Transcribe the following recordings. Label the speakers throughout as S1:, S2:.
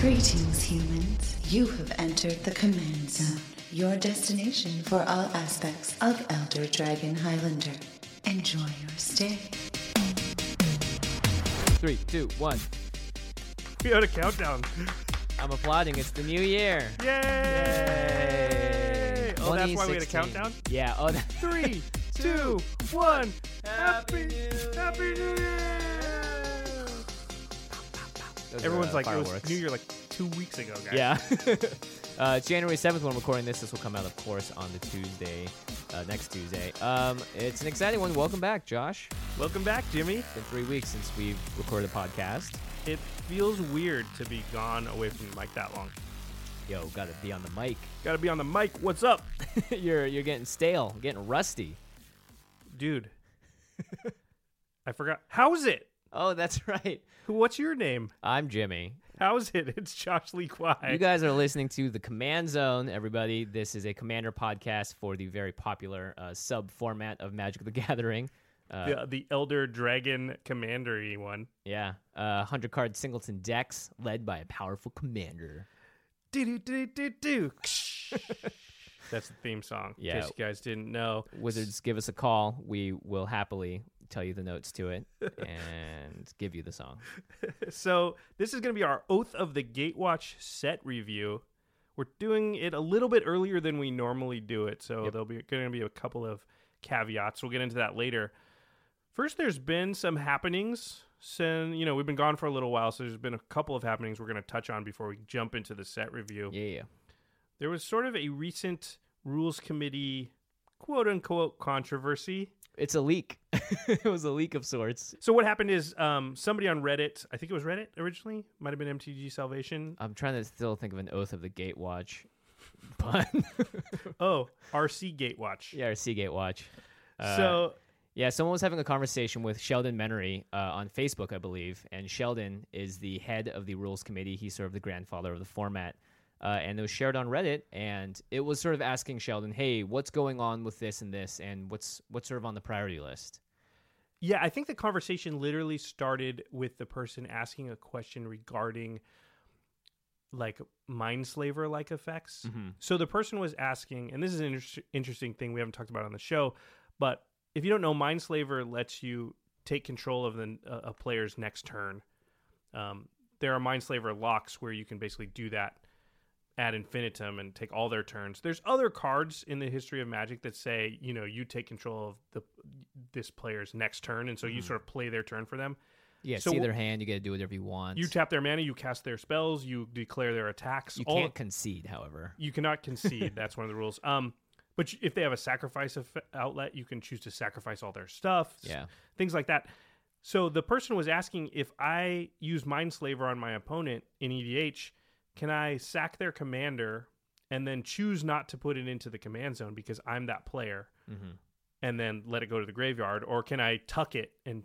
S1: Greetings, humans. You have entered the command zone, your destination for all aspects of Elder Dragon Highlander. Enjoy your stay.
S2: Three, two, one.
S3: We had a countdown.
S2: I'm applauding. It's the new year.
S3: Yay! Oh, that's why we had a
S2: 2016.
S3: countdown?
S2: Yeah. Oh, that-
S3: Three, two, one. Happy,
S2: Happy New
S3: happy New Year!
S2: those are,
S3: Everyone's
S2: uh,
S3: like, it
S2: fireworks.
S3: was New Year like two weeks ago, guys.
S2: Yeah. uh, January 7th, when I'm recording this, this will come out, of course, on the Tuesday, uh, next Tuesday. Um, it's an exciting one. Welcome back, Josh.
S3: Welcome back, Jimmy.
S2: It's been three weeks since we've recorded a podcast.
S3: It feels weird to be gone away from the mic that long.
S2: Yo, gotta be on the mic.
S3: Gotta be on the mic. What's up?
S2: you're you're getting stale, getting rusty.
S3: Dude. I forgot. How's it?
S2: Oh, that's right.
S3: What's your name?
S2: I'm Jimmy.
S3: How's it? It's Josh Lee Kwai.
S2: You guys are listening to the Command Zone, everybody. This is a Commander podcast for the very popular uh, sub format of Magic the Gathering. Uh,
S3: the, the Elder Dragon Commandery one.
S2: yeah, uh, hundred card singleton decks led by a powerful commander.
S3: do do do do. That's the theme song.
S2: Yeah.
S3: In case you guys didn't know.
S2: Wizards, give us a call. We will happily tell you the notes to it and give you the song.
S3: So this is going to be our Oath of the Gatewatch set review. We're doing it a little bit earlier than we normally do it, so there'll be going to be a couple of caveats. We'll get into that later. First, there's been some happenings. Since you know we've been gone for a little while, so there's been a couple of happenings we're going to touch on before we jump into the set review.
S2: Yeah,
S3: There was sort of a recent rules committee quote unquote controversy
S2: it's a leak. it was a leak of sorts.
S3: So what happened is um, somebody on Reddit, I think it was Reddit originally, might have been MTG Salvation.
S2: I'm trying to still think of an Oath of the Gatewatch pun.
S3: Oh, RC Gatewatch.
S2: yeah, or Seagate Watch. Uh,
S3: so
S2: Yeah, someone was having a conversation with Sheldon Menery uh, on Facebook, I believe, and Sheldon is the head of the rules committee. He served the grandfather of the format, uh, and it was shared on Reddit, and it was sort of asking Sheldon, "Hey, what's going on with this and this, and what's what's sort of on the priority list?"
S3: yeah, I think the conversation literally started with the person asking a question regarding like mindslaver like effects. So the person was asking, and this is an inter- interesting thing we haven't talked about on the show, but if you don't know, mindslaver lets you take control of the, uh, a player's next turn. Um, there are mindslaver locks where you can basically do that ad infinitum and take all their turns. There's other cards in the history of Magic that say, you know, you take control of the this player's next turn, and so
S2: Hmm.
S3: you sort of play their turn for them.
S2: Yeah,
S3: So
S2: see
S3: wh-
S2: their hand. You got to do whatever you want.
S3: You tap their mana, you cast their spells, you declare their attacks.
S2: You
S3: all-
S2: can't concede, however.
S3: you cannot concede. That's one of the rules. Um, but you- if they have a sacrifice of outlet, you can choose to sacrifice all their stuff. s-
S2: Yeah.
S3: things like that. So the person was asking if I use Mindslaver on my opponent in EDH, can I sack their commander and then choose not to put it into the command zone because I'm that player, and then let it go to the graveyard, or can I tuck it and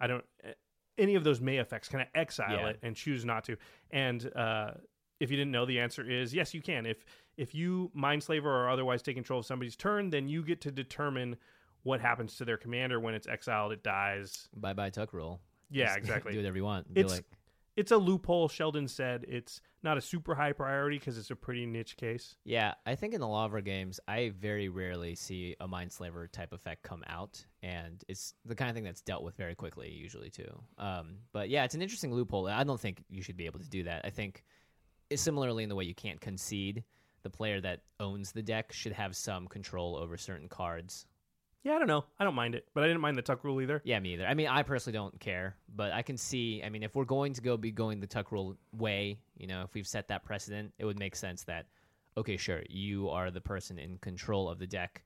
S3: I don't eh, any of those may effects. Can I exile
S2: Yeah.
S3: it and choose not to? And uh, if you didn't know, the answer is yes, you can. If if you mindslaver or otherwise take control of somebody's turn, then you get to determine what happens to their commander when it's exiled. It dies.
S2: Bye bye tuck rule.
S3: Yeah,
S2: Just
S3: exactly.
S2: do whatever you want. Be
S3: It's-
S2: like,
S3: It's a loophole. Sheldon said it's not a super high priority because it's a pretty niche case.
S2: Yeah, I think in the Lava games, I very rarely see a Mindslaver type effect come out, and it's the kind of thing that's dealt with very quickly, usually too. Um, but yeah, it's an interesting loophole. I don't think you should be able to do that. I think eh, similarly in the way you can't concede, the player that owns the deck should have some control over certain cards.
S3: Yeah, I don't know. I don't mind it, but I didn't mind the tuck rule either.
S2: Yeah, me either. I mean, I personally don't care, but I can see. I mean, if we're going to go be going the tuck rule way, you know, if we've set that precedent, it would make sense that, okay, sure, you are the person in control of the deck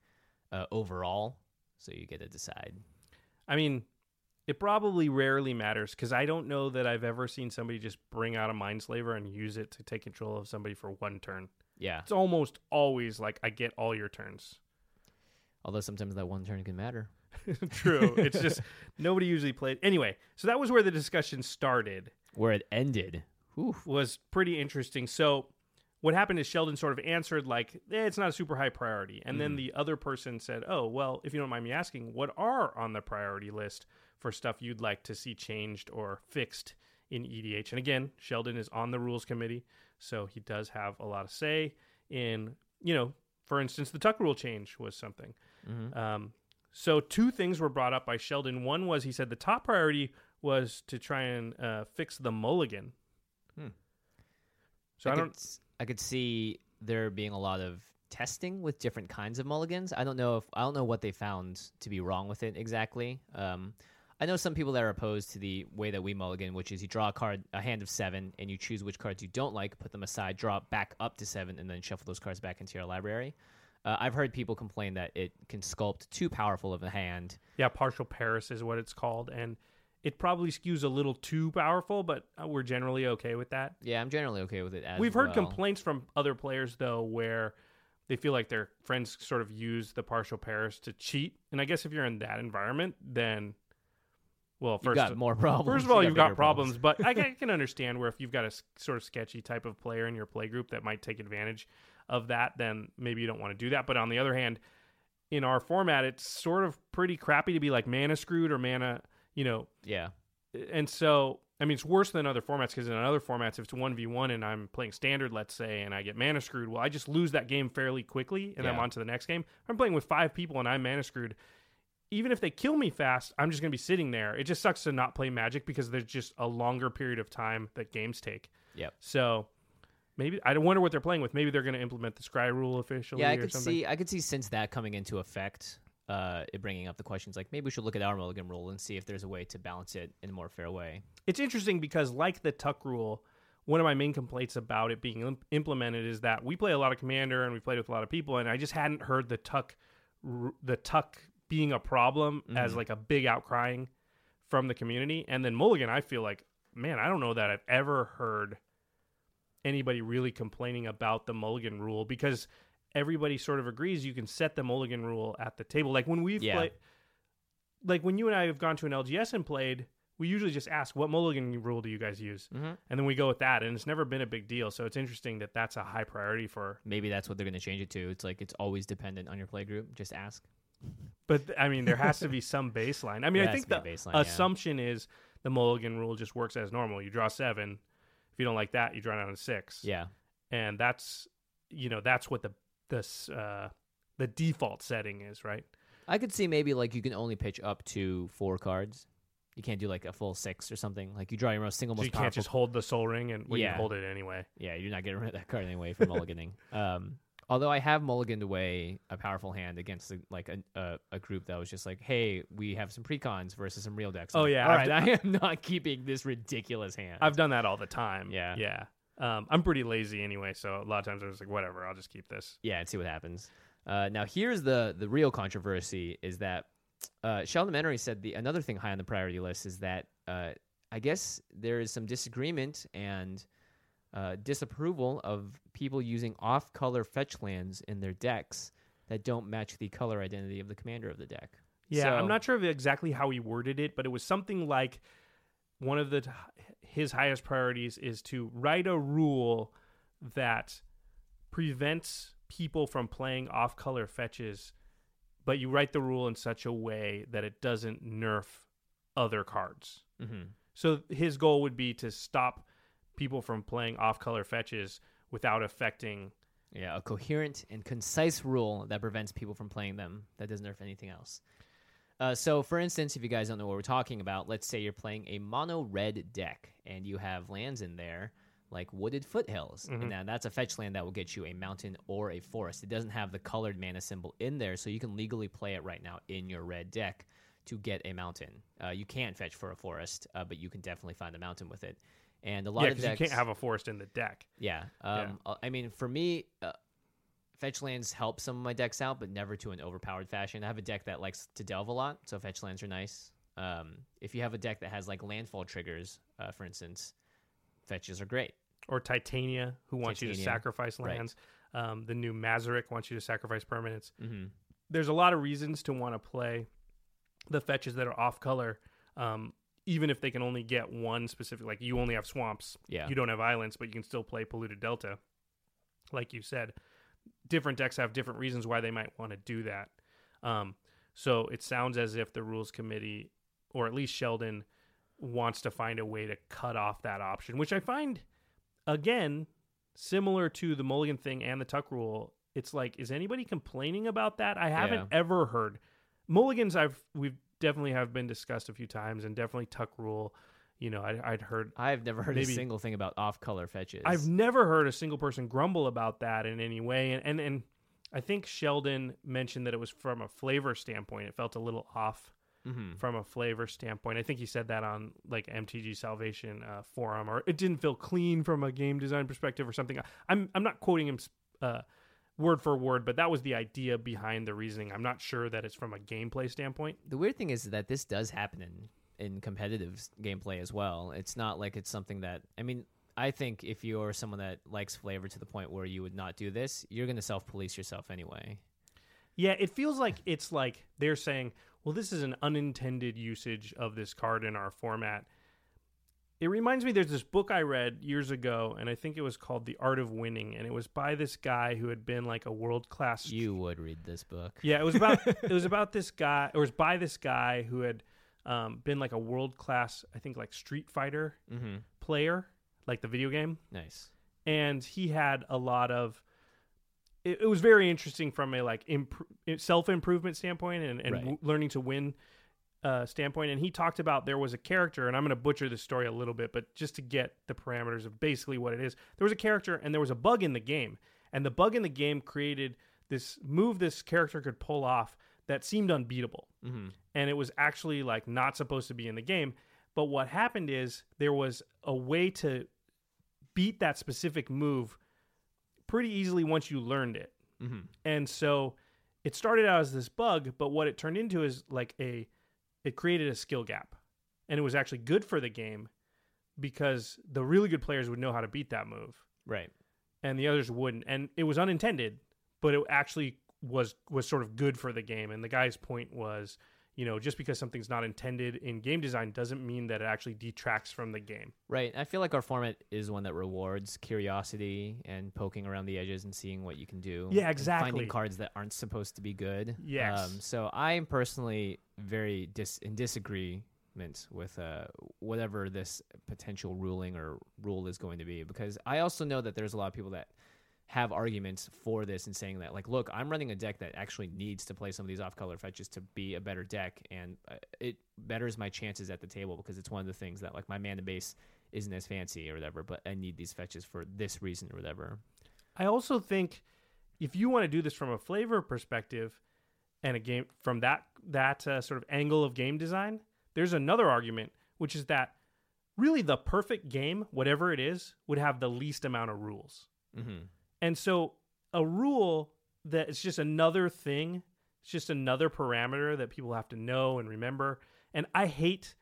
S2: uh, overall, so you get to decide.
S3: I mean, It probably rarely matters because I don't know that I've ever seen somebody just bring out a Mindslaver and use it to take control of somebody for one turn.
S2: Yeah.
S3: It's almost always like I get all your turns.
S2: Although sometimes that one turn can matter.
S3: True. It's just nobody usually plays. Anyway, so that was where the discussion started.
S2: Where it ended. Oof.
S3: was pretty interesting. So what happened is Sheldon sort of answered like, eh, "It's not a super high priority," and then the other person said, "Oh, well, if you don't mind me asking, what are on the priority list for stuff you'd like to see changed or fixed in EDH?" And again, Sheldon is on the rules committee, so he does have a lot of say in, you know, for instance, the Tuck rule change was something.
S2: Mm-hmm.
S3: Um, so two things were brought up by Sheldon. One was he said the top priority was to try and uh, fix the mulligan.
S2: Hmm.
S3: So I,
S2: could
S3: don't.
S2: s- I could see there being a lot of testing with different kinds of mulligans. I don't know if I don't know what they found to be wrong with it exactly. Um, I know some people that are opposed to the way that we mulligan, which is you draw a card, a hand of seven, and you choose which cards you don't like, put them aside, draw it back up to seven, and then shuffle those cards back into your library. Uh, I've heard people complain that it can sculpt too powerful of a hand.
S3: Yeah, partial Paris is what it's called, and it probably skews a little too powerful, but uh, we're generally okay with that.
S2: Yeah, I'm generally okay with it. As
S3: We've heard
S2: well.
S3: complaints from other players though, where they feel like their friends sort of use the partial Paris to cheat, and I guess if you're in that environment, then well,
S2: You've
S3: first
S2: got more problems.
S3: First of all,
S2: You
S3: you've got
S2: bigger
S3: problems, but I ca- can understand where if you've got a s- sort of sketchy type of player in your play group that might take advantage of that, then maybe you don't want to do that. But on the other hand, in our format, it's sort of pretty crappy to be like mana screwed or mana, you know.
S2: Yeah.
S3: And so, I mean, it's worse than other formats because in other formats, if it's 1v1 and I'm playing standard, let's say, and I get mana screwed, well, I just lose that game fairly quickly and I'm
S2: Yeah.
S3: on to the next game. If I'm playing with five people and I'm mana screwed, even if they kill me fast, I'm just going to be sitting there. It just sucks to not play Magic because there's just a longer period of time that games take.
S2: Yep.
S3: So maybe I wonder what they're playing with. Maybe they're going to implement the Scry rule officially
S2: Yeah, I
S3: or
S2: could
S3: something.
S2: see. I could see since that coming into effect, uh, it bringing up the questions like maybe we should look at our Mulligan rule and see if there's a way to balance it in a more fair way.
S3: It's interesting because, like the Tuck rule, one of my main complaints about it being im- implemented is that we play a lot of Commander and we played with a lot of people, and I just hadn't heard the Tuck, r- the Tuck being a problem as like a big outcrying from the community. And then Mulligan, I feel like, man, I don't know that I've ever heard anybody really complaining about the Mulligan rule because everybody sort of agrees you can set the Mulligan rule at the table. Like when we've
S2: Yeah.
S3: played, like when you and I have gone to an LGS and played, we usually just ask what Mulligan rule do you guys use, and then we go with that. And it's never been a big deal, so it's interesting that that's a high priority for.
S2: Maybe that's what they're going to change it to. It's like it's always dependent on your play group. Just ask.
S3: But th- I mean, there has to be some baseline. I
S2: There
S3: mean, I
S2: has
S3: think
S2: to
S3: the
S2: be a baseline, yeah.
S3: assumption is the Mulligan rule just works as normal. You draw seven. If you don't like that, you draw down to six.
S2: Yeah.
S3: and that's you know that's what the this uh the default setting is right
S2: I could see maybe like you can only pitch up to four cards. You can't do like a full six or something. Like you draw your most single
S3: so
S2: most
S3: you can't
S2: powerful
S3: just hold the soul ring and well, you
S2: Yeah.
S3: hold it anyway
S2: Yeah, you're not getting rid of that card anyway for mulliganing. Um, although I have mulliganed away a powerful hand against like a, a, a group that was just like, hey, we have some precons versus some real decks. I'm
S3: Oh,
S2: like,
S3: yeah,
S2: all
S3: I've
S2: right, I am not keeping this ridiculous hand.
S3: i've done that all the time
S2: Yeah.
S3: yeah um i'm pretty lazy anyway so a lot of times i was like whatever i'll just keep this
S2: yeah, and see what happens. Uh, now here's the the real controversy is that uh, Sheldon Menery said the another thing high on the priority list is that uh, I guess there is some disagreement and uh, disapproval of people using off color fetch lands in their decks that don't match the color identity of the commander of the deck.
S3: yeah i'm
S2: So-
S3: not sure of exactly how he worded it but it was something like one of the t- his highest priorities is to write a rule that prevents people from playing off color fetches, but you write the rule in such a way that it doesn't nerf other cards.
S2: Mhm.
S3: So his goal would be to stop people from playing off color fetches without affecting.
S2: Yeah, a coherent and concise rule that prevents people from playing them that doesn't nerf anything else. Uh, so, for instance, if you guys don't know what we're talking about, let's say you're playing a mono red deck and you have lands in there like Wooded Foothills.
S3: Mm-hmm.
S2: And now that's a fetch land that will get you a mountain or a forest. It doesn't have the colored mana symbol in there, so you can legally play it right now in your red deck to get a mountain. Uh, you can't fetch for a forest, uh, but you can definitely find a mountain with it. And a lot
S3: Yeah,
S2: of
S3: because you
S2: decks
S3: can't have a forest in the deck.
S2: yeah. Um, uh, I mean, for me, uh, fetch lands help some of my decks out, but never to an overpowered fashion. I have a deck that likes to delve a lot, so fetch lands are nice. Um, if you have a deck that has like landfall triggers, uh, for instance, fetches are great.
S3: or Titania, who wants you to
S2: Titania,
S3: sacrifice
S2: right.
S3: lands. Um, the new Mazarek wants you to sacrifice permanents.
S2: Mm-hmm.
S3: There's a lot of reasons to want to play the fetches that are off color, um, even if they can only get one specific. Like you only have swamps,
S2: Yeah.
S3: you don't have islands, but you can still play Polluted Delta, like you said. Different decks have different reasons why they might want to do that. Um, so it sounds as if the rules committee, or at least Sheldon, wants to find a way to cut off that option, which I find, again, similar to the Mulligan thing and the Tuck rule. It's like, is anybody complaining about that? I haven't ever heard Mulligans. I've we've definitely have been discussed a few times, and definitely Tuck rule. You know, I, I'd heard.
S2: I've never heard
S3: Maybe-
S2: a single thing about off color fetches.
S3: I've never heard a single person grumble about that in any way, and and and I think Sheldon mentioned that it was from a flavor standpoint. It felt a little off
S2: hmm
S3: from a flavor standpoint. I think he said that on like MTG Salvation uh, forum, or it didn't feel clean from a game design perspective or something. I'm I'm not quoting him uh, word for word, but that was the idea behind the reasoning. I'm not sure that it's from a gameplay standpoint.
S2: the weird thing is that this does happen in in competitive s- gameplay as well. It's not like it's something that I mean. I think if you're someone that likes flavor to the point where you would not do this, you're going to self police yourself anyway.
S3: Yeah, it feels like it's like they're saying, well, this is an unintended usage of this card in our format. It reminds me there's this book I read years ago, and I think it was called The Art of Winning, and it was by this guy who had been like a world class
S2: You would read this book.
S3: Yeah, it was about it was about this guy, or it was by this guy who had um, been like a world class, I think, like Street Fighter
S2: Mm-hmm.
S3: player, like the video game,
S2: Nice.
S3: and he had a lot of. It, it was very interesting from a like imp- self improvement standpoint and, and
S2: Right.
S3: w- learning to win uh, standpoint. And he talked about there was a character, and I'm going to butcher the story a little bit, but just to get the parameters of basically what it is, there was a character and there was a bug in the game, and the bug in the game created this move this character could pull off that seemed unbeatable,
S2: Mhm.
S3: and it was actually like not supposed to be in the game. But what happened is there was a way to beat that specific move pretty easily once you learned it.
S2: Mhm.
S3: And so it started out as this bug, but what it turned into is like a it created a skill gap. And it was actually good for the game because the really good players would know how to beat that move
S2: Right.
S3: and the others wouldn't. And it was unintended, but it actually was was sort of good for the game. And the guy's point was, you know, just because something's not intended in game design doesn't mean that it actually detracts from the game.
S2: Right. I feel like our format is one that rewards curiosity and poking around the edges and seeing what you can do.
S3: Yeah,
S2: and
S3: exactly.
S2: finding cards that aren't supposed to be good. Um,
S3: Yes.
S2: so I am personally very dis- in disagreement with uh, whatever this potential ruling or rule is going to be because I also know that there's a lot of people that have arguments for this and saying that like look i'm running a deck that actually needs to play some of these off-color fetches to be a better deck and uh, it betters my chances at the table because it's one of the things that like my mana base isn't as fancy or whatever but i need these fetches for this reason or whatever
S3: I also think if you want to do this from a flavor perspective and a game from that that uh, sort of angle of game design, there's another argument which is that really the perfect game, whatever it is, would have the least amount of rules.
S2: mm-hmm.
S3: And so a rule that it's just another thing, it's just another parameter that people have to know and remember. And I hate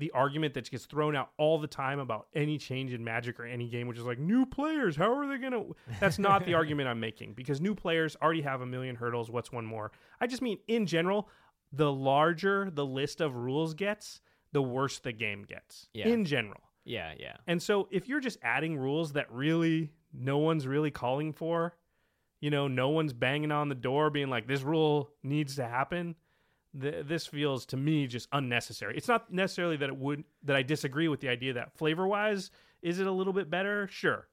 S3: the argument that gets thrown out all the time about any change in magic or any game, which is like new players, how are they gonna that's not the argument I'm making because new players already have a million hurdles. What's one more? I just mean in general, the larger the list of rules gets, the worse the game gets.
S2: Yeah.
S3: In general.
S2: yeah yeah
S3: And so if you're just adding rules that really no one's really calling for, you know, no one's banging on the door being like this rule needs to happen, th- this feels to me just unnecessary. It's not necessarily that it would that I disagree with the idea that flavor-wise is it a little bit better? Sure.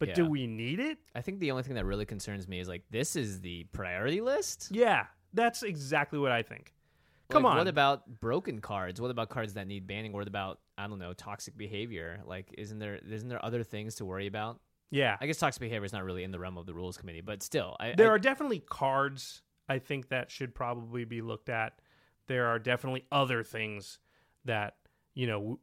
S3: But do
S2: Yeah.
S3: we need it?
S2: i think the only thing that really concerns me is like this is the priority list
S3: Yeah, that's exactly what I think. Come
S2: Like,
S3: on.
S2: What about broken cards? What about cards that need banning? What about I don't know toxic behavior? Like, isn't there isn't there other things to worry about?
S3: yeah.
S2: I guess toxic behavior is not really in the realm of the rules committee, but still, I,
S3: there
S2: I-
S3: are definitely cards I think that should probably be looked at. There are definitely other things that you know w-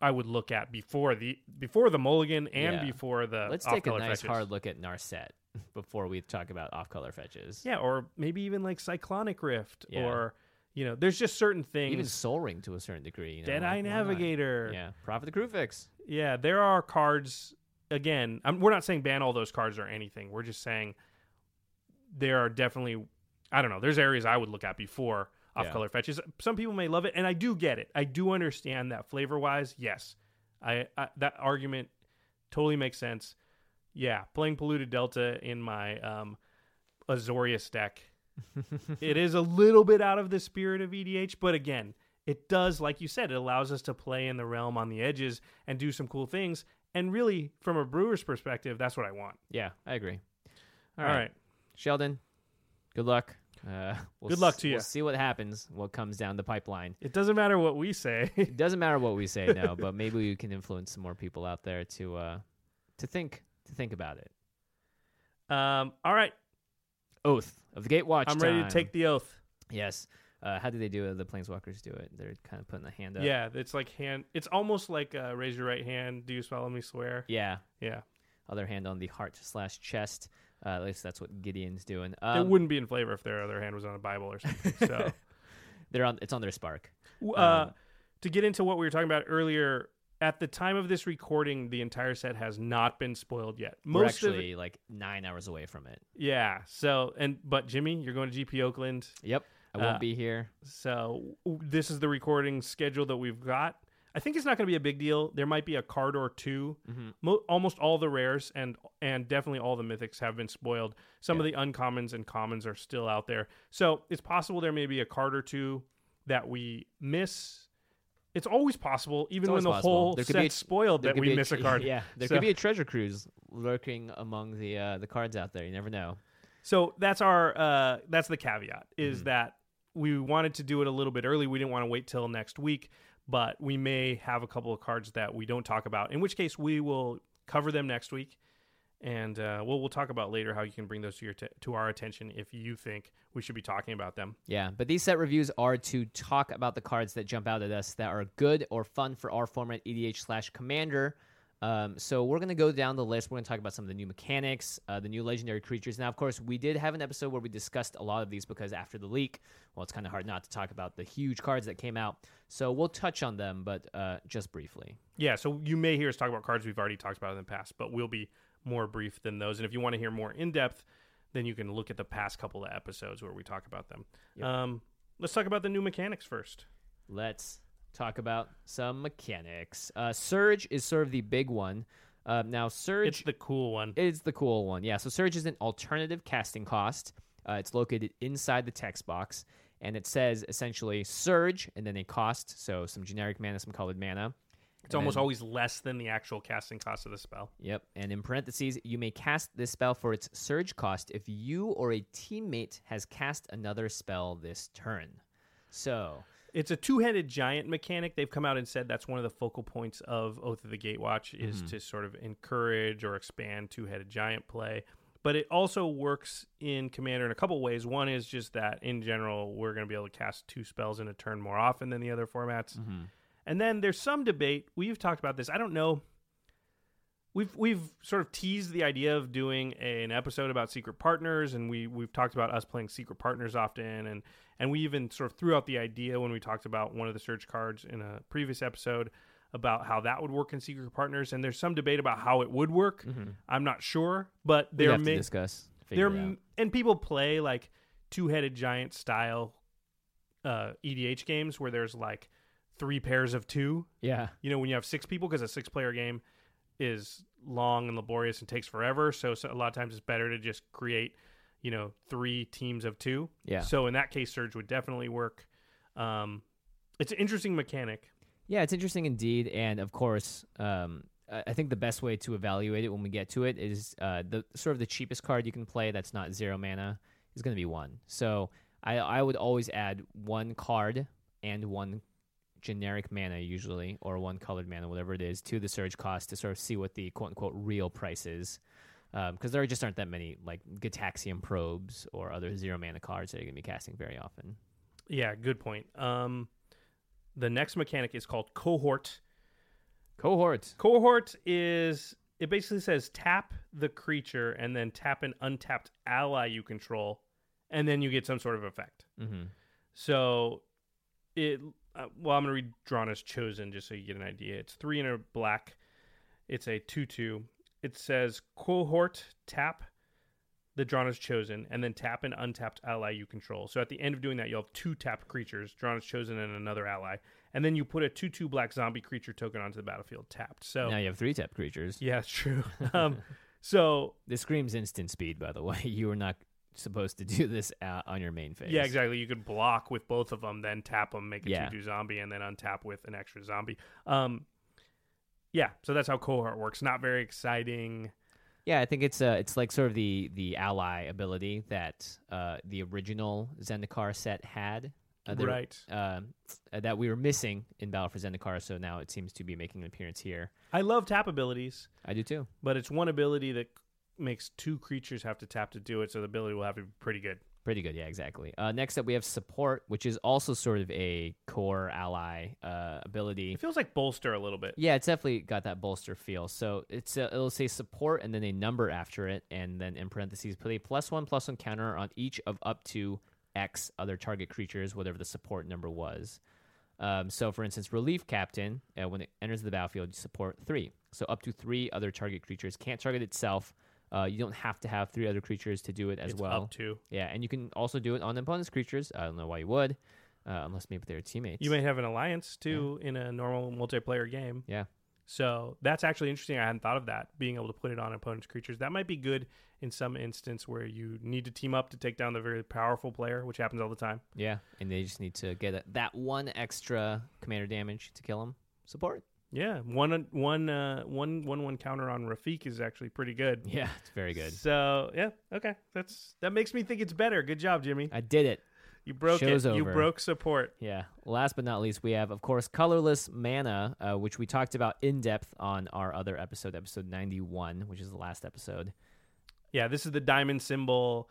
S3: I would look at before the before the mulligan and
S2: Yeah.
S3: before the
S2: let's take a
S3: off-color
S2: nice
S3: fetches.
S2: hard look at Narset before we talk about off color fetches.
S3: Yeah, or maybe even like Cyclonic Rift
S2: Yeah.
S3: or You know, there's just certain things.
S2: Even Soul Ring to a certain degree. You know,
S3: Deadeye
S2: like, why not?
S3: Navigator.
S2: Yeah, Prophet the Crew Fix.
S3: Yeah, there are cards. Again, I'm, we're not saying ban all those cards or anything. We're just saying there are definitely, I don't know, there's areas I would look at before off color fetches. Some people may love it, and I do get it. I do understand that flavor wise, yes, I, I that argument totally makes sense. Yeah, playing polluted delta in my um, Azorius deck, it is a little bit out of the spirit of EDH, but again, it does, like you said, it allows us to play in the realm on the edges and do some cool things. And really, from a brewer's perspective, that's what I want.
S2: Yeah, I agree.
S3: All right.
S2: Sheldon, good luck. Uh, we'll
S3: Good luck
S2: s-
S3: to
S2: We'll
S3: ya.
S2: see what happens, what comes down the pipeline.
S3: It doesn't matter what we say.
S2: It doesn't matter what we say now, but maybe we can influence some more people out there to uh, to think to think about it.
S3: um, all right.
S2: Oath of the Gatewatch.
S3: I'm ready to
S2: time.
S3: take the oath.
S2: Yes. Uh, how do they do it? The Planeswalkers do it. They're kind of putting the hand up.
S3: Yeah, it's like hand. It's almost like uh, raise your right hand. Do you swallow me? Swear.
S2: Yeah.
S3: Yeah,
S2: Other hand on the heart slash chest. Uh, at least that's what Gideon's doing.
S3: it
S2: Um,
S3: wouldn't be in flavor if their other hand was on a Bible or something. So,
S2: they're on. It's on their spark.
S3: w- uh,
S2: Um,
S3: to get into what we were talking about earlier, at the time of this recording, the entire set has not been spoiled yet.
S2: We're
S3: Most of it,
S2: actually like nine hours away from it.
S3: yeah. So, and but Jimmy, you're going to GP Oakland.
S2: Yep. I won't
S3: Uh,
S2: be here.
S3: So w- this is the recording schedule that we've got. I think it's not going to be a big deal. There might be a card or 2
S2: Mm-hmm.
S3: Mo- almost all the rares and and definitely all the mythics have been spoiled. Some of the uncommons and commons are still out there. So it's possible there may be a card or two that we miss. It's always possible, even
S2: It's always
S3: when the
S2: possible.
S3: whole
S2: There could be
S3: set's
S2: a-
S3: spoiled,
S2: there
S3: that
S2: could
S3: we
S2: be
S3: miss a
S2: tr-
S3: card.
S2: Yeah, there
S3: So-
S2: could be a treasure cruise lurking among the uh, the cards out there. You never know.
S3: So that's our uh, that's the caveat is that we wanted to do it a little bit early. We didn't want to wait till next week, but we may have a couple of cards that we don't talk about. In which case, we will cover them next week, and uh, we'll we'll talk about later how you can bring those to your t- to our attention if you think we should be talking about them.
S2: Yeah, but these set reviews are to talk about the cards that jump out at us that are good or fun for our format EDH slash Commander. Um, so we're gonna go down the list. We're gonna talk about some of the new mechanics, uh, the new legendary creatures. Now, of course, we did have an episode where we discussed a lot of these because after the leak, well, it's kind of hard not to talk about the huge cards that came out. So we'll touch on them, but uh, just briefly.
S3: Yeah, so you may hear us talk about cards we've already talked about in the past, but we'll be more brief than those. And if you want to hear more in depth, then you can look at the past couple of episodes where we talk about them. Um, let's talk about the new mechanics first.
S2: Let's talk about some mechanics. Uh, Surge is sort of the big one. Uh, now, Surge
S3: It's the cool one.
S2: It's the cool one. Yeah. So Surge is an alternative casting cost. Uh, it's located inside the text box, and it says essentially Surge and then a cost. So some generic mana, some colored mana.
S3: It's almost always less than the actual casting cost of the spell.
S2: Yep. And in parentheses, you may cast this spell for its surge cost if you or a teammate has cast another spell this turn. So,
S3: It's a two-headed giant mechanic. They've come out and said that's one of the focal points of Oath of the Gatewatch is to sort of encourage or expand two-headed giant play. But it also works in Commander in a couple ways. One is just that in general we're going to be able to cast two spells in a turn more often than the other formats. And then there's some debate. We've talked about this. I don't know. We've we've sort of teased the idea of doing a- an episode about secret partners, and we we've talked about us playing secret partners often, and and we even sort of threw out the idea when we talked about one of the search cards in a previous episode about how that would work in secret partners. And there's some debate about how it would work. I'm not sure, but
S2: we
S3: there
S2: Mm-hmm. have to
S3: may
S2: discuss.
S3: there
S2: figure it out.
S3: m- and people play like two-headed giant style uh, EDH games where there's like three pairs of two
S2: Yeah.
S3: you know when you have six people because a six player game is long and laborious and takes forever so, so a lot of times it's better to just create you know three teams of two
S2: Yeah.
S3: so in that case surge would definitely work um it's an interesting mechanic
S2: Yeah, it's interesting indeed, and of course, um, I I think the best way to evaluate it when we get to it is uh, the sort of the cheapest card you can play that's not zero mana is going to be one. So I I would always add one card and one generic mana usually, or one colored mana, whatever it is, to the surge cost to sort of see what the quote unquote real price is. Because there just aren't that many like Gataxian probes or other zero mana cards that you're going to be casting very often.
S3: yeah good point um the next mechanic is called cohort
S2: Cohort.
S3: Cohort is it basically says tap the creature and then tap an
S2: Mm-hmm.
S3: untapped ally you control, and then you get some sort of effect.
S2: Mhm.
S3: So it uh, well i'm gonna read drawn as chosen just so you get an idea it's three in a black it's a 2-2 it says cohort tap the drawn as chosen and then tap an untapped ally you control so at the end of doing that you'll have two tapped creatures drawn as chosen and another ally and then you put a 2-2 black zombie creature token onto the battlefield tapped so
S2: Now you have three tap creatures.
S3: yeah it's true um, so
S2: This screams instant speed, by the way. You are not supposed to do this uh, on your main phase.
S3: Yeah, exactly. You could block with both of them, then tap them, make a
S2: Yeah.
S3: two-two zombie, and then untap with an extra zombie. Um, yeah. So that's how cohort works. Not very exciting.
S2: Yeah, I think it's uh, it's like sort of the the ally ability that uh, the original Zendikar set had. Uh, there-
S3: Right.
S2: Uh, that we were missing in Battle for Zendikar, so now it seems to be making an appearance here.
S3: I love tap abilities,
S2: I do too.
S3: but it's one ability that makes two creatures have to tap to do it. So the ability will have to be pretty good.
S2: Pretty good, yeah, exactly. Uh, next up, we have support, which is also sort of a core ally uh, ability.
S3: It feels like bolster a little bit.
S2: Yeah, it's definitely got that bolster feel. So it's uh it'll say support and then a number after it, and then in parentheses put a plus one plus one counter on each of up to X other target creatures, whatever the support number was. Um, so, for instance, relief captain uh, when it enters the battlefield, you support three. So up to three other target creatures can't target itself. Uh, you don't have to have three other creatures to do it as
S3: It's
S2: well.
S3: up to.
S2: Yeah, and you can also do it on opponent's creatures. I don't know why you would, uh, unless maybe they're teammates.
S3: You may have an alliance too in a normal multiplayer game.
S2: Yeah.
S3: So that's actually interesting. I hadn't thought of that being able to put it on opponent's creatures. That might be good in some instance where you need to team up to take down the very powerful player, which happens all the time.
S2: Yeah, and they just need to get that- that one extra commander damage to kill him. Support.
S3: Yeah, one one uh, one one one counter on Rafik is actually pretty good.
S2: Yeah, it's very good.
S3: So yeah, okay, that's that makes me think it's better. Good job, Jimmy.
S2: I did it.
S3: You broke
S2: Show's
S3: it. You
S2: over.
S3: broke support.
S2: Yeah. Last but not least, we have, of course, colorless mana, uh, which we talked about in depth on our other episode, episode ninety-one, which is the last episode.
S3: Yeah, this is the diamond symbol.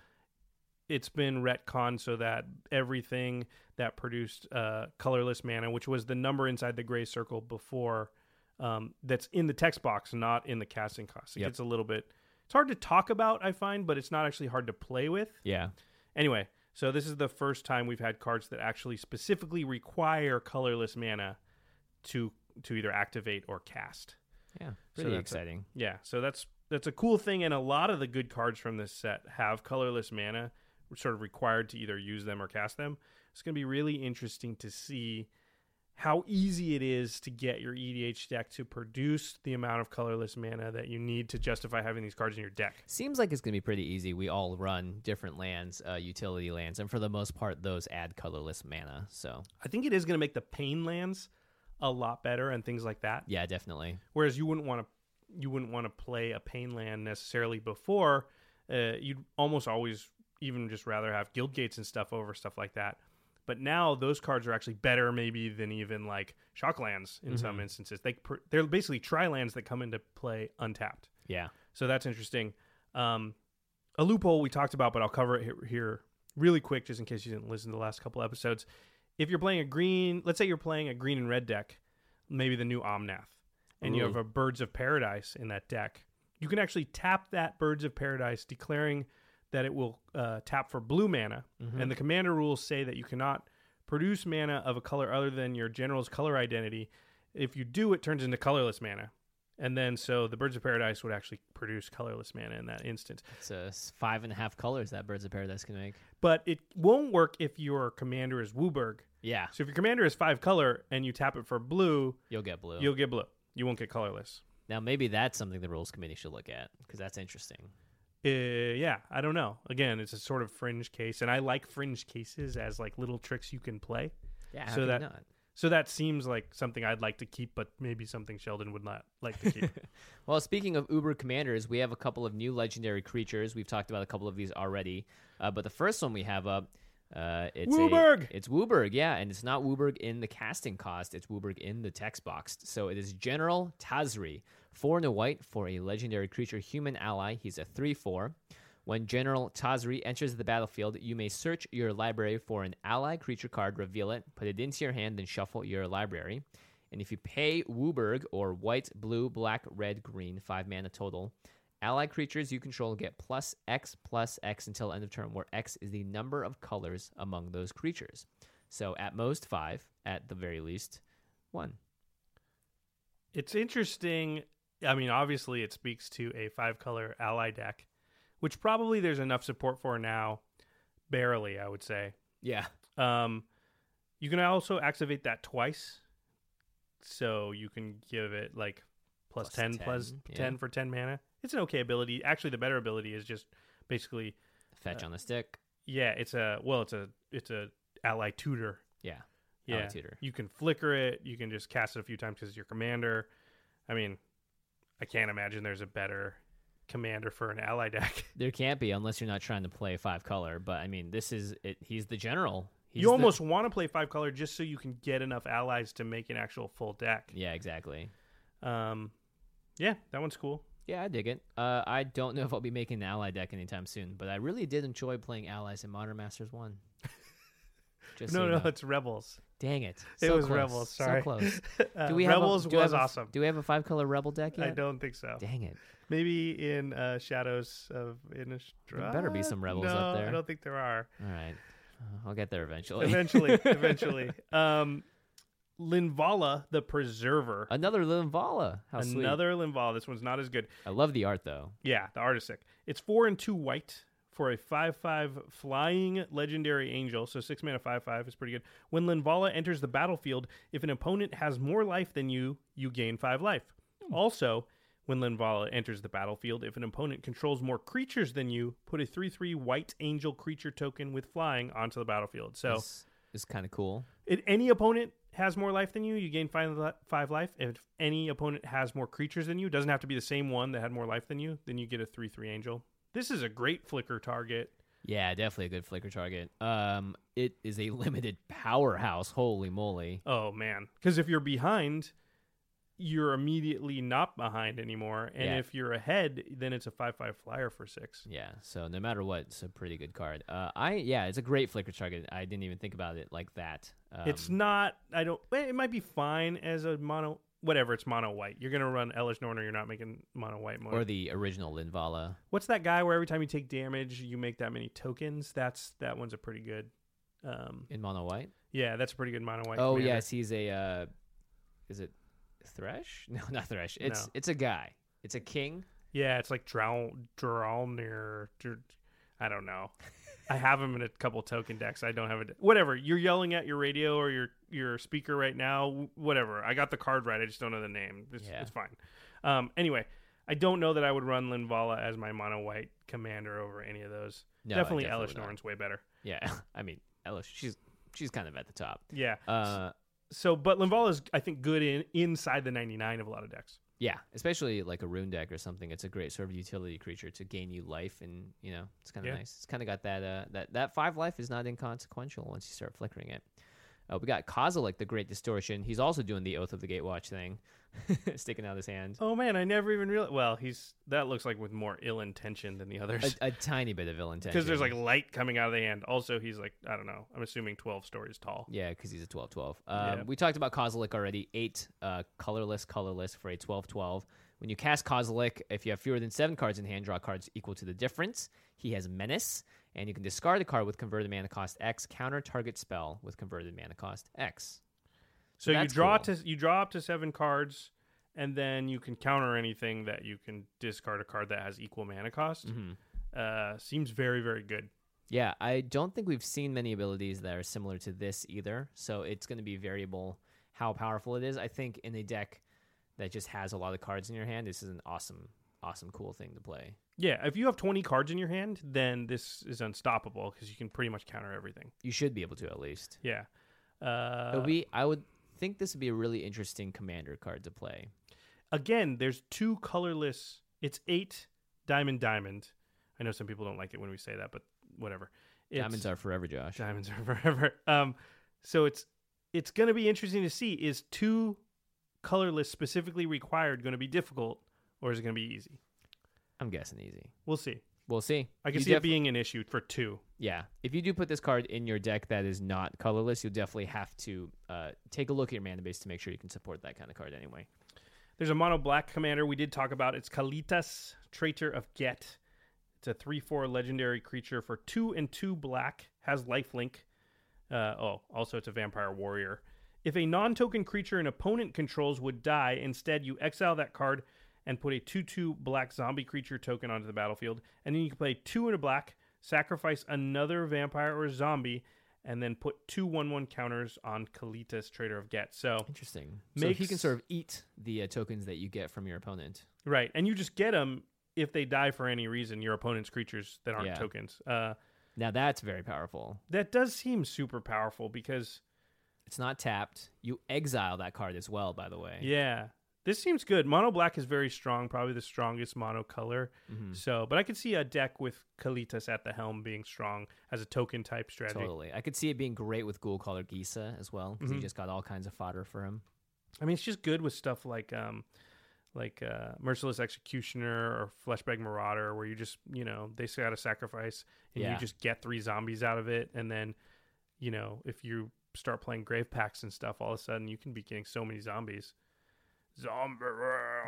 S3: It's been retconned so that everything that produced uh, colorless mana, which was the number inside the gray circle before, um, that's in the text box, not in the casting cost. It
S2: Yep.
S3: gets a little bit. It's hard to talk about, I find, but it's not actually hard to play with.
S2: Yeah.
S3: Anyway, so this is the first time we've had cards that actually specifically require colorless mana to to either activate or cast.
S2: Yeah. Pretty
S3: that's a-
S2: exciting.
S3: Yeah, so that's that's a cool thing, and a lot of the good cards from this set have colorless mana, we're sort of required to either use them or cast them. It's going to be really interesting to see how easy it is to get your EDH deck to produce the amount of colorless mana that you need to justify having these cards in your deck.
S2: Seems like it's going to be pretty easy. We all run different lands, uh, utility lands, and for the most part, those add colorless mana. So,
S3: I think it is going to make the pain lands a lot better and things like that.
S2: yeah, definitely.
S3: Whereas you wouldn't want to you wouldn't want to play a pain land necessarily before. Uh, you'd almost always even just rather have guild gates and stuff over stuff like that. But now those cards are actually better maybe than even like shock lands in some instances. They pr- they're basically tri lands that come into play untapped.
S2: Yeah.
S3: So that's interesting. Um, a loophole we talked about, but I'll cover it he- here really quick just in case you didn't listen to the last couple episodes. If you're playing a green, let's say you're playing a green and red deck, maybe the new Omnath, and you
S2: Ooh.
S3: have a Birds of Paradise in that deck, you can actually tap that Birds of Paradise, declaring that it will uh, tap for blue mana. And the commander rules say that you cannot produce mana of a color other than your general's color identity. If you do, it turns into colorless mana. And then, so the Birds of Paradise would actually produce colorless mana in that instance.
S2: It's uh, s- five and a half colors that Birds of Paradise can make.
S3: But it won't work if your commander is Wooburg.
S2: Yeah.
S3: So if your commander is five color and you tap it for blue,
S2: You'll get blue.
S3: you'll get blue. You won't get colorless.
S2: Now, maybe that's something the rules committee should look at because that's interesting.
S3: Uh, yeah, I don't know. Again, it's a sort of fringe case, and I like fringe cases as like little tricks you can play.
S2: Yeah,
S3: So that- So that seems like something I'd like to keep, but maybe something Sheldon would not like to keep.
S2: Well, speaking of Uber commanders, we have a couple of new legendary creatures. We've talked about a couple of these already, uh, but the first one we have up. Uh, it's a-
S3: Wooburg!
S2: it's Wooburg, yeah, and it's not Wooburg in the casting cost. It's Wooburg in the text box. So it is General Tazri, four and a white for a legendary creature, human ally. He's a three-four. When General Tazri enters the battlefield, you may search your library for an ally creature card, reveal it, put it into your hand, then shuffle your library. And if you pay Wooburg or white, blue, black, red, green, five mana total, ally creatures you control get plus X plus X until end of turn, where X is the number of colors among those creatures. So at most five, at the very least, one.
S3: It's interesting. I mean, obviously, it speaks to a five color ally deck, which probably there's enough support for now. Barely, I would say.
S2: Yeah.
S3: Um, you can also activate that twice. So you can give it like plus,
S2: Plus
S3: 10,
S2: 10,
S3: plus
S2: yeah.
S3: 10 for 10 mana. It's an okay ability. Actually, the better ability is just basically, Uh,
S2: Fetch on the stick.
S3: yeah, it's a, well, it's a, it's a ally tutor.
S2: Yeah.
S3: Yeah.
S2: Ally tutor.
S3: You can flicker it. You can just cast it a few times because your commander. I mean, I can't imagine there's a better commander for an ally deck.
S2: There can't be unless you're not trying to play five color. But I mean, this is it. He's the general. He's
S3: you
S2: the-
S3: almost want to play five color just so you can get enough allies to make an actual full deck.
S2: Yeah, exactly.
S3: Um, yeah, that one's cool.
S2: Yeah, I dig it. Uh, I don't know if I'll be making the ally deck anytime soon, but I really did enjoy playing allies in Modern Masters One. Just so
S3: no,
S2: you
S3: no,
S2: know.
S3: it's Rebels.
S2: dang it!
S3: It
S2: So
S3: was
S2: close,
S3: Rebels. Sorry.
S2: so close.
S3: Uh,
S2: Do we have a-
S3: Rebels
S2: do we
S3: was
S2: have a-
S3: awesome.
S2: Do we have a five color rebel deck yet?
S3: I don't think so.
S2: Dang it!
S3: Maybe in uh, Shadows of Innistrad.
S2: better be some Rebels
S3: no,
S2: up
S3: I
S2: there.
S3: don't think there are.
S2: All right, Uh, I'll get there eventually.
S3: eventually, eventually. Um, Linvala the Preserver.
S2: Another Linvala. How Ah, sweet.
S3: Another Linvala. This one's not as good.
S2: I love the art though.
S3: Yeah, the art is sick. It's four and two white for a five-five flying legendary angel. So six mana five-five is pretty good. When Linvala enters the battlefield, if an opponent has more life than you, you gain five life. Also. When Linvala enters the battlefield, if an opponent controls more creatures than you, put a 3 3 white angel creature token with flying onto the battlefield. So
S2: It's, it's kind of cool.
S3: if any opponent has more life than you, you gain five, li- five life. If any opponent has more creatures than you, doesn't have to be the same one that had more life than you, then you get a 3 3 angel. This is a great flicker target.
S2: Yeah, definitely a good flicker target. Um, it is a limited powerhouse. Holy moly!
S3: Oh, man. Because if you're behind, you're immediately not behind anymore. And
S2: Yeah.
S3: if you're ahead, then it's a 5 5 flyer for six.
S2: Yeah. So no matter what, it's a pretty good card. Uh, I yeah, it's a great flicker target. I didn't even think about it like that. Um,
S3: it's not, I don't, eh, it might be fine as a mono, whatever, it's mono white. You're going to run Ellis Norner, you're not making mono white more.
S2: or the original Linvala.
S3: What's that guy where every time you take damage, you make that many tokens? That's that one's a pretty good. Um,
S2: in mono white.
S3: yeah, that's a pretty good mono white.
S2: oh
S3: commander.
S2: yes, he's a. Uh, is it Thresh? No, not Thresh. It's
S3: No.
S2: it's a guy. It's a king.
S3: yeah, it's like drow Drawnir. Dr- I don't know. I have him in a couple token decks. I don't have a de- whatever. You're yelling at your radio or your your speaker right now. w- Whatever. I got the card right. I just don't know the name. It's,
S2: Yeah.
S3: it's fine. Um, anyway, I don't know that I would run Linvala as my mono white commander over any of those.
S2: No, I
S3: definitely,
S2: definitely
S3: Elish
S2: would not.
S3: Norn's way better.
S2: Yeah, I mean Elish. She's she's kind of at the top.
S3: Yeah.
S2: Uh,
S3: So, but Linvala is, I think, good in inside the 99 of a lot of decks.
S2: yeah, especially like a rune deck or something. It's a great sort of utility creature to gain you life, and you know it's kind of
S3: Yeah.
S2: nice. It's kind of got that uh, that that five life is not inconsequential once you start flickering it. Uh, we got Kozilek, the Great Distortion. He's also doing the Oath of the Gatewatch thing, sticking out his hand.
S3: Oh man, I never even realized. Well, he's that looks like with more ill intention than the others
S2: A, a tiny bit of ill intention.
S3: because there's like light coming out of the hand. Also, he's like I don't know. I'm assuming 12 stories tall.
S2: Yeah, because he's a 12 12. Um,
S3: Yeah.
S2: We talked about Kozilek already. Eight uh, colorless, colorless for a 12 12. When you cast Kozilek, if you have fewer than seven cards in hand, draw cards equal to the difference. He has Menace, and you can discard a card with converted mana cost X, counter target spell with converted mana cost X.
S3: so you
S2: that's
S3: draw
S2: cool.
S3: to you draw up to seven cards, and then you can counter anything that you can discard a card that has equal mana cost.
S2: Mm-hmm.
S3: Uh, seems very very good.
S2: Yeah, I don't think we've seen many abilities that are similar to this either. So it's going to be variable how powerful it is. I think in a deck that just has a lot of cards in your hand, this is an awesome, awesome, cool thing to play.
S3: Yeah, if you have 20 cards in your hand, then this is unstoppable because you can pretty much counter everything.
S2: You should be able to at least.
S3: Yeah. Uh,
S2: It'll be. I would think this would be a really interesting commander card to play.
S3: again, there's two colorless. It's eight diamond diamond. I know some people don't like it when we say that, but whatever. It's,
S2: Diamonds are forever, Josh.
S3: diamonds are forever. Um, so it's it's going to be interesting to see is two colorless specifically required going to be difficult or is it going to be easy?
S2: I'm guessing easy.
S3: We'll see.
S2: We'll see.
S3: I can
S2: You
S3: see it
S2: def-
S3: being an issue for two.
S2: Yeah, if you do put this card in your deck that is not colorless, you'll definitely have to uh, take a look at your mana base to make sure you can support that kind of card anyway.
S3: There's a mono black commander we did talk about. It's Kalitas, Traitor of Get. It's a 3 4 legendary creature for 2 and 2 black, has lifelink. Uh, oh, also it's a vampire warrior. If a non-token creature an opponent controls would die, instead you exile that card and put a two-two black zombie creature token onto the battlefield, and then you can play two in a black, sacrifice another vampire or zombie, and then put two one-one counters on Kalitas, Trader of Get. So
S2: Interesting. So he can
S3: Makes-
S2: sort of eat the uh, tokens that you get from your opponent.
S3: Right, and you just get them if they die for any reason. Your opponent's creatures that aren't
S2: Yeah.
S3: tokens. Uh,
S2: Now that's very powerful.
S3: that does seem super powerful because
S2: It's not tapped. You exile that card as well, by the way.
S3: yeah, this seems good. Mono black is very strong, probably the strongest mono color. So, but I could see a deck with Kalitas at the helm being strong as a token type strategy.
S2: Totally. I could see it being great with Ghoul Caller Gisa as well, because
S3: Mhm.
S2: you just got all kinds of fodder for him.
S3: I mean, it's just good with stuff like um, like uh, Merciless Executioner or Fleshbag Marauder, where you just you know they got to sacrifice and
S2: Yeah.
S3: you just get three zombies out of it, and then you know if you start playing Grave Packs and stuff, all of a sudden you can be getting so many zombies. Zombie.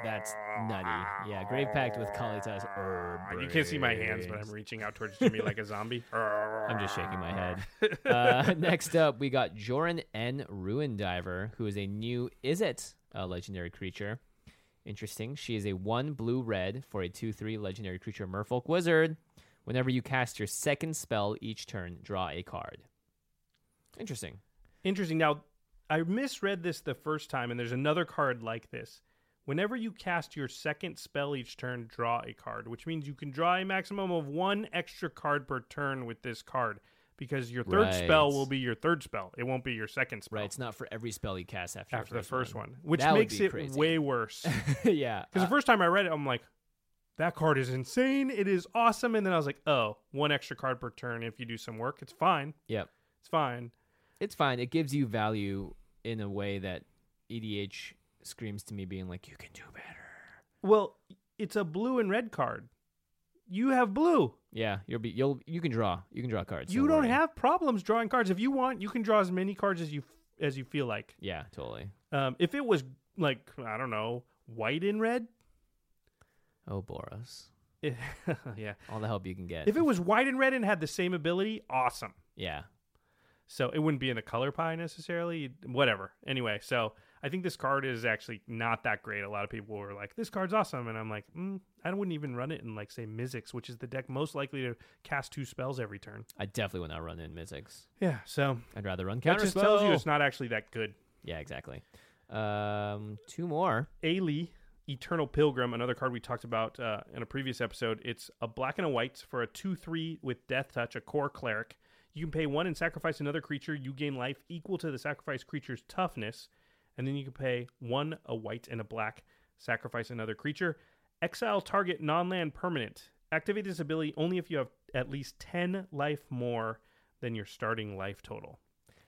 S2: That's nutty. Yeah, Grave Pact with Kalitas. Herb
S3: Uh, You can't see my hands, but I'm reaching out towards Jimmy like a zombie.
S2: I'm just shaking my head. Uh, next up, we got Joran N. Ruin Diver, who is a new Is It uh, legendary creature. Interesting. She is a one blue red for a 2 3 legendary creature Merfolk Wizard. Whenever you cast your second spell each turn, draw a card. Interesting.
S3: Interesting. Now, I misread this the first time, and there's another card like this. Whenever you cast your second spell each turn, draw a card, which means you can draw a maximum of one extra card per turn with this card because your third
S2: Right.
S3: spell will be your third spell. It won't be your second spell
S2: Right. It's not for every spell you cast after,
S3: after
S2: the
S3: the first one, which
S2: That would
S3: makes
S2: be
S3: it
S2: crazy.
S3: way worse.
S2: yeah. uh,
S3: Because the first time I read it, I'm like, that card is insane. It is awesome. And then I was like, oh, one extra card per turn if you do some work. It's fine.
S2: Yep.
S3: It's fine.
S2: it's fine. It gives you value in a way that EDH screams to me being like, you can do better.
S3: Well, it's a blue and red card. You have blue.
S2: Yeah, you'll be you'll you can draw you can draw cards.
S3: you don't
S2: worry.
S3: have problems drawing cards. If you want, you can draw as many cards as you as you feel like.
S2: Yeah, totally.
S3: Um, if it was like I don't know, white and red.
S2: Oh, Boros,
S3: it- yeah.
S2: all the help you can get.
S3: If it was white and red and had the same ability, awesome.
S2: yeah,
S3: So it wouldn't be in the color pie necessarily. Whatever. Anyway, so I think this card is actually not that great. A lot of people were like, "This card's awesome," and I'm like, mm, "I wouldn't even run it in like say Mizzix, which is the deck most likely to cast two spells every turn."
S2: I definitely would not run in Mizzix.
S3: Yeah. So
S2: I'd rather run
S3: That
S2: counter
S3: just tells you
S2: spell.
S3: it's not actually that good.
S2: Yeah, exactly. Um, two more.
S3: Ailey, Eternal Pilgrim, another card we talked about uh, in a previous episode. It's a black and a white for a 2 3 with Death Touch, a core cleric. You can pay one and sacrifice another creature. You gain life equal to the sacrificed creature's toughness. And then you can pay one, a white, and a black, sacrifice another creature. Exile target non land permanent. Activate this ability only if you have at least 10 life more than your starting life total.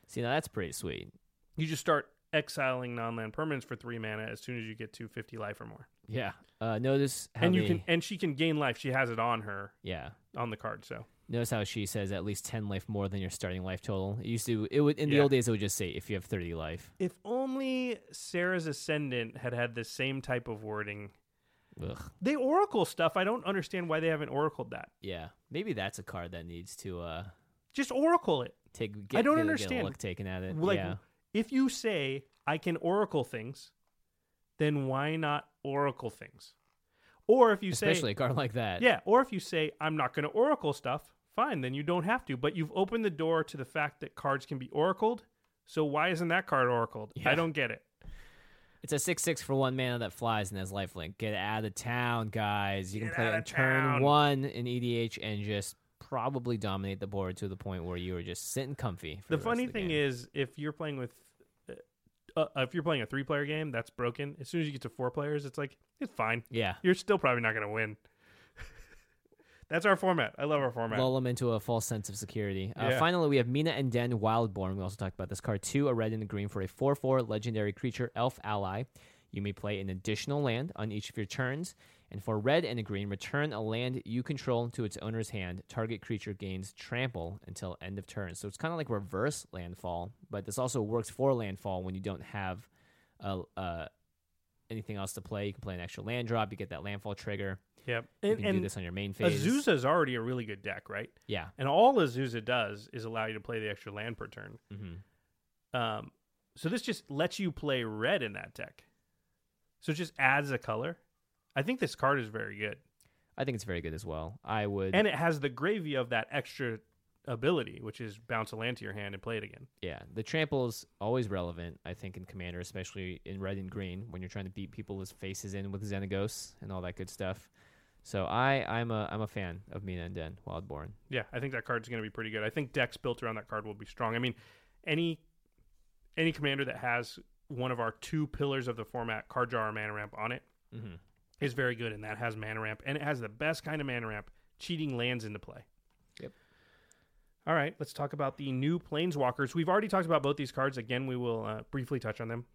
S2: See, now that's pretty sweet.
S3: you just start exiling non-land permanents for three mana as soon as you get to 50 life or more
S2: Yeah. Uh, notice how
S3: and you
S2: many-
S3: can and she can gain life she has it on her
S2: yeah.
S3: on the card so
S2: Notice how she says at least ten life more than your starting life total. It used to. It would in the
S3: Yeah.
S2: old days. It would just say if you have thirty life.
S3: if only sarah's ascendant had had the same type of wording
S2: Ugh.
S3: they oracle stuff i don't understand why they haven't oracled that
S2: Yeah, maybe that's a card that needs to uh
S3: just oracle it
S2: take. Get,
S3: I don't
S2: get a- get a
S3: understand.
S2: look taken at it.
S3: like
S2: yeah,
S3: if you say i can oracle things then why not oracle things or if you say
S2: especially a card like that.
S3: Yeah, or if you say I'm not going to oracle stuff, fine, then you don't have to. But you've opened the door to the fact that cards can be oracled. So why isn't that card oracled?
S2: Yeah.
S3: I don't get it.
S2: it's a six six for one mana that flies and has lifelink. Get out of town, guys. You can play on turn
S3: town.
S2: one in EDH and just probably dominate the board to the point where you are just sitting comfy. For
S3: The,
S2: the,
S3: funny thing is, if you're playing with, uh, uh, if you're playing a three-player game, that's broken. As soon as you get to four players, it's like it's fine.
S2: yeah,
S3: You're still probably not going to win. that's our format. I love our format.
S2: lull them into a false sense of security. Uh,
S3: Yeah.
S2: Finally, we have Mina and Den Wildborn. We also talked about this card too. A red and a green for a 4 4 legendary creature, elf ally. You may play an additional land on each of your turns. And for red and a green, return a land you control to its owner's hand. Target creature gains trample until end of turn. So it's kind of like reverse landfall, but this also works for landfall when you don't have uh, a, uh, anything else to play. You can play an extra land drop, you get that landfall trigger.
S3: Yep.
S2: You
S3: And,
S2: can do
S3: and
S2: this on your main phase.
S3: Azusa is already a really good deck, right?
S2: Yeah.
S3: And all Azusa does is allow you to play the extra land per turn.
S2: hmm
S3: Um, so this just lets you play red in that deck. So it just adds a color. I think this card is very good,
S2: I think it's very good as well. I would.
S3: and it has the gravy of that extra ability, which is bounce a land to your hand and play it again.
S2: Yeah, the trample's always relevant, I think, in Commander, especially in red and green when you're trying to beat people's faces in with Xenagos and all that good stuff. So I, I'm a, I'm a fan of Mina and Den Wildborn.
S3: Yeah, I think that card's going to be pretty good. I think decks built around that card will be strong. I mean, any any commander that has one of our two pillars of the format, card jar or mana ramp on it, is
S2: Mhm.
S3: very good, and that has mana ramp, and it has the best kind of mana ramp, cheating lands into play.
S2: Yep.
S3: All right, let's talk about the new Planeswalkers. We've already talked about both these cards. Again, we will uh, briefly touch on them.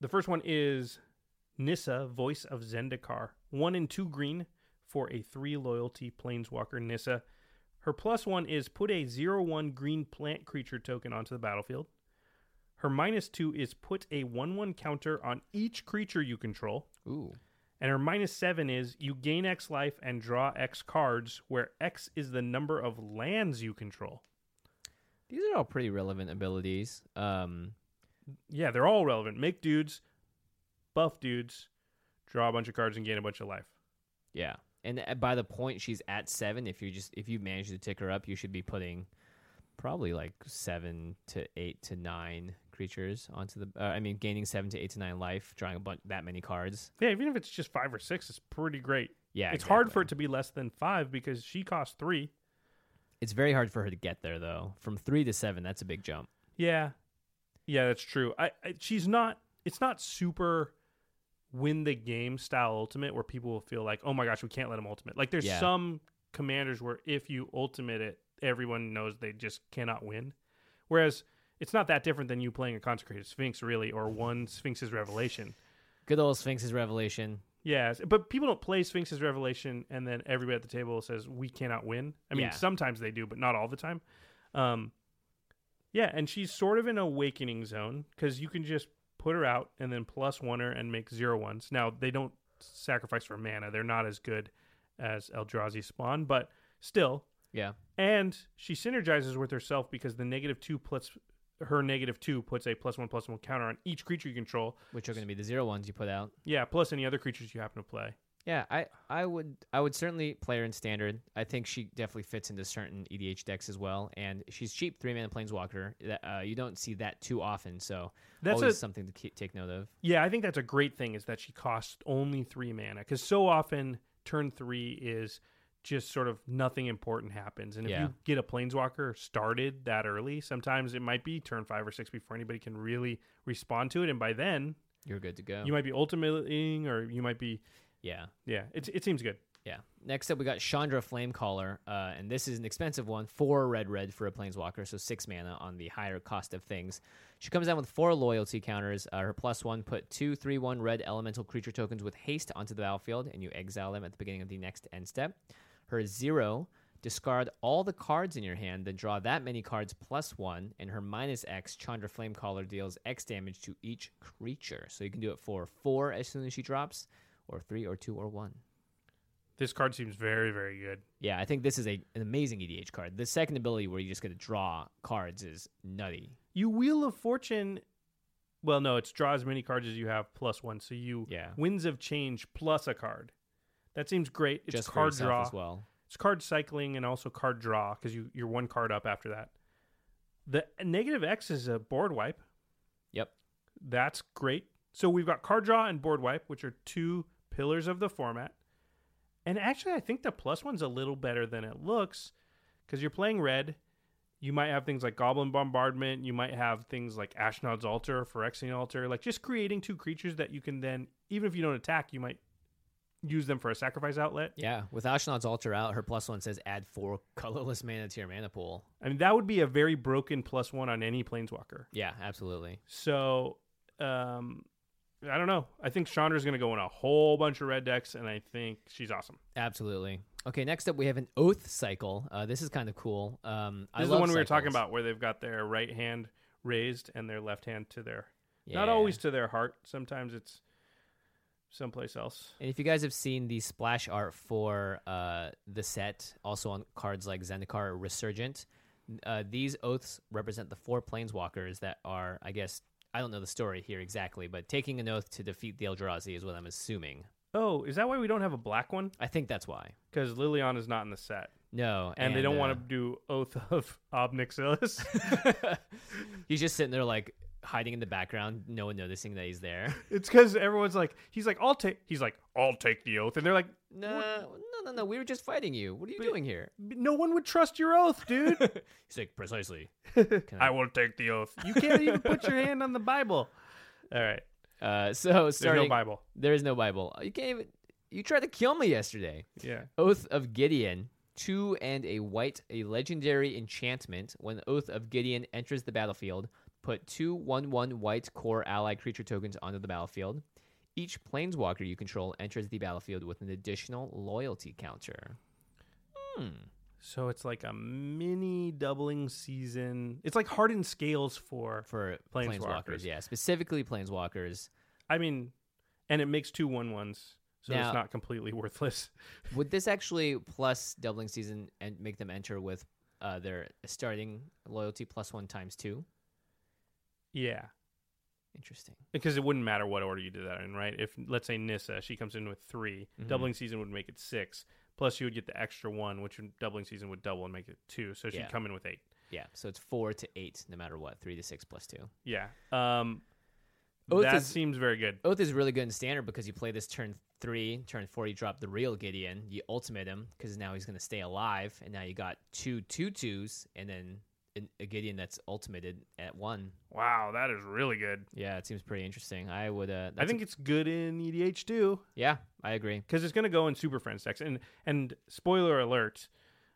S3: The first one is Nissa, Voice of Zendikar. One and two green for a three loyalty Planeswalker Nissa. Her plus one is put a zero one green plant creature token onto the battlefield. Her minus two is put a one one counter on each creature you control.
S2: Ooh,
S3: And her minus seven is you gain X life and draw X cards, where X is the number of lands you control.
S2: these are all pretty relevant abilities. Um,
S3: Yeah, they're all relevant. Make dudes, buff dudes, draw a bunch of cards and gain a bunch of life.
S2: yeah, and uh, by the point she's at seven, if you just if you manage to tick her up, you should be putting probably like seven to eight to nine creatures onto the. Uh, I mean, gaining seven to eight to nine life, drawing a bunch that many cards.
S3: Yeah, even if it's just five or six, it's pretty great.
S2: Yeah,
S3: it's hard
S2: exactly.
S3: for it to be less than five because she costs three.
S2: It's very hard for her to get there though. From three to seven, that's a big jump.
S3: Yeah, yeah, that's true. I, I she's not. It's not super win the game style ultimate where people will feel like, oh my gosh, we can't let him ultimate. Like there's
S2: Yeah.
S3: some commanders where if you ultimate it, everyone knows they just cannot win. Whereas it's not that different than you playing a consecrated sphinx, really, or one sphinx's revelation.
S2: Good old Sphinx's revelation.
S3: Yes, but people don't play Sphinx's Revelation, and then everybody at the table says we cannot win. I mean,
S2: Yeah.
S3: sometimes they do, but not all the time. Um, yeah, and she's sort of in awakening zone because you can just put her out and then plus one her and make zero ones. Now they don't sacrifice for mana; they're not as good as Eldrazi Spawn, but still.
S2: Yeah.
S3: And she synergizes with herself because the negative two plus her negative two puts a plus one plus one counter on each creature you control.
S2: Which are going to be the zero ones you put out.
S3: Yeah, plus any other creatures you happen to play.
S2: Yeah, I, I would I would certainly play her in standard. I think she definitely fits into certain EDH decks as well, and she's cheap three mana planeswalker. That, Uh, you don't see that too often, so
S3: That's
S2: always
S3: a-
S2: something to keep, take note of.
S3: Yeah, I think that's a great thing is that she costs only three mana because so often turn three is just sort of nothing important happens. And if
S2: Yeah.
S3: you get a planeswalker started that early, sometimes it might be turn five or six before anybody can really respond to it. And by then,
S2: You're good to go.
S3: you might be ultimating or you might be,
S2: yeah.
S3: yeah, it, it seems good.
S2: Yeah. Next up, we got Chandra Flamecaller, uh, and this is an expensive one. Four red, red for a Planeswalker, so six mana on the higher cost of things. She comes down with four loyalty counters. Uh, her plus one put two, three, one red elemental creature tokens with haste onto the battlefield, and you exile them at the beginning of the next end step. Her zero, discard all the cards in your hand, then draw that many cards plus one, and her minus X, Chandra Flamecaller deals X damage to each creature. So you can do it for four as soon as she drops, or three, or two, or one.
S3: This card seems very, very good.
S2: Yeah, I think this is a, an amazing EDH card. The second ability where you just get to draw cards is nutty.
S3: You Wheel of Fortune. Well, no, it's draw as many cards as you have plus one. So you
S2: Yeah.
S3: Winds of Change plus a card. That seems great. It's
S2: just for
S3: card
S2: yourself
S3: draw
S2: as well.
S3: it's card cycling and also card draw because you you're one card up after that. The negative X is a board wipe.
S2: Yep.
S3: That's great. So we've got card draw and board wipe, which are two pillars of the format. And actually, I think the plus one's a little better than it looks because you're playing red. You might have things like Goblin Bombardment. You might have things like Ashnod's Altar, Phyrexian Altar, like just creating two creatures that you can then, even if you don't attack, you might use them for a sacrifice outlet.
S2: Yeah, with Ashnod's Altar out, her plus one says add four colorless mana to your mana pool.
S3: I mean, that would be a very broken plus one on any planeswalker.
S2: Yeah, absolutely.
S3: So, um, I don't know. I think Chandra's going to go in a whole bunch of red decks, and I think she's awesome.
S2: Absolutely. Okay, next up we have an Oath Cycle. Uh, this is kind of cool. Um, I
S3: This is the
S2: love
S3: one we were talking
S2: cycles.
S3: about where they've got their right hand raised and their left hand to their,
S2: Yeah.
S3: not always to their heart. Sometimes it's someplace else.
S2: And if you guys have seen the splash art for uh, the set, also on cards like Zendikar Resurgent, uh, these oaths represent the four planeswalkers that are, I guess, I don't know the story here exactly, but taking an oath to defeat the Eldrazi is what I'm assuming.
S3: Oh, is that why we don't have a black one?
S2: I think that's why.
S3: Because Liliana's not in the set,
S2: No,
S3: and, they don't
S2: uh,
S3: want to do Oath of Obnixilis.
S2: He's just sitting there like hiding in the background, no one noticing that he's there.
S3: it's because everyone's like, he's like, I'll take, he's like, I'll take the oath, and they're like,
S2: No, no, no, no. We were just fighting you. What are you doing here?
S3: no one would trust your oath, dude.
S2: He's like, precisely.
S3: I will take the oath. You can't even put your hand on the Bible. All right,
S2: Uh, so
S3: there's
S2: starting,
S3: no Bible.
S2: There is no Bible. You can't even. You tried to kill me yesterday.
S3: Yeah.
S2: Oath of Gideon, two and a white, a legendary enchantment. When Oath of Gideon enters the battlefield, put two one-one white core ally creature tokens onto the battlefield. Each planeswalker you control enters the battlefield with an additional loyalty counter.
S3: So it's like a mini doubling season. It's like hardened scales for.
S2: for
S3: Planeswalkers.
S2: planeswalkers. Yeah, specifically planeswalkers.
S3: I mean, and it makes two one ones, so
S2: Now-
S3: it's not completely worthless.
S2: Would this actually plus doubling season and make them enter with uh, their starting loyalty plus one times two?
S3: Yeah,
S2: Interesting.
S3: because it wouldn't matter what order you did that in, right? If let's say Nissa, she comes in with 3 doubling season would make it six. Plus, you would get the extra one, which in doubling season would double and make it two. So she'd
S2: Yeah.
S3: come in with eight.
S2: Yeah, so it's four to eight, no matter what. Three to six plus two.
S3: Yeah. Um,
S2: Oath
S3: that
S2: is-
S3: seems very good.
S2: Oath is really good in standard because you play this turn three, turn four, you drop the real Gideon, you ultimate him because now he's going to stay alive, and now you got two two twos, and then an- a Gideon that's ultimated at one.
S3: Wow, that is really good.
S2: Yeah, it seems pretty interesting. I would. Uh,
S3: I
S2: that's a-
S3: think it's good in EDH too
S2: yeah, I agree.
S3: because it's going to go in Super Friends decks. And and spoiler alert,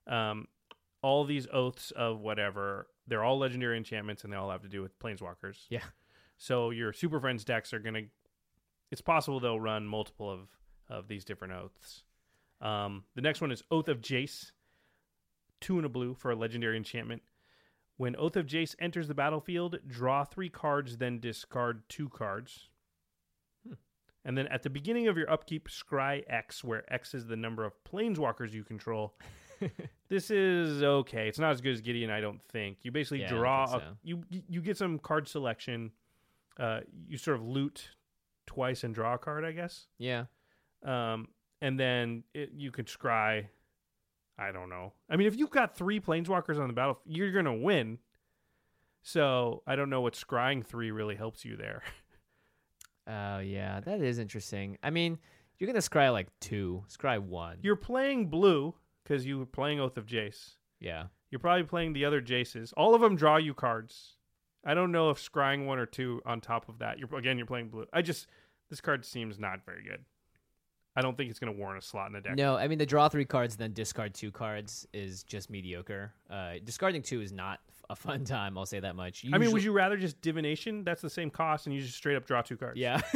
S3: um, all these oaths of whatever they're all legendary enchantments and they all have to do with planeswalkers.
S2: Yeah.
S3: So your Super Friends decks are gonna. It's possible they'll run multiple of of these different oaths. Um, the next one is Oath of Jace, two and a blue for a legendary enchantment. When Oath of Jace enters the battlefield, draw three cards, then discard two cards. Hmm. And then at the beginning of your upkeep, scry X, where X is the number of planeswalkers you control. this is okay. It's not as good as Gideon, I don't think. You basically
S2: Yeah, I don't
S3: draw
S2: think
S3: a,
S2: so.
S3: you you get some card selection. Uh, you sort of loot twice and draw a card, I guess.
S2: Yeah.
S3: Um, and then it, you could scry. I don't know. I mean, if you've got three planeswalkers on the battle, you're gonna win. So I don't know what scrying three really helps you there.
S2: Oh yeah, that is interesting. I mean, you're gonna scry like two, scry one.
S3: You're playing blue because you were playing Oath of Jace.
S2: yeah,
S3: You're probably playing the other Jaces. All of them draw you cards. I don't know if scrying one or two on top of that. You're again, you're playing blue. I just this card seems not very good. I don't think it's gonna warrant a slot in the deck.
S2: no, I mean the draw three cards and then discard two cards is just mediocre. Uh, discarding two is not f- a fun time. I'll say that much.
S3: I mean, would
S2: Usually-
S3: you rather just divination? That's the same cost, and you just straight up draw two cards.
S2: Yeah.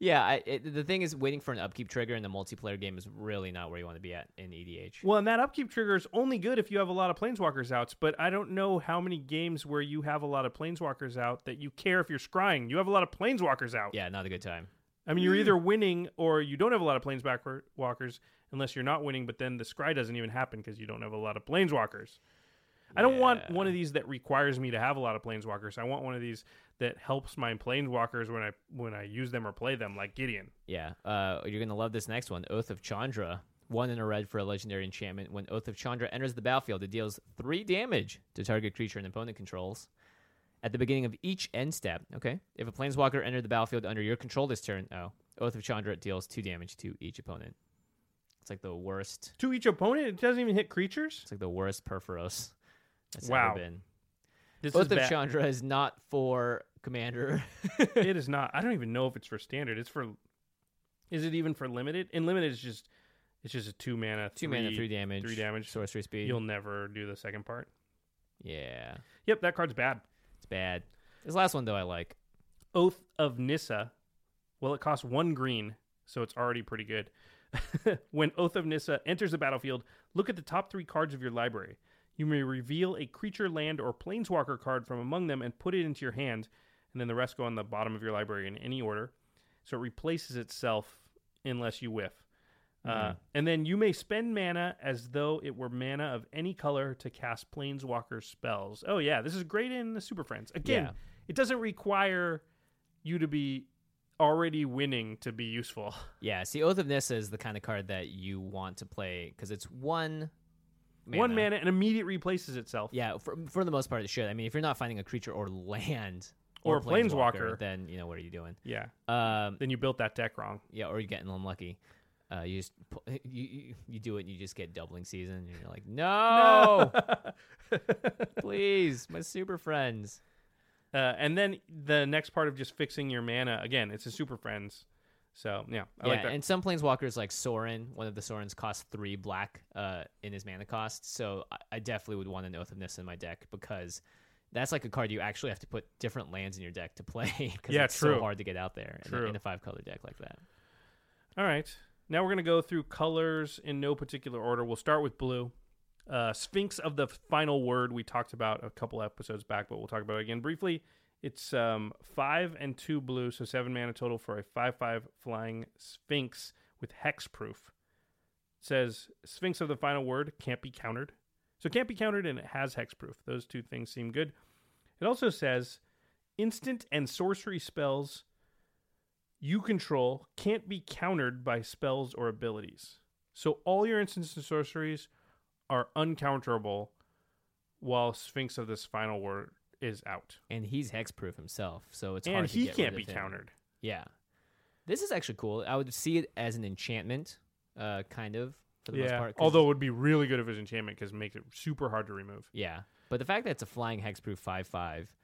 S2: Yeah, I, it, the thing is, waiting for an upkeep trigger in the multiplayer game is really not where you want to be at in E EDH.
S3: Well, and that upkeep trigger is only good if you have a lot of planeswalkers outs, but I don't know how many games where you have a lot of planeswalkers out that you care if you're scrying. You have a lot of planeswalkers out.
S2: Yeah, not a good time.
S3: I mean, you're either winning or you don't have a lot of planeswalkers unless you're not winning, but then the scry doesn't even happen because you don't have a lot of planeswalkers. I don't want
S2: Yeah.
S3: one of these that requires me to have a lot of planeswalkers. I want one of these that helps my planeswalkers when I when I use them or play them, like Gideon.
S2: Yeah, uh, you're gonna love this next one. Oath of Chandra, one in a red for a legendary enchantment. When Oath of Chandra enters the battlefield, it deals three damage to target creature an opponent controls. At the beginning of each end step, okay, if a planeswalker entered the battlefield under your control this turn, oh, Oath of Chandra deals two damage to each opponent. It's like the worst.
S3: To each opponent, it doesn't even hit creatures.
S2: It's like the worst Perforos that's
S3: Wow.
S2: ever been.
S3: This
S2: Oath of
S3: bad.
S2: Chandra is not for commander.
S3: it is not. I don't even know if it's for standard. It's for. Is it even for limited? In limited, it's just it's just a two mana,
S2: two mana, three damage,
S3: three damage.
S2: sorcery speed.
S3: You'll never do the second part.
S2: Yeah,
S3: Yep, that card's bad.
S2: it's bad. This last one though, I like.
S3: Oath of Nissa. Well, it costs one green, so it's already pretty good. when Oath of Nissa enters the battlefield, look at the top three cards of your library. You may reveal a creature, land, or planeswalker card from among them and put it into your hand, and then the rest go on the bottom of your library in any order. so it replaces itself unless you whiff. Uh, and then you may spend mana as though it were mana of any color to cast planeswalker spells. Oh yeah, this is great in the Super Friends. Again,
S2: Yeah.
S3: it doesn't require you to be already winning to be useful.
S2: Yeah, see, Oath of Nissa is the kind of card that you want to play because it's one mana.
S3: One mana and immediate replaces itself.
S2: Yeah, for, for the most part, it should. I mean, if you're not finding a creature or land
S3: Or a planeswalker.
S2: then you know what are you doing?
S3: Yeah.
S2: Um,
S3: Then you built that deck wrong.
S2: yeah, or you're getting unlucky. Uh, you just pu- you, you you do it, and you just get doubling season, and you're like, no, please, my super friends.
S3: Uh, and then the next part of just fixing your mana again, it's a super friends. So yeah, I
S2: yeah,
S3: like that.
S2: and some planeswalkers like Sorin, one of the Sorins costs three black uh, in his mana cost. So I, I definitely would want an Oath of Nissa in my deck because that's like a card you actually have to put different lands in your deck to play because
S3: Yeah,
S2: it's
S3: true.
S2: so hard to get out there in a-
S3: True.
S2: in a five color deck like that.
S3: All right, now we're gonna go through colors in no particular order. We'll start with blue. Uh, Sphinx of the Final Word we talked about a couple episodes back, but we'll talk about it again briefly. It's um, five and two blue, so seven mana total for a five-five flying Sphinx with hexproof. says Sphinx of the Final Word can't be countered. So it can't be countered and it has hexproof. Those two things seem good. It also says instant and sorcery spells you control can't be countered by spells or abilities. So all your instants and sorceries are uncounterable while Sphinx of this Final Word is out.
S2: And he's hexproof himself, so it's
S3: and
S2: hard to
S3: he
S2: get rid
S3: can't be
S2: of him.
S3: countered.
S2: Yeah, this is actually cool. I would see it as an enchantment, uh, kind of for the most part. 'cause-
S3: Although it would be really good if it was enchantment because it makes it super hard to remove.
S2: Yeah, but the fact that it's a flying hexproof five five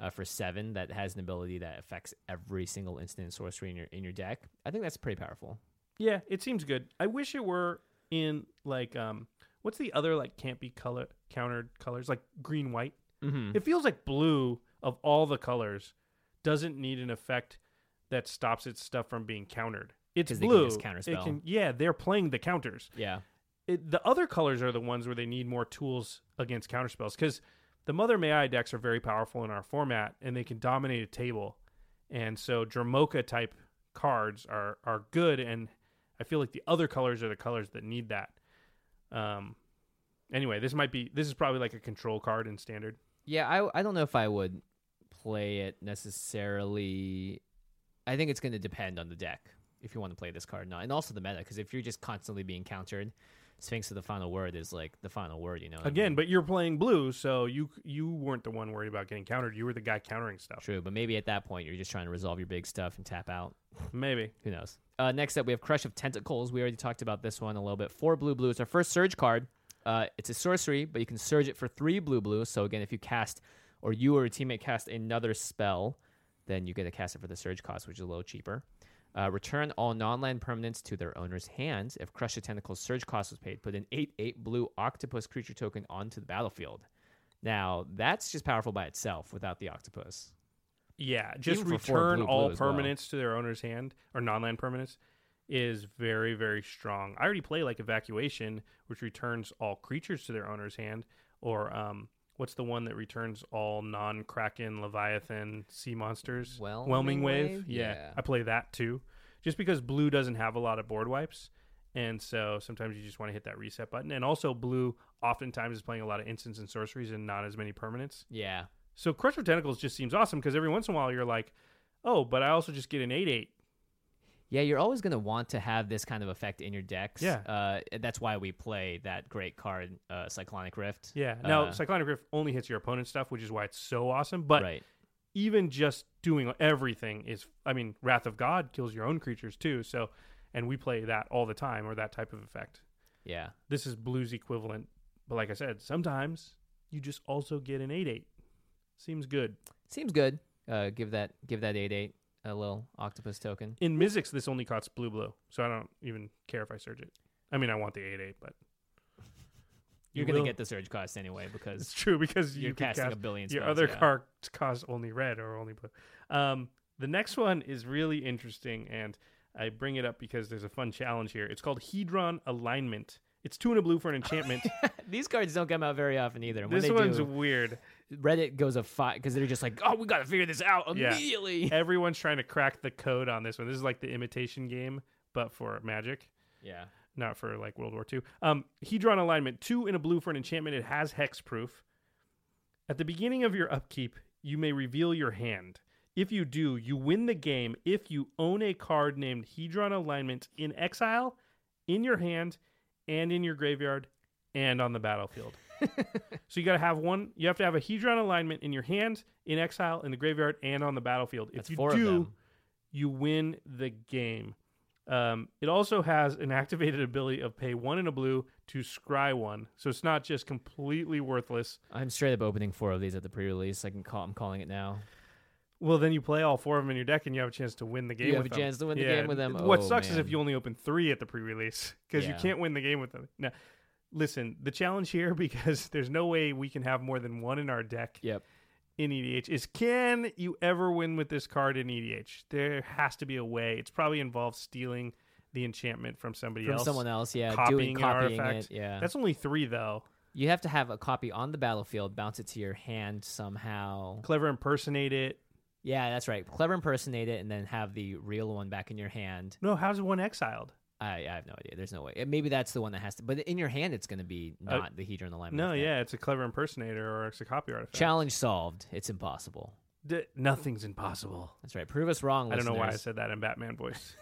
S2: uh, for seven that has an ability that affects every single instant and sorcery in your in your deck, I think that's pretty powerful.
S3: Yeah, it seems good. I wish it were in like um what's the other like can't be color countered colors like green white.
S2: Mm-hmm.
S3: It feels like blue of all the colors doesn't need an effect that stops its stuff from being countered. It's
S2: 'Cause they can
S3: blue.
S2: just counterspell.
S3: yeah, they're playing the counters.
S2: Yeah,
S3: It, the other colors are the ones where they need more tools against counterspells because the Mother May I decks are very powerful in our format and they can dominate a table. And so Dramoka type cards are are good and I feel like the other colors are the colors that need that. Um anyway, this might be this is probably like a control card in standard.
S2: yeah. I I don't know if I would play it necessarily. I think it's going to depend on the deck if you want to play this card or not, and also the meta. Because if you're just constantly being countered, Sphinx of the Final Word is like the final word. You know, what I
S3: Again,
S2: mean?
S3: but you're playing blue, so you you weren't the one worried about getting countered. You were the guy countering stuff.
S2: true. But maybe at that point you're just trying to resolve your big stuff and tap out.
S3: Maybe.
S2: Who knows? Uh, next up, we have Crush of Tentacles. We already talked about this one a little bit. Four blue blue. It's our first surge card. Uh, it's a sorcery, but you can surge it for three blue blue. So again, if you cast or you or a teammate cast another spell, then you get to cast it for the surge cost, which is a little cheaper. Uh, return all non-land permanents to their owner's hands. If Crush of Tentacles surge cost was paid, put an eight-eight blue octopus creature token onto the battlefield. Now that's just powerful by itself without the octopus.
S3: Yeah, just
S2: Even for four
S3: return
S2: blue, blue
S3: all
S2: as well.
S3: permanents to their owner's hand or non-land permanents is very very strong. I already play like evacuation, which returns all creatures to their owner's hand, or um, what's the one that returns all non-kraken, leviathan, sea monsters?
S2: Whelming
S3: wave.
S2: Wave?
S3: Yeah.
S2: Yeah.
S3: I play that too, just because blue doesn't have a lot of board wipes. And so sometimes you just want to hit that reset button. And also, blue oftentimes is playing a lot of instants and sorceries and not as many permanents.
S2: Yeah,
S3: So Crush of Tentacles just seems awesome because every once in a while you're like, oh, but I also just get an 8 8.
S2: Yeah, you're always going to want to have this kind of effect in your decks.
S3: Yeah.
S2: Uh, and that's why we play that great card, uh, Cyclonic Rift.
S3: Yeah. Now,
S2: Uh,
S3: Cyclonic Rift only hits your opponent's stuff, which is why it's so awesome. But
S2: right.
S3: even just doing everything is, I mean, Wrath of God kills your own creatures too. So, and we play that all the time or that type of effect.
S2: Yeah.
S3: This is blues equivalent. But like I said, sometimes you just also get an 8 8. Seems good.
S2: Seems good. Uh, give that give that eight eight a little octopus token.
S3: In Mizzix, this only costs blue blue. So I don't even care if I surge it. I mean, I want the 8 8, but.
S2: You're going
S3: will.
S2: to get the surge cost anyway because
S3: It's true because
S2: You're
S3: you can
S2: casting a
S3: cast-
S2: billion
S3: Your
S2: spells,
S3: other
S2: yeah.
S3: cards cost only red or only blue. Um, the next one is really interesting, and I bring it up because there's a fun challenge here. It's called Hedron Alignment. It's two and a blue for an enchantment.
S2: these cards don't come out very often either. And
S3: this
S2: when they
S3: one's
S2: do,
S3: weird.
S2: Reddit goes a fight because they're just like, oh, we got to figure this out
S3: Yeah.
S2: immediately.
S3: Everyone's trying to crack the code on this one. This is like the imitation game, but for magic.
S2: Yeah.
S3: not for like World War II. Um, Hedron alignment two in a blue for an enchantment. It has hex proof. At the beginning of your upkeep, you may reveal your hand. If you do, you win the game. If you own a card named Hedron alignment in exile, in your hand, and in your graveyard, and on the battlefield. so you got to have one. You have to have a Hedron alignment in your hand, in exile, in the graveyard, and on the battlefield. If
S2: That's
S3: you
S2: four of
S3: do,
S2: them.
S3: you win the game. Um, it also has an activated ability of pay one in a blue to scry one, so it's not just completely worthless.
S2: I'm straight up opening four of these at the pre-release. I can call. I'm calling it now.
S3: Well, then you play all four of them in your deck, and you have a chance to win the game.
S2: have
S3: with
S2: a
S3: them.
S2: chance to win the game with them?
S3: What
S2: Oh,
S3: sucks is if
S2: man.
S3: you only open three at the pre-release because you
S2: Yeah.
S3: can't win the game with them. Now, listen, the challenge here because there's no way we can have more than one in our deck
S2: Yep.
S3: in EDH is can you ever win with this card in EDH? There has to be a way. It's probably involved stealing the enchantment from somebody
S2: From
S3: else.
S2: someone else. Yeah.
S3: copying,
S2: doing copying
S3: an artifact.
S2: it. Yeah.
S3: That's only three though.
S2: you have to have a copy on the battlefield, bounce it to your hand somehow.
S3: Clever impersonate it.
S2: Yeah, that's right. Clever impersonate it, and then have the real one back in your hand.
S3: No, how's one exiled?
S2: I, I have no idea. There's no way. Uh, Maybe that's the one that has to. But in your hand, it's going to be
S3: Uh,
S2: not the Hedron alignment.
S3: No,
S2: effect.
S3: yeah, it's a clever impersonator or it's a copy artifact.
S2: Challenge solved. It's impossible.
S3: D- nothing's impossible.
S2: That's right. Prove us wrong.
S3: I don't know why I
S2: listeners.
S3: said that in Batman voice.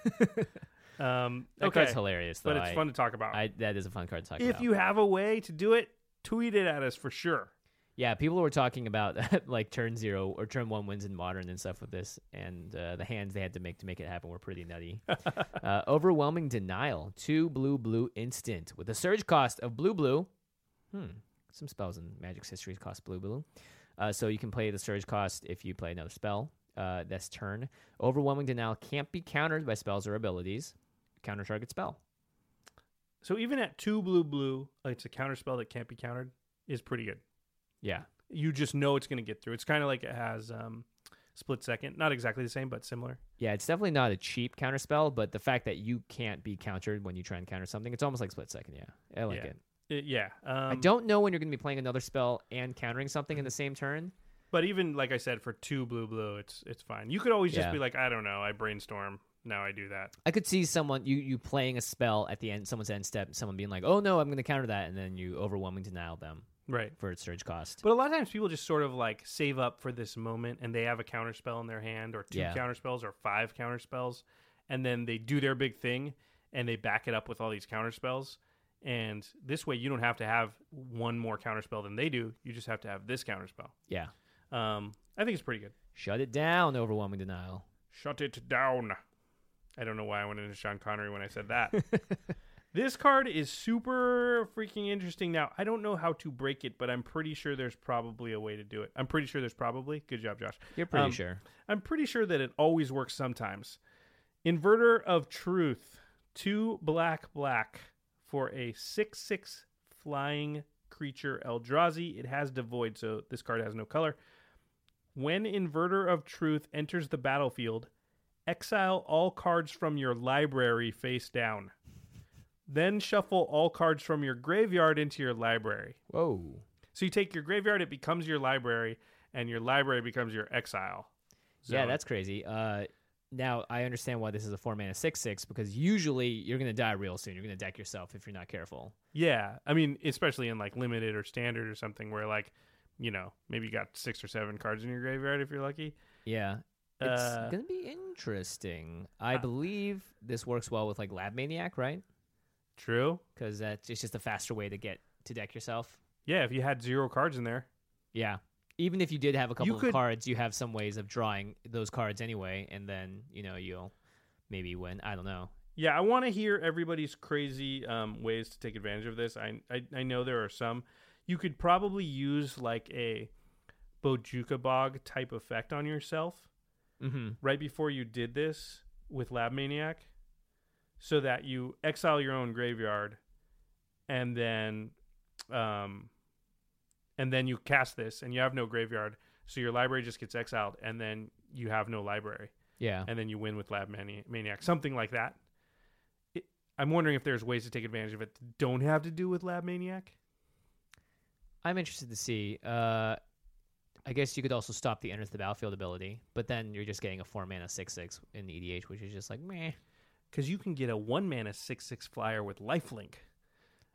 S3: um,
S2: That
S3: okay,
S2: card's hilarious, though.
S3: but it's
S2: I-
S3: fun to talk about.
S2: I, that is a fun card to talk
S3: if
S2: about.
S3: you have a way to do it, tweet it at us for sure.
S2: yeah, people were talking about like turn zero or turn one wins in modern and stuff with this, and uh, the hands they had to make to make it happen were pretty nutty. uh, overwhelming denial, two blue blue instant with a surge cost of blue blue. Hmm, some spells in Magic's history cost blue blue, uh, so you can play the surge cost if you play another spell. Uh, that's turn. Overwhelming denial can't be countered by spells or abilities. Counter target spell.
S3: So even at two blue blue, it's a counter spell that can't be countered is pretty good.
S2: Yeah,
S3: You just know it's going to get through. It's kind of like it has um, split second, not exactly the same, but similar.
S2: Yeah, it's definitely not a cheap counter spell, but the fact that you can't be countered when you try and counter something, it's almost like split second. Yeah, I like
S3: Yeah.
S2: it.
S3: Uh, yeah. Um,
S2: I don't know when you're going to be playing another spell and countering something in the same turn.
S3: But even like I said, for two blue blue, it's it's fine. You could always just
S2: Yeah.
S3: be like, I don't know, I brainstorm. Now I do that.
S2: I could see someone you you playing a spell at the end, someone's end step, and someone being like, "Oh no, I'm going to counter that," and then you overwhelming denial them
S3: Right.
S2: for its surge cost.
S3: But a lot of times people just sort of like save up for this moment and they have a counter spell in their hand or two
S2: Yeah.
S3: counter spells or five counter spells and then they do their big thing and they back it up with all these counter spells and this way you don't have to have one more counter spell than they do you just have to have this counter spell
S2: yeah,
S3: um, i think it's pretty good
S2: shut it down, overwhelming denial.
S3: shut it down i don't know why i went into sean connery when i said that this card is super freaking interesting now i don't know how to break it but i'm pretty sure there's probably a way to do it i'm pretty sure there's probably good job josh
S2: You're pretty
S3: Um,
S2: sure.
S3: I'm pretty sure that it always works sometimes. Inverter of Truth, two black black for a six six flying creature Eldrazi. It has Devoid, so this card has no color. When Inverter of Truth enters the battlefield, exile all cards from your library face down. Then shuffle all cards from your graveyard into your library.
S2: Whoa.
S3: So you take your graveyard, it becomes your library, and your library becomes your exile.
S2: Yeah,
S3: zone.
S2: that's crazy. Uh, now I understand why this is a four mana six six because usually you're going to die real soon. You're going to deck yourself if you're not careful.
S3: Yeah, I mean, especially in like limited or standard or something, where like, you know, maybe you got six or seven cards in your graveyard if you're lucky.
S2: Yeah. It's
S3: Uh,
S2: gonna be interesting. I believe this works well with like Lab Maniac, right?
S3: True.
S2: Because that's it's just a faster way to get to deck yourself.
S3: Yeah, if you had zero cards in there,
S2: Yeah. Even if you did have a couple of
S3: could-
S2: cards, you have some ways of drawing those cards anyway, and then you know you'll maybe win. I don't know.
S3: Yeah, I want to hear everybody's crazy um, ways to take advantage of this. I, I I know there are some. You could probably use like a Bojuka Bog type effect on yourself
S2: Mm-hmm.
S3: right before you did this with Lab Maniac, so that you exile your own graveyard, and then, um, and then you cast this, and you have no graveyard, so your library just gets exiled, and then you have no library
S2: Yeah.
S3: and then you win with Lab Mani- Maniac, something like that. It, I'm wondering if there's ways to take advantage of it that don't have to do with Lab Maniac.
S2: I'm interested to see. Uh, I guess you could also stop the enter the battlefield ability, but then you're just getting a four mana six six in the EDH, which is just like meh.
S3: because you can get a one mana six six flyer with lifelink,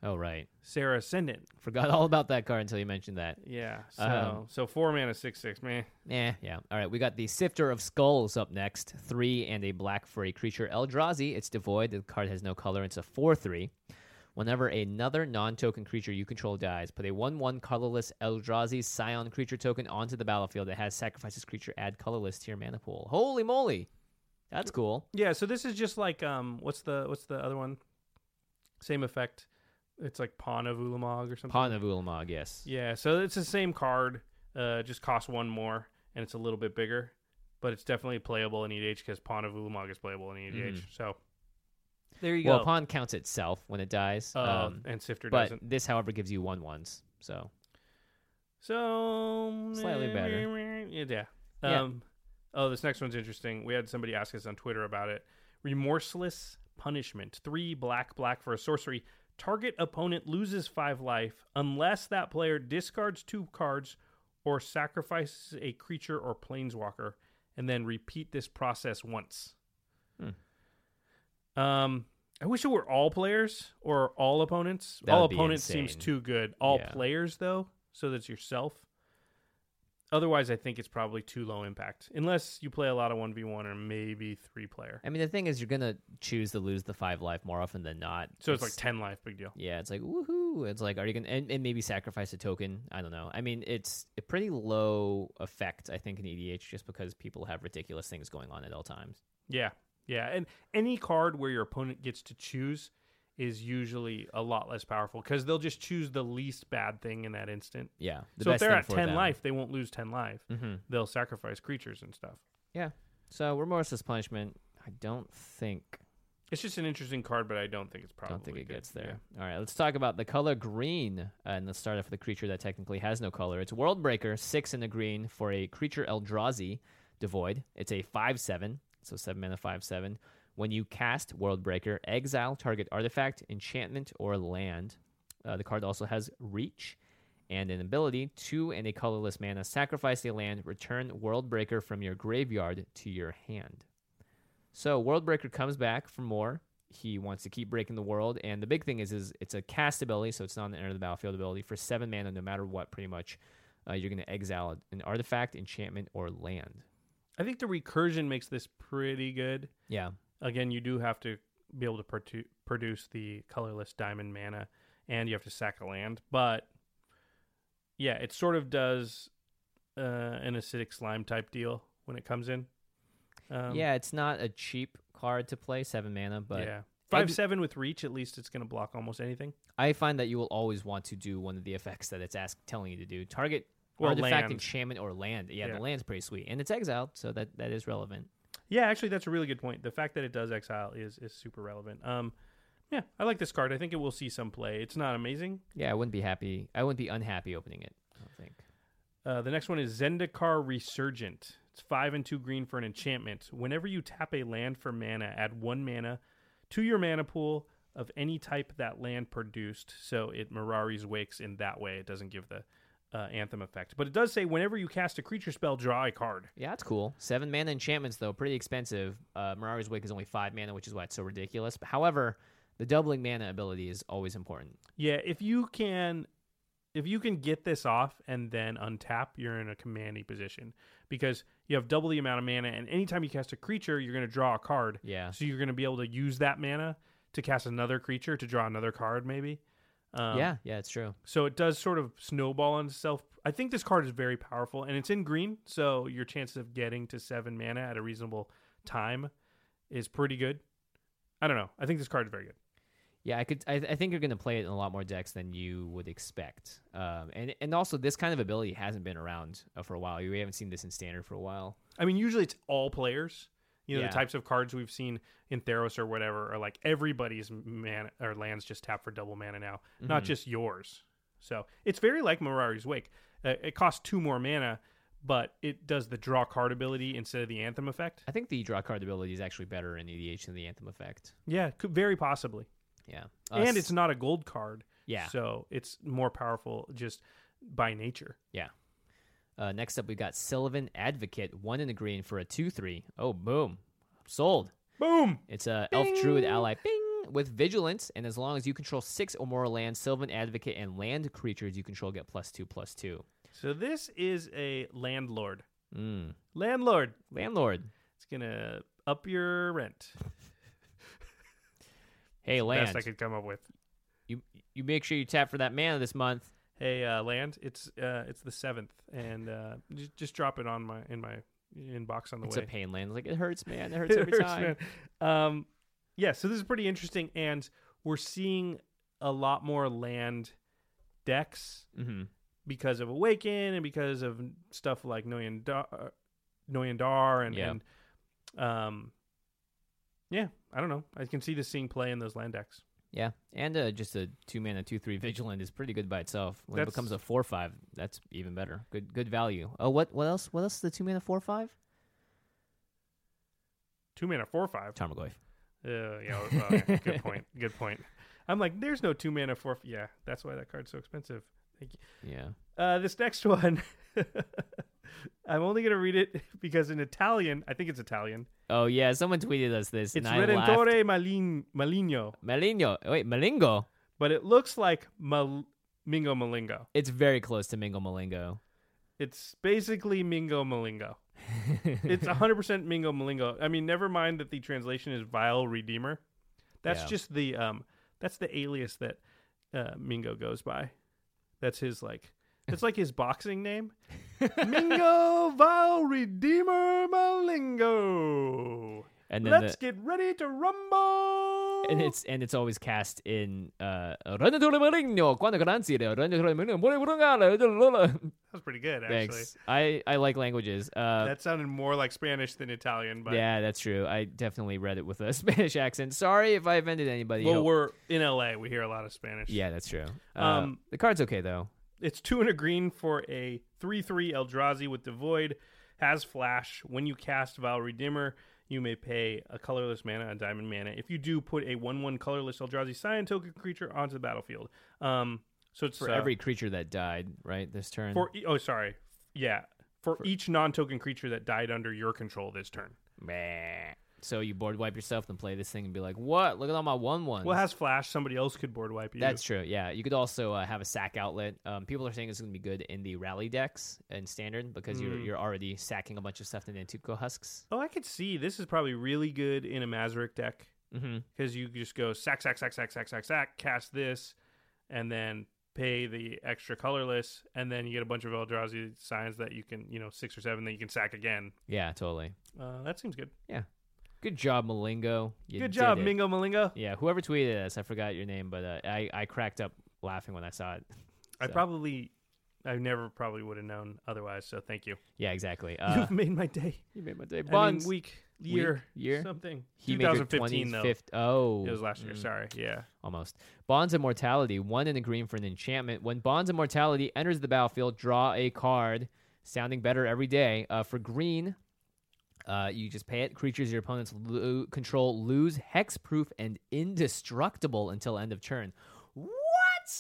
S2: Oh right,
S3: Sarah Ascendant.
S2: forgot all about that card until you mentioned that.
S3: Yeah. So
S2: Um,
S3: so four mana six six man.
S2: Yeah, Eh, yeah. All right, we got the Sifter of Skulls up next. Three and a black for a creature Eldrazi. It's devoid. The card has no color. It's a four-three. Whenever another non-token creature you control dies, put a one-one colorless Eldrazi Scion creature token onto the battlefield that has sacrifices creature add colorless to your mana pool. Holy moly, that's cool.
S3: Yeah. So this is just like um what's the what's the other one? Same effect. It's like Pawn of Ulamog or something.
S2: Pawn of Ulamog, yes.
S3: Yeah. So it's the same card. Uh, just costs one more, and it's a little bit bigger, but it's definitely playable in E EDH because Pawn of Ulamog is playable in EDH. So there you
S2: Mm. Well,
S3: go.
S2: pawn counts itself when it dies.
S3: Uh,
S2: um,
S3: and Sifter
S2: but
S3: doesn't.
S2: this, however, gives you one ones. So
S3: So
S2: Slightly better.
S3: Yeah.
S2: Yeah.
S3: Um, Oh, this next one's interesting. We had somebody ask us on Twitter about it. Remorseless punishment. Three black black for a sorcery. Target opponent loses five life unless that player discards two cards or sacrifices a creature or planeswalker, and then repeat this process once.
S2: Hmm.
S3: Um, I wish it were all players or all opponents.
S2: That
S3: all
S2: would be
S3: opponents seems
S2: insane.
S3: too good. All
S2: Yeah.
S3: players though, so that's yourself. Otherwise, I think it's probably too low impact, unless you play a lot of one v one or maybe three player.
S2: I mean, the thing is, you're gonna choose to lose the five life more often than not.
S3: So it's, like ten life, big deal.
S2: yeah, it's like woohoo. It's like, are you gonna and, and maybe sacrifice a token? I don't know. I mean, it's a pretty low effect, I think, in EDH, just because people have ridiculous things going on at all times.
S3: Yeah, yeah, and any card where your opponent gets to choose is usually a lot less powerful because they'll just choose the least bad thing in that instant.
S2: Yeah. The
S3: so if
S2: best
S3: they're
S2: thing
S3: at
S2: for
S3: ten
S2: them. Mm-hmm.
S3: life, they won't lose ten life. They'll sacrifice creatures and stuff.
S2: Yeah. So remorseless punishment. I don't think
S3: It's just an interesting card, but I don't think it's
S2: I
S3: probably.
S2: don't think it
S3: good.
S2: gets
S3: Yeah.
S2: there. All right, let's talk about the color green. Uh, and let's start off with a creature that technically has no color. It's Worldbreaker, six in the green for a creature Eldrazi, Devoid. It's a 5 7, so 7 mana, 5 7. When you cast Worldbreaker, exile target artifact, enchantment, or land. Uh, the card also has reach and an ability two and a colorless mana. Sacrifice a land, return Worldbreaker from your graveyard to your hand. So Worldbreaker comes back for more. He wants to keep breaking the world, and the big thing is, is it's a cast ability, so it's not an enter the battlefield ability for seven mana, no matter what. Pretty much, uh, you're going to exile an artifact, enchantment, or land.
S3: I think the recursion makes this pretty good.
S2: Yeah,
S3: Again, you do have to be able to produ- produce the colorless diamond mana, and you have to sack a land. But yeah, it sort of does uh, an acidic slime type deal when it comes in. Um,
S2: yeah, it's not a cheap card to play, seven mana, but
S3: yeah. Five
S2: Eg-
S3: seven with reach, at least it's going to block almost anything.
S2: I find that you will always want to do one of the effects that it's ask, telling you to do. Target
S3: Or
S2: artifact,
S3: land.
S2: enchantment, or land. Yeah,
S3: Yeah.
S2: the land's pretty sweet, and it's exiled, so that that is relevant.
S3: Yeah, actually, that's a really good point. The fact that it does exile is is super relevant. Um, yeah, I like this card. I think it will see some play. It's not amazing.
S2: Yeah, I wouldn't be happy. I wouldn't be unhappy opening it. I don't think.
S3: Uh, the next one is Zendikar Resurgent. It's five and two green for an enchantment. Whenever you tap a land for mana, add one mana to your mana pool of any type that land produced. So it Mirari's Wakes in that way. It doesn't give the uh, anthem effect, but it does say whenever you cast a creature spell, draw a card.
S2: Yeah, that's cool. Seven mana enchantments though, pretty expensive. Uh, Mirari's Wake is only five mana, which is why it's so ridiculous. But however, the doubling mana ability is always important.
S3: Yeah, if you can if you can get this off and then untap, you're in a commanding position because you have double the amount of mana and anytime you cast a creature, you're going to draw a card.
S2: Yeah.
S3: So you're going to be able to use that mana to cast another creature to draw another card maybe. Um,
S2: yeah, yeah, it's true.
S3: So it does sort of snowball on itself. I think this card is very powerful and it's in green, so your chances of getting to 7 mana at a reasonable time is pretty good. I don't know. I think this card is very good.
S2: Yeah, I could. I, I think you're going to play it in a lot more decks than you would expect. Um, and and also this kind of ability hasn't been around uh, for a while. We haven't seen this in standard for a while.
S3: I mean, usually it's all players. You know,
S2: Yeah.
S3: the types of cards we've seen in Theros or whatever are like everybody's man or lands just tap for double mana now, not
S2: Mm-hmm.
S3: just yours. So it's very like Mirari's Wake. Uh, it costs two more mana, but it does the draw card ability instead of the anthem effect.
S2: I think the draw card ability is actually better in EDH than the Anthem effect.
S3: Yeah, could, very possibly.
S2: Yeah, Uh,
S3: and it's not a gold card.
S2: Yeah.
S3: So it's more powerful just by nature.
S2: Yeah. Uh, next up, we've got Sylvan Advocate, one in the green for a 2 3. Oh, boom. Sold.
S3: Boom.
S2: It's a elf druid ally bing, with vigilance, and as long as you control six or more land, Sylvan Advocate, and land creatures you control get plus two, plus two.
S3: So this is a landlord.
S2: Mm.
S3: Landlord.
S2: Landlord.
S3: It's gonna up your rent.
S2: Hey, land.
S3: Best I could come up with.
S2: You you make sure you tap for that mana this month.
S3: Hey, uh, land. It's uh, it's the seventh, and uh, just, just drop it on my in my inbox on the
S2: It's
S3: way.
S2: a pain land. Like it hurts, man. It hurts every
S3: Hurts,
S2: time.
S3: man. Um, yeah, so this is pretty interesting, and we're seeing a lot more land decks
S2: Mm-hmm.
S3: because of Awaken and because of stuff like Noyan Dar, Noyan Dar and,
S2: Yeah.
S3: and um, yeah, I don't know. I can see this seeing play in those land decks.
S2: Yeah, and uh, just a two mana two three vigilant is pretty good by itself. When it
S3: That's-
S2: becomes a four five, that's even better. Good good value. Oh, what what else? What else? Is the two mana four five?
S3: Two mana, four five.
S2: Tarmogoyf.
S3: Uh, yeah, well, yeah, good point. Good point. I'm like, there's no two mana four. Yeah, that's why that card's so expensive. Thank you.
S2: Yeah.
S3: Uh, this next one, I'm only gonna read it because in Italian, I think it's Italian.
S2: Oh yeah, someone tweeted us this,
S3: It's
S2: and I laughed.
S3: Redentore Malin- Maligno,
S2: Maligno. Wait, Malingo.
S3: but it looks like Mal- Mingo Malingo.
S2: It's very close to Mingo Malingo.
S3: It's basically Mingo Malingo. It's 100% Mingo Malingo. I mean, never mind that the translation is Vile Redeemer. That's
S2: Yeah.
S3: just the um that's the alias that uh, Mingo goes by. That's his like it's like his boxing name. Mingo Vile Redeemer Malingo.
S2: and then
S3: Let's
S2: the,
S3: get ready to rumble.
S2: and it's and it's always cast in uh Renatore Maligno, Quando Garanzi, Renatore Maligno, Mori Brungale, da la la."
S3: that's pretty good actually.
S2: Thanks. I I like languages. Uh
S3: That sounded more like Spanish than Italian, but
S2: Yeah, that's true. I definitely read it with a Spanish accent. Sorry if I offended anybody.
S3: well,
S2: Hope-
S3: we're in LA. We hear a lot of Spanish.
S2: yeah, that's true. um,
S3: Um,
S2: the card's okay though.
S3: It's two and a green for a 3 3 Eldrazi with Devoid. Has Flash. When you cast Vile Redeemer, you may pay a colorless mana, a diamond mana. If you do, put a 1 1 colorless Eldrazi Scion token creature onto the battlefield. Um, so it's
S2: For
S3: uh,
S2: every creature that died, right? This turn.
S3: For e- oh, sorry. Yeah. For, each non token creature that died under your control this turn.
S2: Meh. so you board wipe yourself, then play this thing and be like, "What? Look at all my one ones."
S3: Well, it has Flash. Somebody else could board wipe you.
S2: that's true. Yeah, you could also uh, have a sack outlet. Um, people are saying it's going to be good in the rally decks and standard because
S3: Hmm.
S2: you're you're already sacking a bunch of stuff in Nantuko husks.
S3: Oh, I could see. This is probably really good in a Mazarek deck.
S2: Mm-hmm.
S3: because you just go sack, sack, sack, sack, sack, sack, sack, cast this, and then pay the extra colorless, and then you get a bunch of Eldrazi signs that you can, you know, six or seven that you can sack again.
S2: Yeah, totally.
S3: Uh, that seems good.
S2: Yeah, good job, Malingo. You did
S3: good job,
S2: it.
S3: Mingo Malingo.
S2: Yeah, whoever tweeted us, I forgot your name, but uh, I I cracked up laughing when I saw it.
S3: I probably, I never probably would have known otherwise. So thank you.
S2: Yeah, exactly. Uh,
S3: You've made my day.
S2: you made my day.
S3: I mean, week,
S2: Week,
S3: year,
S2: year.
S3: something.
S2: he made your
S3: 2015 though.
S2: 25th. Oh,
S3: It was last year.
S2: mm,
S3: Sorry. Yeah.
S2: Almost. Bonds of Mortality. One in the green for an enchantment. When Bonds of Mortality enters the battlefield, draw a card. Sounding better every day. Uh, for green, uh, you just pay it. Creatures your opponents lo- control lose hexproof and indestructible until end of turn. What?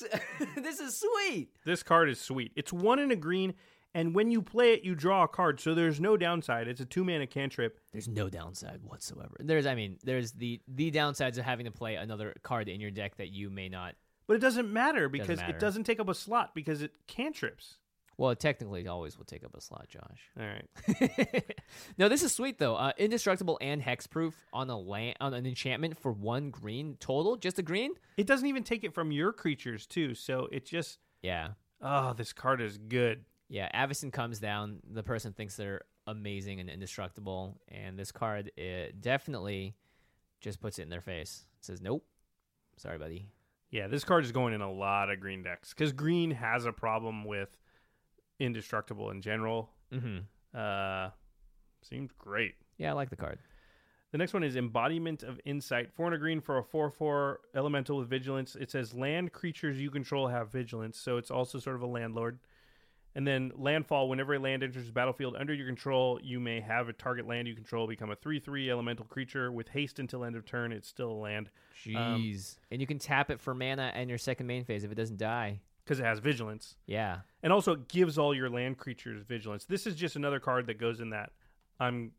S2: this is sweet.
S3: This card is sweet. It's one in a green, and when you play it, you draw a card. So there's no downside. It's a two mana cantrip.
S2: There's no downside whatsoever. There's, I mean, there's the the downsides of having to play another card in your deck that you may not.
S3: But it doesn't matter because
S2: matter.
S3: it doesn't take up a slot because it cantrips.
S2: Well, it technically, always will take up a slot, Josh.
S3: All right.
S2: no, this is sweet though. Uh, indestructible and hexproof on a land on an enchantment for one green total, just a green.
S3: It doesn't even take it from your creatures too. So it just
S2: Yeah,
S3: oh, this card is good.
S2: yeah. Avison comes down. The person thinks they're amazing and indestructible, and this card it definitely just puts it in their face. It says, "Nope, sorry, buddy."
S3: Yeah, this card is going in a lot of green decks because green has a problem with indestructible in general.
S2: Mm-hmm.
S3: Uh, seems great.
S2: Yeah, I like the card.
S3: The next one is Embodiment of Insight. Four and a green for a 4 4 elemental with vigilance. It says land creatures you control have vigilance, so it's also sort of a landlord. And then landfall, whenever a land enters the battlefield under your control, you may have a target land you control become a 3 3 elemental creature with haste until end of turn. It's still a land.
S2: Um, Jeez. and you can tap it for mana and your second main phase if it doesn't die.
S3: because it has vigilance,
S2: Yeah.
S3: and also it gives all your land creatures vigilance. This is just another card that goes in that I'm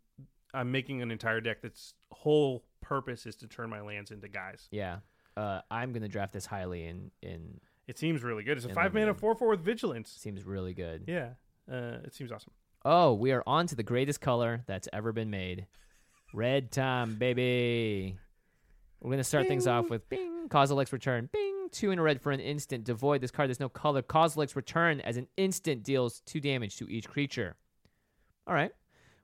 S3: I'm making an entire deck that's whole purpose is to turn my lands into guys.
S2: Yeah. Uh, I'm gonna draft this highly and and
S3: It seems really good. It's a
S2: And
S3: five mana
S2: Limited.
S3: four four with vigilance.
S2: seems really good.
S3: Yeah, uh, it seems awesome.
S2: Oh, we are on to the greatest color that's ever been made. Red time, baby. We're going to start things off with bing, Kozilek's Return. Bing, two in a red for an instant. Devoid this card, there's no color. Kozilek's Return as an instant deals two damage to each creature. All right.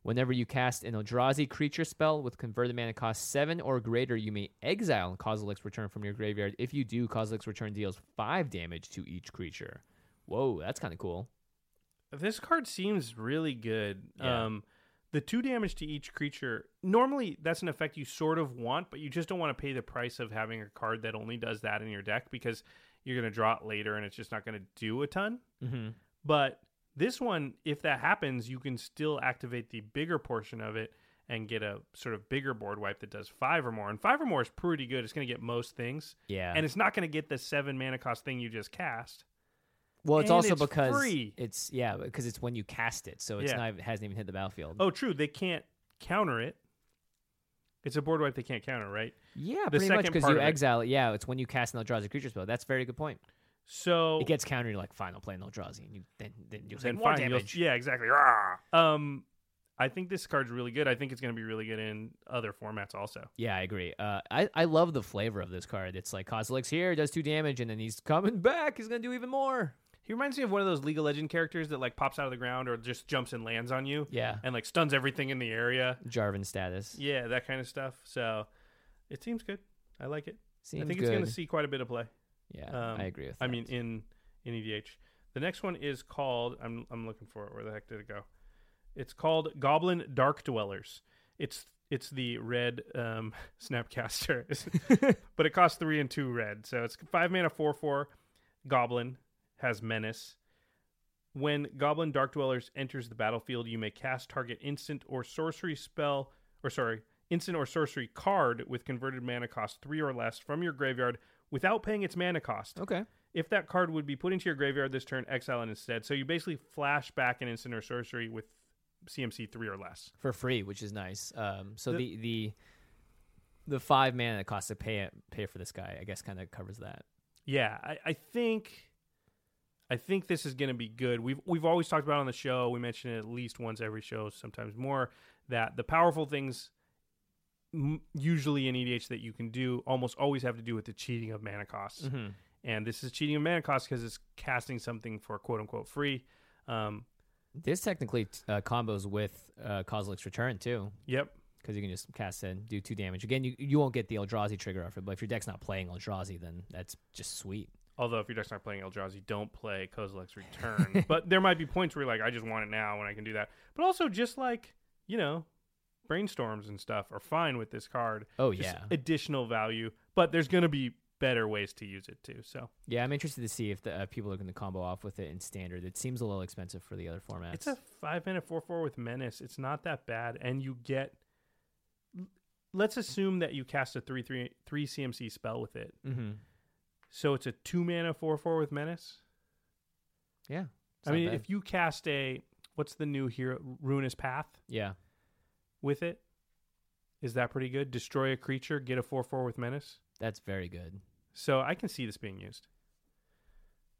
S2: Whenever you cast an Eldrazi creature spell with converted mana cost seven or greater, you may exile Kozilek's Return from your graveyard. If you do, Kozilek's Return deals five damage to each creature. Whoa, that's kind of cool.
S3: This card seems really good.
S2: Yeah.
S3: Um, the two damage to each creature. Normally, that's an effect you sort of want, but you just don't want to pay the price of having a card that only does that in your deck because you're going to draw it later and it's just not going to do a ton.
S2: Mm-hmm.
S3: But this one, if that happens, you can still activate the bigger portion of it and get a sort of bigger board wipe that does five or more. And five or more is pretty good. It's going to get most things,
S2: Yeah.
S3: and it's not going to get the seven mana cost thing you just cast.
S2: Well, it's
S3: And
S2: also
S3: it's
S2: because
S3: free.
S2: it's yeah, because it's when you cast it, so it's
S3: Yeah.
S2: not it hasn't even hit the battlefield.
S3: Oh, true. They can't counter it. It's a board wipe they can't counter, right?
S2: yeah,
S3: the
S2: pretty much
S3: second
S2: because
S3: part
S2: you
S3: of it.
S2: exile. It. Yeah, it's when you cast an Eldrazi creature spell. That's a very good point.
S3: So
S2: It gets countered. You're like, fine, I'll play an Eldrazi, and you then then you'll take
S3: Oh. then
S2: more
S3: fine, you'll-
S2: damage.
S3: Yeah, exactly. Rah! Um, I think this card's really good. I think it's going to be really good in other formats also.
S2: Yeah, I agree. Uh, I I love the flavor of this card. It's like Kozilek's here, does two damage, and then he's coming back. He's gonna do even more.
S3: He reminds me of one of those League of Legend characters that like pops out of the ground or just jumps and lands on you.
S2: Yeah.
S3: and like stuns everything in the area.
S2: Jarvan status.
S3: Yeah, that kind of stuff. So it seems good. I like it.
S2: Seems
S3: I think
S2: good.
S3: it's going to see quite a bit of play.
S2: yeah,
S3: Um,
S2: I agree with.
S3: I mean,
S2: that.
S3: in in EDH, the next one is called. I'm I'm looking for it. Where the heck did it go? It's called Goblin Dark Dwellers. It's it's the red um, Snapcaster, It's- but it costs three and two red. So it's five mana, four four. Goblin has menace. When Goblin Dark Dwellers enters the battlefield, you may cast target instant or sorcery spell, or sorry, instant or sorcery card with converted mana cost three or less from your graveyard without paying its mana cost.
S2: okay.
S3: If that card would be put into your graveyard this turn, exile it instead. So you basically flash back an instant or sorcery with CMC three or less.
S2: for free, which is nice. Um, so
S3: The-
S2: the, the the five mana that costs to pay pay for this guy, I guess, kind of covers that.
S3: Yeah, I, I think I think this is going to be good. We've we've always talked about on the show. We mention it at least once every show, sometimes more. That the powerful things m- usually in EDH that you can do almost always have to do with the cheating of mana costs. And this is cheating of mana costs because it's casting something for quote unquote free. Um,
S2: This technically t- uh, combos with uh, Kozilek's Return too,
S3: yep,
S2: because you can just cast and do two damage. Again, you you won't get the Eldrazi trigger off it, but if your deck's not playing Eldrazi, then that's just sweet.
S3: Although if your deck's not playing Eldrazi, don't play Kozilek's Return. but there might be points where you're like, I just want it now when I can do that. But also just like, you know, brainstorms and stuff are fine with this card.
S2: Oh,
S3: Just
S2: yeah.
S3: Additional value. But there's gonna be better ways to use it too. So
S2: Yeah, I'm interested to see if the uh, people are going to combo off with it in standard. It seems a little expensive for the other formats.
S3: it's a five minute four four with menace. It's not that bad. And you get let's assume that you cast a three three three CMC spell with it.
S2: mm-hmm.
S3: So it's a two mana four four with menace.
S2: yeah. it's
S3: I
S2: not
S3: mean,
S2: bad.
S3: if you cast a what's the new hero ruinous path?
S2: yeah,
S3: with it. Is that pretty good? Destroy a creature, get a 4 4 with menace.
S2: that's very good.
S3: So I can see this being used.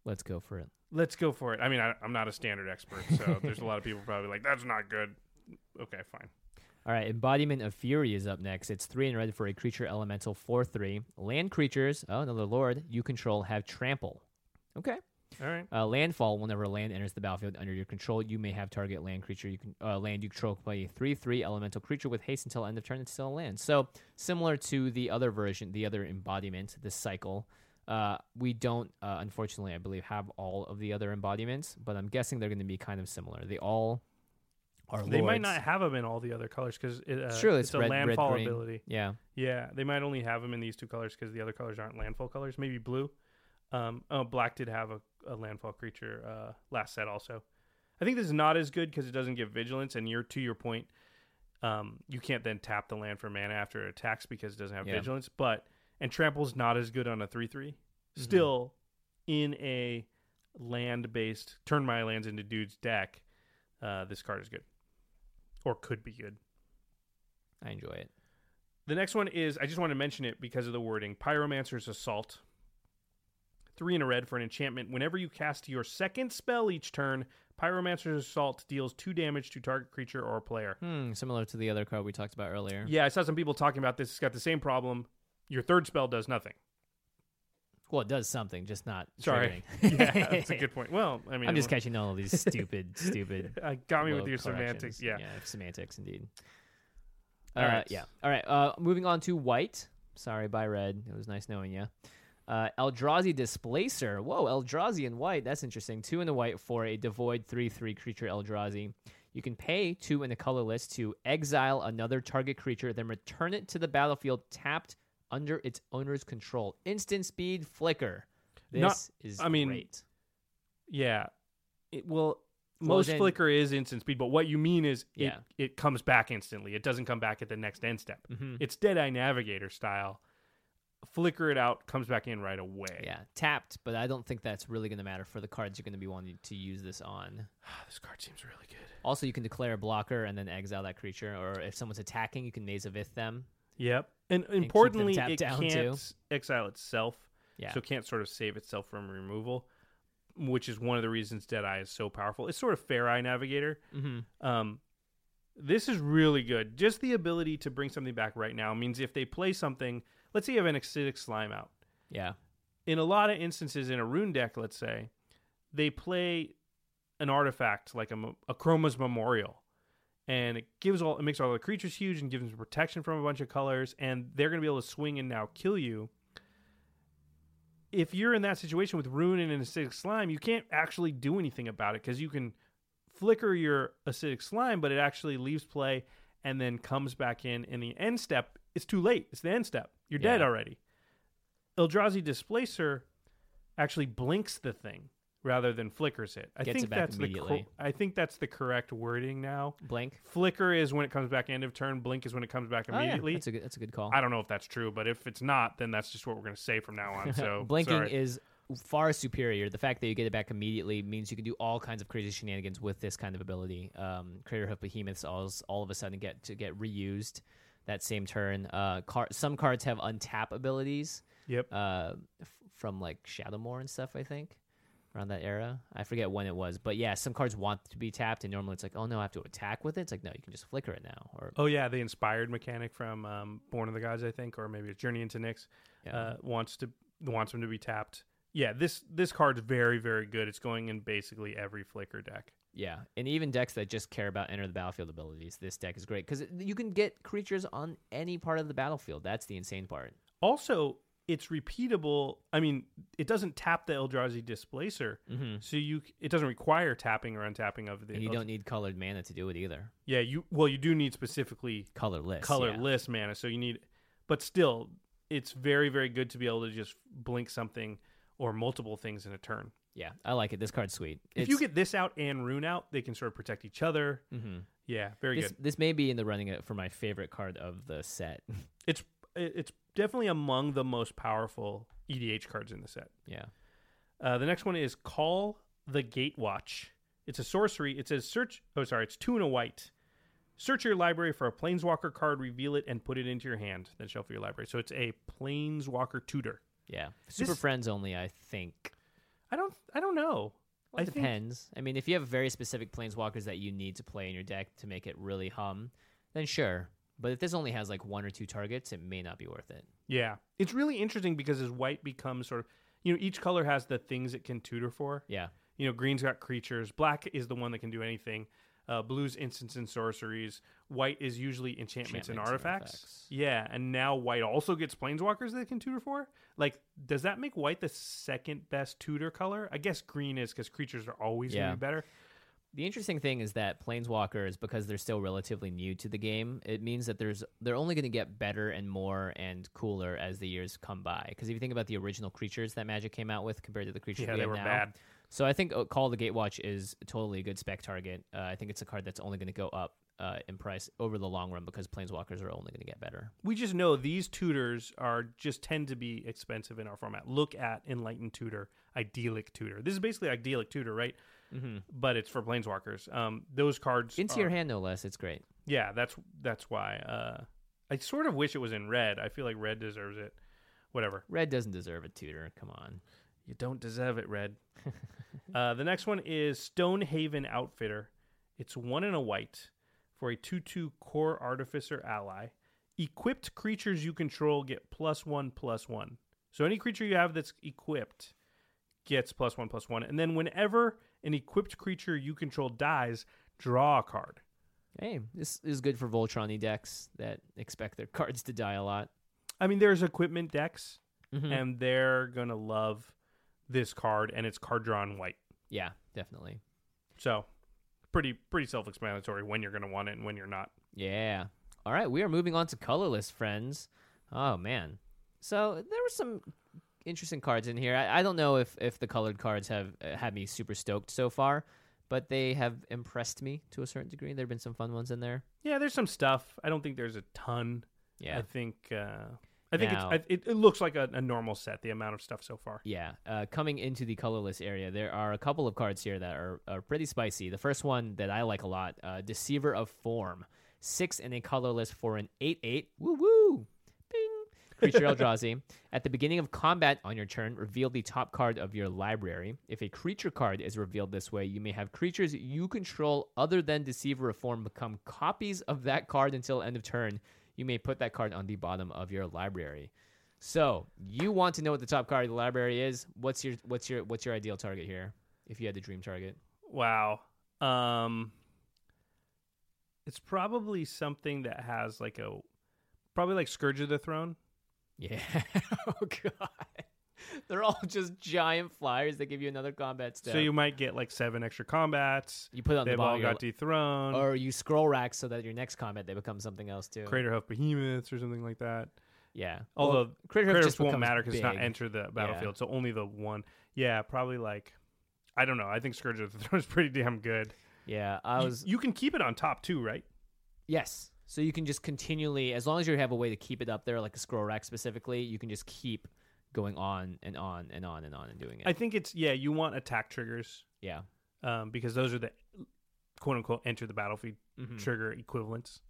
S2: Let's go for it.
S3: Let's go for it. I mean, I, I'm not a standard expert, so there's a lot of people probably like, that's not good. Okay, fine.
S2: All right, Embodiment of Fury is up next. It's three and red for a creature elemental, four three. Land creatures, oh, another lord you control have trample. Okay.
S3: All right.
S2: Uh, landfall. Whenever land enters the battlefield under your control, you may have target land creature you can uh, land you control play a three three elemental creature with haste until end of turn. It's still a land. So similar to the other version, the other embodiment, this cycle. Uh, we don't, uh, unfortunately, I believe, have all of the other embodiments, but I'm guessing they're going to be kind of similar. They all are.
S3: They might
S2: Oh, lords.
S3: not have them in all the other colors because it, uh,
S2: It's true. It's,
S3: a
S2: red,
S3: landfall
S2: red, green.
S3: ability.
S2: Yeah.
S3: Yeah, they might only have them in these two colors because the other colors aren't landfall colors. Maybe blue. Um, oh, black did have a, a landfall creature uh, last set also. I think this is not as good because it doesn't give vigilance, and you're to your point. Um, you can't then tap the land for mana after it attacks because it doesn't have
S2: Yeah.
S3: vigilance. But and trample's not as good on a three three. Still, in a land based turn my lands into dudes deck, uh, this card is good, or could be good.
S2: I enjoy it.
S3: The next one is I just want to mention it because of the wording Pyromancer's Assault. Three in a red for an enchantment. Whenever you cast your second spell each turn, Pyromancer's Assault deals two damage to target creature or player.
S2: Hmm, similar to the other card we talked about earlier.
S3: Yeah, I saw some people talking about this. It's got the same problem. Your third spell does nothing.
S2: Well, it does something, just not.
S3: Sorry.
S2: triggering.
S3: yeah, that's a good point. Well, I mean,
S2: I'm just
S3: well,
S2: catching all of these stupid, stupid.
S3: uh, got me with
S2: low
S3: your semantics.
S2: corrections.
S3: Yeah.
S2: semantics indeed.
S3: All
S2: uh,
S3: right.
S2: Yeah. All right. Uh, moving on to white. Sorry, by red. It was nice knowing you. Uh, Eldrazi Displacer. Whoa, Eldrazi in white. That's interesting. Two in the white for a devoid 3 3 creature Eldrazi. You can pay two in the colorless to exile another target creature, then return it to the battlefield tapped under its owner's control. Instant speed flicker. This
S3: Not-
S2: is
S3: I mean,
S2: great.
S3: Yeah. It well
S2: Well,
S3: most
S2: then-
S3: flicker is instant speed, but what you mean is
S2: Yeah.
S3: it, it comes back instantly. It doesn't come back at the next end step. It's Dead Eye Navigator style. Flicker it out, comes back in right away.
S2: Yeah, tapped, but I don't think that's really going to matter for the cards you're going to be wanting to use this on.
S3: This card seems really good.
S2: Also, you can declare a blocker and then exile that creature, or if someone's attacking, you can Maze of Ith them.
S3: Yep. And importantly,
S2: tapped
S3: it
S2: down,
S3: can't
S2: too.
S3: s- exile itself.
S2: Yeah.
S3: So it can't sort of save itself from removal, which is one of the reasons Deadeye is so powerful. It's sort of Fair Eye Navigator. Mm-hmm. Um, this is really good. Just the ability to bring something back right now means if they play something, let's say you have an acidic slime out.
S2: Yeah,
S3: In a lot of instances, in a rune deck, let's say, they play an artifact like a, mo- a Chroma's Memorial. And it gives all it makes all the creatures huge and gives them protection from a bunch of colors, and they're gonna be able to swing and now kill you. If you're in that situation with Rune and an acidic slime, you can't actually do anything about it because you can flicker your acidic slime, but it actually leaves play and then comes back in in the end step. It's too late. It's the end step. You're dead
S2: Yeah.
S3: already. Eldrazi Displacer actually blinks the thing rather than flickers it. I
S2: Gets
S3: think
S2: it back
S3: that's the
S2: immediately.
S3: cor- I think that's the correct wording now.
S2: blank.
S3: Flicker is when it comes back end of turn. Blink is when it comes back
S2: Oh, yeah,
S3: immediately.
S2: That's a good. That's a good call.
S3: I don't know if that's true, but if it's not, then that's just what we're going to say from now on. So
S2: Blinking
S3: sorry.
S2: is far superior. The fact that you get it back immediately means you can do all kinds of crazy shenanigans with this kind of ability. Um, Crater Hoof Behemoths all all of a sudden get to get reused that same turn. Uh, car- some cards have untap abilities.
S3: Yep.
S2: uh, f- from like Shadowmoor and stuff. I think around that era. I forget when it was, but yeah, some cards want to be tapped, and normally it's like, oh no, I have to attack with it. It's like no, you can just flicker it now. Or
S3: Oh yeah, the inspired mechanic from um, Born of the Gods, I think, or maybe it's Journey into Nyx, uh, wants to wants them to be tapped. Yeah, this this card's very very good. It's going in basically every flicker deck.
S2: yeah, and even decks that just care about enter the battlefield abilities, this deck is great because you can get creatures on any part of the battlefield. That's the insane part.
S3: Also, it's repeatable. I mean, it doesn't tap the Eldrazi Displacer, so you c- it doesn't require tapping or untapping of the.
S2: Mm-hmm. And you
S3: Eldrazi-
S2: don't need colored mana to do it either.
S3: Yeah, you well you do need specifically
S2: Colorless. yeah.
S3: colorless mana. So you need, but still, it's very very good to be able to just blink something or multiple things in a turn.
S2: Yeah, I like it. This card's sweet.
S3: If you get this out and Rune out, they can sort of protect each other.
S2: hmm
S3: Yeah, very
S2: This,
S3: good.
S2: this may be in the running uh, for my favorite card of the set.
S3: It's it- it's definitely among the most powerful EDH cards in the set.
S2: yeah.
S3: Uh, the next one is Call the Gatewatch. It's a sorcery. It says search. Oh, sorry, it's two and a white. Search your library for a Planeswalker card, reveal it, and put it into your hand. Then shuffle your library. So it's a Planeswalker tutor.
S2: Yeah. Super Friends only, I think.
S3: I don't. I don't know.
S2: Well,
S3: I
S2: it
S3: think-
S2: depends. I mean, if you have very specific planeswalkers that you need to play in your deck to make it really hum, then sure. But if this only has like one or two targets, it may not be worth it.
S3: Yeah, it's really interesting because as white becomes sort of, you know, each color has the things it can tutor for.
S2: Yeah.
S3: You know, green's got creatures. Black is the one that can do anything. Uh, blue's instants and sorceries. White is usually enchantments, and,
S2: Enchantments
S3: artifacts.
S2: and artifacts.
S3: Yeah, and now white also gets planeswalkers that it can tutor for. Like, does that make white the second best tutor color? I guess green is because creatures are always going
S2: Yeah.
S3: to be better.
S2: The interesting thing is that planeswalkers, because they're still relatively new to the game, it means that there's they're only going to get better and more and cooler as the years come by. Because if you think about the original creatures that Magic came out with compared to the creatures
S3: Yeah,
S2: we
S3: they
S2: have
S3: were
S2: now,
S3: bad.
S2: so I think uh, Call of the Gatewatch is totally a good spec target. Uh, I think it's a card that's only going to go up uh, in price over the long run because planeswalkers are only going to get better.
S3: we just know these tutors are just tend to be expensive in our format. Look at Enlightened Tutor, Idyllic Tutor. This is basically Idyllic Tutor, right? Mm-hmm. But it's for Planeswalkers. Um, those cards
S2: Into
S3: are-
S2: your hand, no less. It's great.
S3: Yeah, that's that's why. Uh, I sort of wish it was in red. I feel like red deserves it. Whatever.
S2: Red doesn't deserve a tutor. Come on.
S3: You don't deserve it, red. uh, the next one is Stonehaven Outfitter. It's one and a white for a two-two core artificer ally. Equipped creatures you control get plus one plus one. So any creature you have that's equipped gets plus one plus one. And then whenever an equipped creature you control dies, draw a card.
S2: Hey, this is good for Voltron decks that expect their cards to die a lot.
S3: I mean, there's equipment decks,
S2: Mm-hmm.
S3: and they're gonna love this card, and it's card drawn white.
S2: Yeah, definitely.
S3: So, pretty pretty self explanatory when you're gonna want it and when you're not.
S2: Yeah. All right, we are moving on to colorless friends. Oh man. So there were some interesting cards in here. I, I don't know if if the colored cards have uh, had me super stoked so far, but they have impressed me to a certain degree. There've been some fun ones in there.
S3: Yeah, there's some stuff. I don't think there's a ton.
S2: Yeah.
S3: I think uh, I think
S2: Now-
S3: it's, I, it, it looks like a, a normal set. The amount of stuff so far.
S2: Yeah, uh, coming into the colorless area, there are a couple of cards here that are, are pretty spicy. The first one that I like a lot, uh, Deceiver of Form, six and a colorless for an eight eight. Woo woo, bing. Creature Eldrazi. At the beginning of combat on your turn, reveal the top card of your library. If a creature card is revealed this way, you may have creatures you control other than Deceiver of Form become copies of that card until end of turn. You may put that card on the bottom of your library. So you want to know what the top card of the library is? What's your what's your what's your ideal target here? If you had the dream target,
S3: Wow. Um, it's probably something that has like a probably like Scourge of the Throne.
S2: yeah. oh god, they're all just giant flyers that give you another combat step.
S3: So you might get like seven extra combats.
S2: You put it on the
S3: They've
S2: bottom
S3: all
S2: of your
S3: got
S2: li-
S3: dethroned.
S2: or you scroll rack so that your next combat they become something else too.
S3: Crater Hoof Behemoths or something like that.
S2: yeah.
S3: Although
S2: Well, Crater Hoof
S3: Crater
S2: just
S3: Hoof won't
S2: becomes
S3: matter because it's not
S2: big.
S3: enter the battlefield, so only the one. Yeah, probably like I don't know. I think Scourge of the Throne is pretty damn good.
S2: Yeah, I
S3: You-
S2: was
S3: you, can keep it on top too, right?
S2: Yes. So you can just continually, as long as you have a way to keep it up there, like a scroll rack specifically, you can just keep going on and on and on and on and doing it.
S3: I think it's yeah. You want attack triggers
S2: yeah.
S3: um, because those are the quote unquote enter the battlefield
S2: Mhm.
S3: trigger equivalents.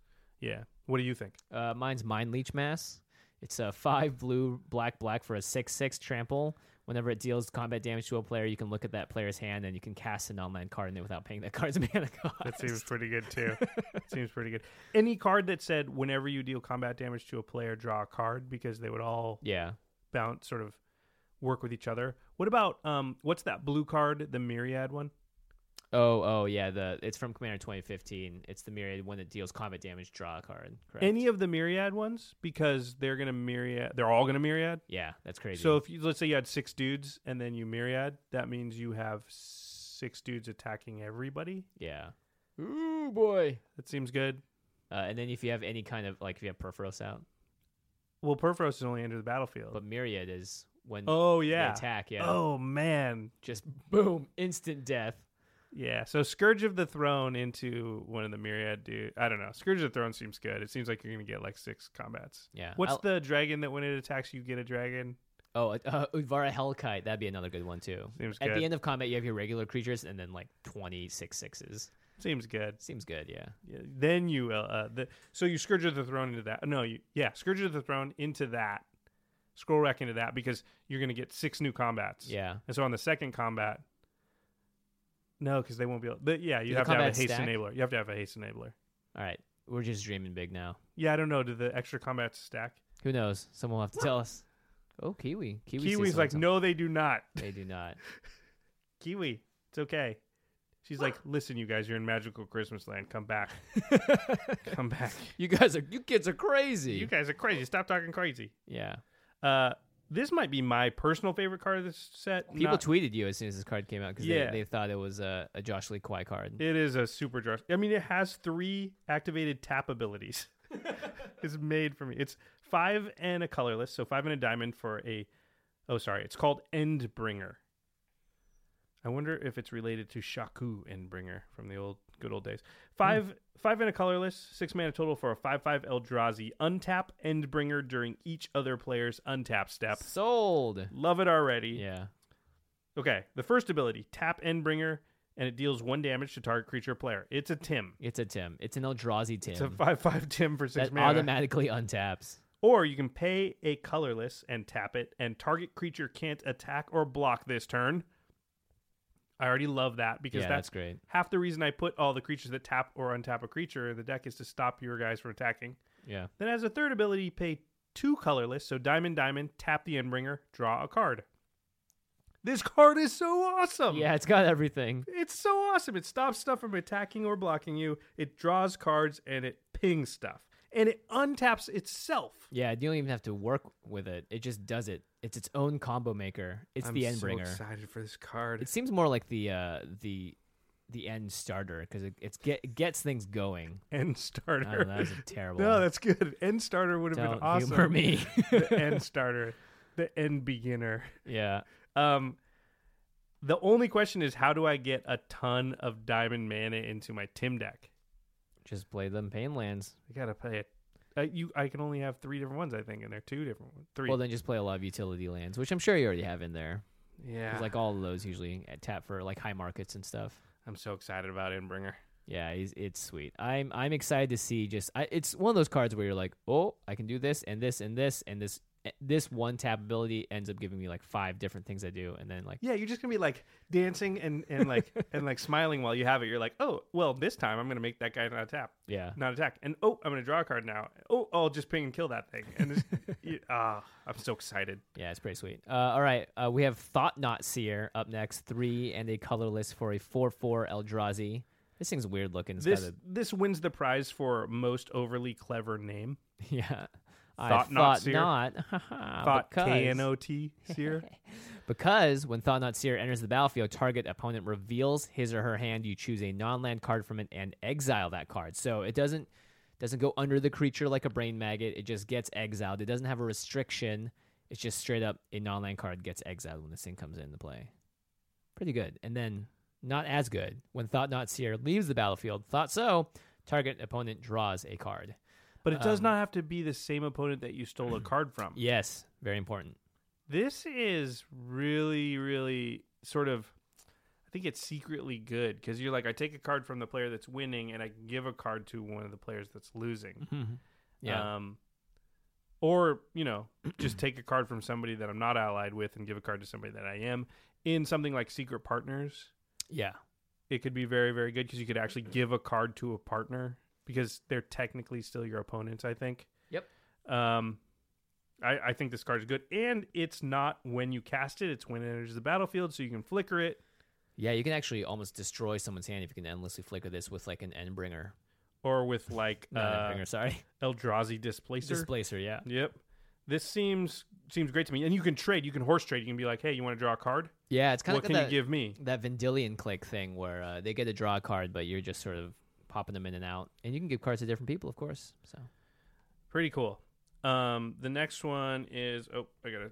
S3: Yeah. What do you think?
S2: Uh, mine's Mind Leech Mass. It's a five blue, black, black for a six six trample. Whenever it deals combat damage to a player, you can look at that player's hand and you can cast an online card in it without paying that card's mana cost.
S3: That seems pretty good too. seems pretty good. Any card that said whenever you deal combat damage to a player, draw a card because they would all
S2: yeah.
S3: bounce sort of work with each other. What about um what's that blue card, the myriad one?
S2: Oh, oh, yeah. The it's from Commander 2015. It's the myriad one that deals combat damage. Draw a card. Correct.
S3: Any of the myriad ones because they're going to myriad they're all going to myriad.
S2: yeah, that's crazy.
S3: So if you let's say you had 6 dudes and then you myriad, that means you have 6 dudes attacking everybody.
S2: yeah. Ooh boy.
S3: That seems good.
S2: Uh, and then if you have any kind of like if you have Perforos out,
S3: Well, Perforos is only under the battlefield.
S2: but Myriad is when
S3: oh
S2: they
S3: yeah.
S2: attack, yeah,
S3: Oh man.
S2: just boom, instant death.
S3: Yeah, so Scourge of the Throne into one of the myriad dude. I don't know. Scourge of the Throne seems good. It seems like you're gonna get like six combats.
S2: Yeah.
S3: What's
S2: I'll-
S3: the dragon that when it attacks you get a dragon?
S2: Oh, uh, Udvara Hellkite, that'd be another good one too.
S3: Seems
S2: At
S3: good.
S2: the end of combat, you have your regular creatures and then like 26 sixes.
S3: Seems good.
S2: Semes good, yeah.
S3: Yeah, Then you uh, uh the, so you Scourge of the Throne into that. No, you yeah Scourge of the Throne into that. Scroll rack into that because you're gonna get six new combats.
S2: Yeah.
S3: And so on the second combat. No, because they won't be able. But yeah, you
S2: the
S3: have to have a
S2: combat
S3: haste
S2: stack?
S3: enabler. You have to have a haste enabler.
S2: All right, we're just dreaming big now.
S3: Yeah, I don't know. Do the extra combats stack?
S2: Who knows? Someone will have to tell us. Oh, Kiwi, Kiwi sees
S3: Kiwi's like,
S2: something.
S3: no, they do not.
S2: they do not.
S3: Kiwi, it's okay. She's like, listen, you guys, you're in magical Christmas land. Come back. Come back.
S2: You guys are, you kids are crazy.
S3: You guys are crazy. Stop talking crazy.
S2: yeah.
S3: Uh, this might be my personal favorite card of this set.
S2: People
S3: Not-
S2: tweeted you as soon as this card came out because
S3: Yeah.
S2: they, they thought it was a, a Josh Lee Kwai card.
S3: It is a super dress. I mean, it has three activated tap abilities. it's made for me. It's five and a colorless, so five and a diamond for a. Oh, sorry. It's called Endbringer. I wonder if it's related to Shaku Endbringer from the old Good old days. Five five and a colorless, six mana total for a five five Eldrazi untap Endbringer during each other player's untap step.
S2: Sold.
S3: Love it already.
S2: Yeah.
S3: Okay, the first ability, tap Endbringer, and it deals one damage to target creature or player. It's a Tim.
S2: It's a Tim. It's an Eldrazi Tim.
S3: It's a five five Tim for six
S2: that
S3: mana.
S2: automatically untaps.
S3: Or you can pay a colorless and tap it, and target creature can't attack or block this turn. I already love that because
S2: Yeah,
S3: that's,
S2: that's great.
S3: Half the reason I put all the creatures that tap or untap a creature in the deck is to stop your guys from attacking.
S2: Yeah.
S3: Then, as a third ability, pay two colorless. So, Diamond, Diamond, tap the Endbringer, draw a card. This card is so awesome!
S2: Yeah, it's got everything.
S3: It's so awesome. It stops stuff from attacking or blocking you. It draws cards and it pings stuff. And it untaps itself.
S2: Yeah, you don't even have to work with it. It just does it. It's its own combo maker. It's the
S3: I'm
S2: end bringer.
S3: so excited for this card.
S2: it seems more like the uh, the the end starter because it it's get it gets things going.
S3: end starter.
S2: I don't know, Oh, that was a terrible.
S3: no,
S2: one.
S3: that's good. End starter would have
S2: don't
S3: been awesome.
S2: humor me.
S3: the end starter, the end beginner.
S2: yeah,
S3: Um, the only question is, how do I get a ton of diamond mana into my Tim deck?
S2: just play them painlands.
S3: I gotta play it. Uh, you, I can only have three different ones, I think, and they're two different ones. Three.
S2: Well, then just play a lot of utility lands, which I'm sure you already have in there. 'Cause,
S3: yeah,
S2: Like all of those usually at tap for like high markets and stuff.
S3: I'm so excited about Endbringer.
S2: Yeah, it's, it's sweet. I'm I'm excited to see just I, it's one of those cards where you're like, oh, I can do this and this and this and this eh, this one tap ability ends up giving me like five different things I do, and then like
S3: Yeah, you're just gonna be like dancing and, and like and like smiling while you have it. You're like, oh, well, this time I'm gonna make that guy not tap,
S2: yeah,
S3: not attack, and oh, I'm gonna draw a card now. Oh, I'll just ping and kill that thing. And it's, you- ah, I'm so excited.
S2: yeah, it's pretty sweet. Uh, all right, uh, we have Thought Not Seer up next, three and a colorless for a four four Eldrazi. This thing's weird looking. It's got
S3: This
S2: a-
S3: this wins the prize for most overly clever name.
S2: yeah. I
S3: Thought Not
S2: thought
S3: Seer.
S2: not. haha,
S3: Thought
S2: Oh, because-
S3: K N O T here.
S2: Because when Thought Not Seer enters the battlefield, target opponent reveals his or her hand. You choose a non-land card from it and exile that card. So it doesn't doesn't go under the creature like a brain maggot. It just gets exiled. It doesn't have a restriction. It's just straight up a non-land card gets exiled when this thing comes into play. Pretty good. And then not as good when Thought Not Seer leaves the battlefield. Thought so. Target opponent draws a card.
S3: But it does
S2: Um,
S3: not have to be the same opponent that you stole a card from.
S2: Yes, very important.
S3: This is really, really sort of. I think it's secretly good because you're like, I take a card from the player that's winning, and I give a card to one of the players that's losing.
S2: Yeah.
S3: Um, or you know, just take a card from somebody that I'm not allied with and give a card to somebody that I am. In something like Secret Partners,
S2: yeah.
S3: it could be very, very good because you could actually give a card to a partner because they're technically still your opponents. I think.
S2: Yep.
S3: Um, I, I think this card is good, and it's not when you cast it; it's when it enters the battlefield, so you can flicker it.
S2: Yeah, you can actually almost destroy someone's hand if you can endlessly flicker this with like an Endbringer.
S3: Or with like
S2: Not
S3: uh,
S2: Endbringer, sorry.
S3: Eldrazi Displacer.
S2: Displacer, yeah.
S3: Yep, this seems seems great to me. And you can trade; you can horse trade. You can be like, "Hey, you want to draw a card?
S2: Yeah, it's kind
S3: what
S2: of
S3: can
S2: that,
S3: you give me?"
S2: that Vendilion click thing where uh, they get to draw a card, but you're just sort of popping them in and out. And you can give cards to different people, of course. So
S3: Pretty cool. Um, the next one is oh, I gotta,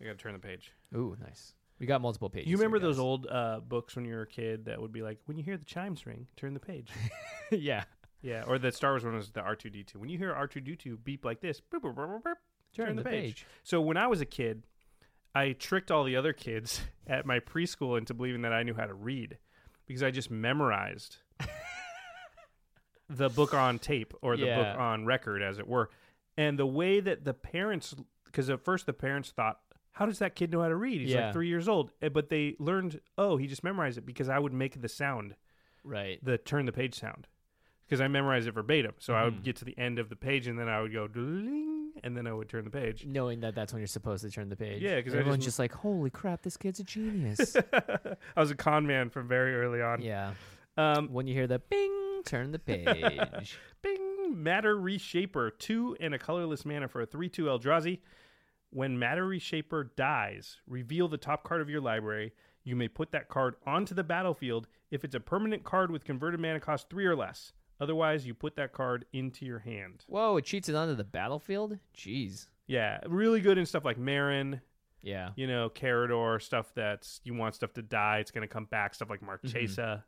S3: I gotta turn the page.
S2: Ooh, nice. We got multiple pages.
S3: you remember
S2: here,
S3: those
S2: guys.
S3: old uh, books when you were a kid that would be like, "When you hear the chimes ring, turn the page."
S2: yeah.
S3: Yeah, or the Star Wars one was the R two D two. When you hear R two D two beep like this, boop, boop, boop, boop, boop, turn, the, page. So when I was a kid, I tricked all the other kids at my preschool into believing that I knew how to read because I just memorized the book on tape or the
S2: Yeah.
S3: book on record, as it were. And the way that the parents, because at first the parents thought, "How does that kid know how to read? He's
S2: Yeah.
S3: like three years old." Eh, But they learned, "Oh, he just memorized it," because I would make the sound
S2: Right.
S3: the turn the page sound because I memorized it verbatim. So I would get to the end of the page and then I would go ding and then I would turn the page.
S2: Knowing that that's when you're supposed to turn the page.
S3: Yeah, 'cause I
S2: everyone's
S3: just-
S2: just... like, holy crap, this kid's a genius.
S3: I was a con man from very early on.
S2: yeah.
S3: Um,
S2: When you hear the bing, turn the page.
S3: bing, Matter Reshaper, two and a colorless mana for a 3 2 Eldrazi. When Matter Reshaper dies, reveal the top card of your library. You may put that card onto the battlefield if it's a permanent card with converted mana cost three or less. Otherwise, you put that card into your hand.
S2: Whoa, it cheats it onto the battlefield? Jeez.
S3: Yeah, really good in stuff like Marin,
S2: Yeah.
S3: you Mm-hmm. know, Corridor, stuff that's you want stuff to die, it's gonna come back, stuff like Marchesa.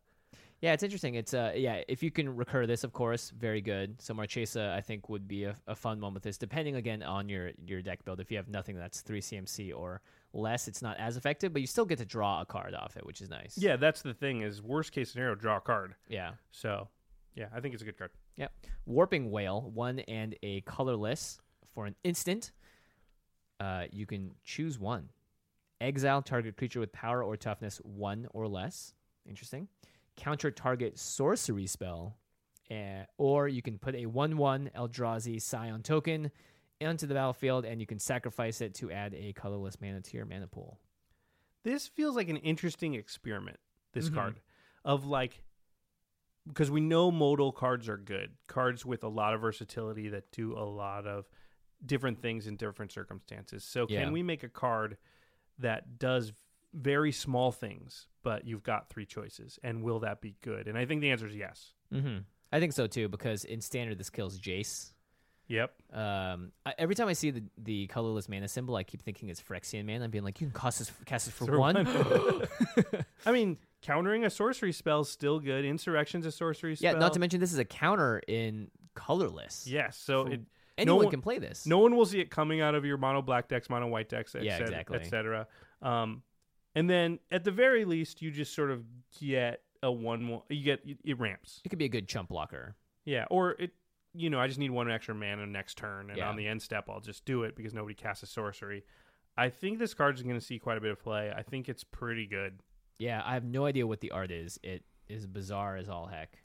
S2: Yeah, it's interesting. It's uh, yeah, if you can recur this, of course, very good. So Marchesa, I think, would be a, a fun one with this. Depending again on your your deck build, if you have nothing that's three CMC or less, it's not as effective, but you still get to draw a card off it, which is nice.
S3: Yeah, that's the thing is worst case scenario, draw a card.
S2: yeah,
S3: So, yeah, I think it's a good card.
S2: yeah. Warping whale, one and a colorless for an instant. Uh, you can choose one. Exile target creature with power or toughness one or less. Interesting. Counter target sorcery spell. eh, or you can put a 1 1 Eldrazi Scion token onto the battlefield and you can sacrifice it to add a colorless mana to your mana pool.
S3: This feels like an interesting experiment. This card of like because we know modal cards are good cards with a lot of versatility that do a lot of different things in different circumstances. So
S2: Yeah.
S3: can we make a card that does very small things, but you've got three choices, and will that be good? And I think the answer is yes.
S2: Mm-hmm. I think so too because in standard this kills Jace.
S3: Yep.
S2: Um, I, every time I see the, the colorless mana symbol, I keep thinking it's Phyrexian mana. I'm being like, you can cast this, cast this for
S3: For
S2: one.
S3: one. I mean, countering a sorcery spell is still good. Insurrection's a sorcery
S2: yeah,
S3: spell.
S2: not to mention this is a counter in colorless.
S3: Yes, so
S2: For-
S3: it,
S2: anyone
S3: no one-
S2: can play this.
S3: no one will see it coming out of your mono black decks, mono white decks, et
S2: Yeah,
S3: cetera,
S2: exactly.
S3: et cetera. Um, and then at the very least, you just sort of get a one one. You get it ramps.
S2: it could be a good chump blocker.
S3: Yeah, or it. You know, I just need one extra mana next turn, and
S2: Yeah.
S3: on the end step, I'll just do it because nobody casts a sorcery. I think this card is going to see quite a bit of play. I think it's pretty good.
S2: Yeah, I have no idea what the art is. It is bizarre as all heck.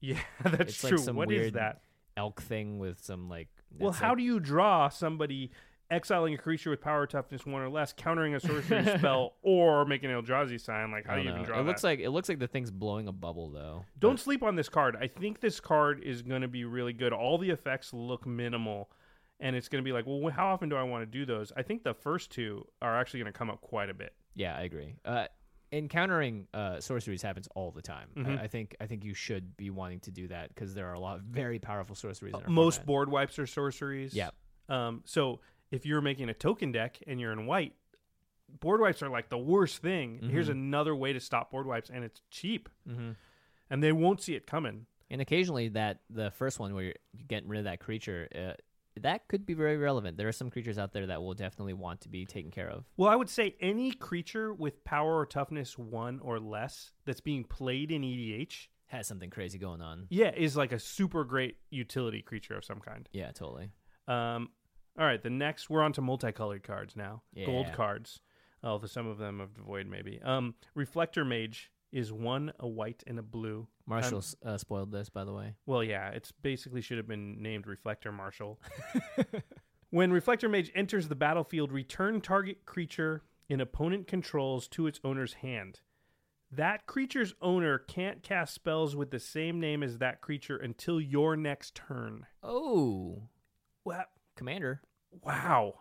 S3: Yeah, that's
S2: it's
S3: true. What
S2: like
S3: is
S2: some weird
S3: that?
S2: elk thing with some like.
S3: Well, how do you draw somebody exiling a creature with power toughness one or less, countering a sorcery spell, or making an Eldrazi sign? Like, how do you even draw
S2: It looks
S3: that?
S2: like it looks like the thing's blowing a bubble though.
S3: Don't sleep on this card. I think this card is going to be really good. All the effects look minimal, and it's going to be like, well, wh- how often do I want to do those? I think the first two are actually going to come up quite a bit.
S2: Yeah, I agree. Uh, encountering uh, sorceries happens all the time. I, I think I think you should be wanting to do that because there are a lot of very powerful sorceries. in our
S3: Uh, Most
S2: format.
S3: board wipes are sorceries.
S2: Yeah.
S3: Um, so if you're making a token deck and you're in white, board wipes are like the worst thing.
S2: Mm-hmm.
S3: Here's another way to stop board wipes, and it's cheap, and they won't see it coming.
S2: and occasionally that the first one where you're getting rid of that creature. Uh, that could be very relevant. There are some creatures out there that will definitely want to be taken care of.
S3: Well, I would say any creature with power or toughness one or less that's being played in EDH,
S2: Has something crazy going on.
S3: yeah, is like a super great utility creature of some kind.
S2: Yeah, totally.
S3: Um, all right, the next we're on to multicolored cards now. Gold
S2: Yeah.
S3: cards, although some of them have void maybe. Um, Reflector Mage is one a white and a blue.
S2: Marshall
S3: Um,
S2: s uh, spoiled this, by the way.
S3: Well, yeah, it's basically should have been named Reflector Marshal. when Reflector Mage enters the battlefield, return target creature an opponent controls to its owner's hand. That creature's owner can't cast spells with the same name as that creature until your next turn.
S2: Oh,
S3: Wow.
S2: commander.
S3: Wow.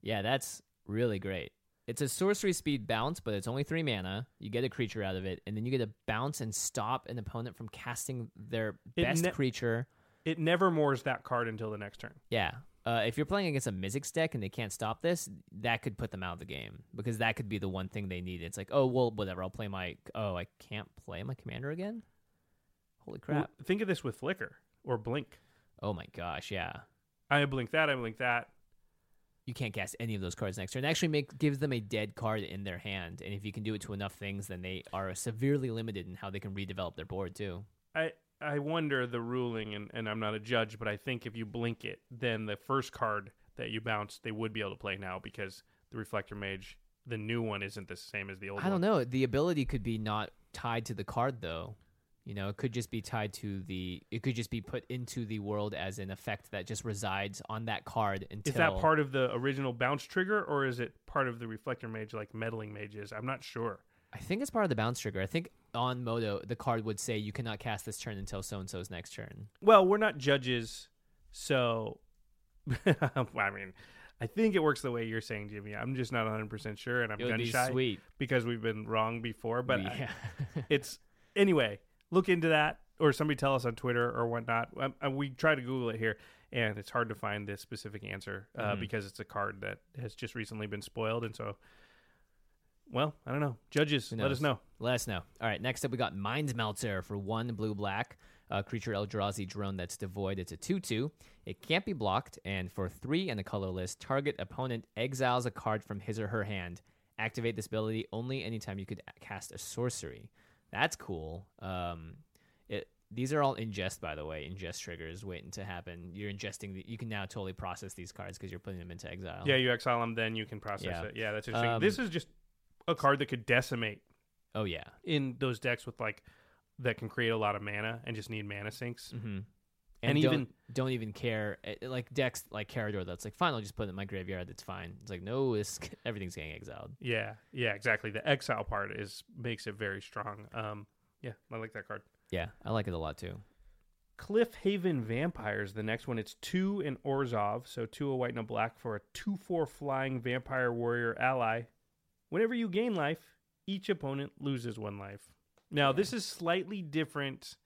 S2: Yeah, that's really great. It's a sorcery speed bounce, but it's only three mana. You get a creature out of it, and then you get to bounce and stop an opponent from casting their
S3: It
S2: best
S3: ne-
S2: creature.
S3: It never moors that card until the next turn.
S2: Yeah. Uh, if you're playing against a Mizzix deck and they can't stop this, that could put them out of the game because that could be the one thing they need. It's like, oh, well, whatever. I'll play my. Oh, I can't play my commander again? Holy crap.
S3: W- Think of this with Flicker or Blink.
S2: Oh my gosh, yeah.
S3: I blink that, I blink that.
S2: You can't cast any of those cards next turn. It actually make, gives them a dead card in their hand. And if you can do it to enough things, then they are severely limited in how they can redevelop their board, too.
S3: I I wonder the ruling, and, and I'm not a judge, but I think if you blink it, then the first card that you bounce, they would be able to play now because the Reflector Mage, the new one, isn't the same as the old.
S2: I don't
S3: one.
S2: know. The ability could be not tied to the card, though. You know, it could just be tied to the. It could just be put into the world as an effect that just resides on that card until.
S3: Is that part of the original bounce trigger, or is it part of the Reflector Mage, like Meddling Mage is? I'm not sure.
S2: I think it's part of the bounce trigger. I think on Modo, the card would say you cannot cast this turn until so and so's next turn.
S3: Well, we're not judges, so I mean, I think it works the way you're saying, Jimmy. I'm just not 100 percent sure, and I'm
S2: It would
S3: gun
S2: be
S3: shy
S2: sweet.
S3: because we've been wrong before. But I-
S2: yeah.
S3: it's anyway look into that or somebody tell us on twitter or whatnot um, uh, we try to google it here and it's hard to find the
S2: Mm-hmm.
S3: specific answer uh, because it's a card that has just recently been spoiled and so Well, I don't know. Judges,
S2: Who
S3: let us
S2: knows?
S3: know.
S2: Let us know. All right, next up we got Mindmelter for one blue black. A creature Eldrazi drone that's devoid. It's a 2 2. It can't be blocked. And for three and a colorless, target opponent exiles a card from his or her hand. Activate this ability only anytime you could a- cast a sorcery. That's cool. Um, it, these are all ingest, by the way. Ingest triggers waiting to happen. You're ingesting. The, you can now totally process these cards because you're putting them into exile.
S3: Yeah, you exile them, then you can process
S2: Oh. Yeah.
S3: it. Yeah, that's interesting.
S2: Um,
S3: this is just a card that could decimate
S2: Oh, yeah.
S3: in those decks with like that can create a lot of mana and just need mana sinks.
S2: hmm And,
S3: And
S2: don't,
S3: even-
S2: don't even care eh, like decks like Carador that's like fine I'll just put it in my graveyard that's fine it's like no it's, everything's getting exiled
S3: Yeah, yeah, exactly. The exile part is makes it very strong. Um, yeah, I like that card.
S2: yeah I like it a lot too
S3: Cliffhaven Vampires, the next one. It's two in Orzov, so two a white and a black for a 2 4 flying vampire warrior ally. Whenever you gain life, each opponent loses one life. Now, this is slightly different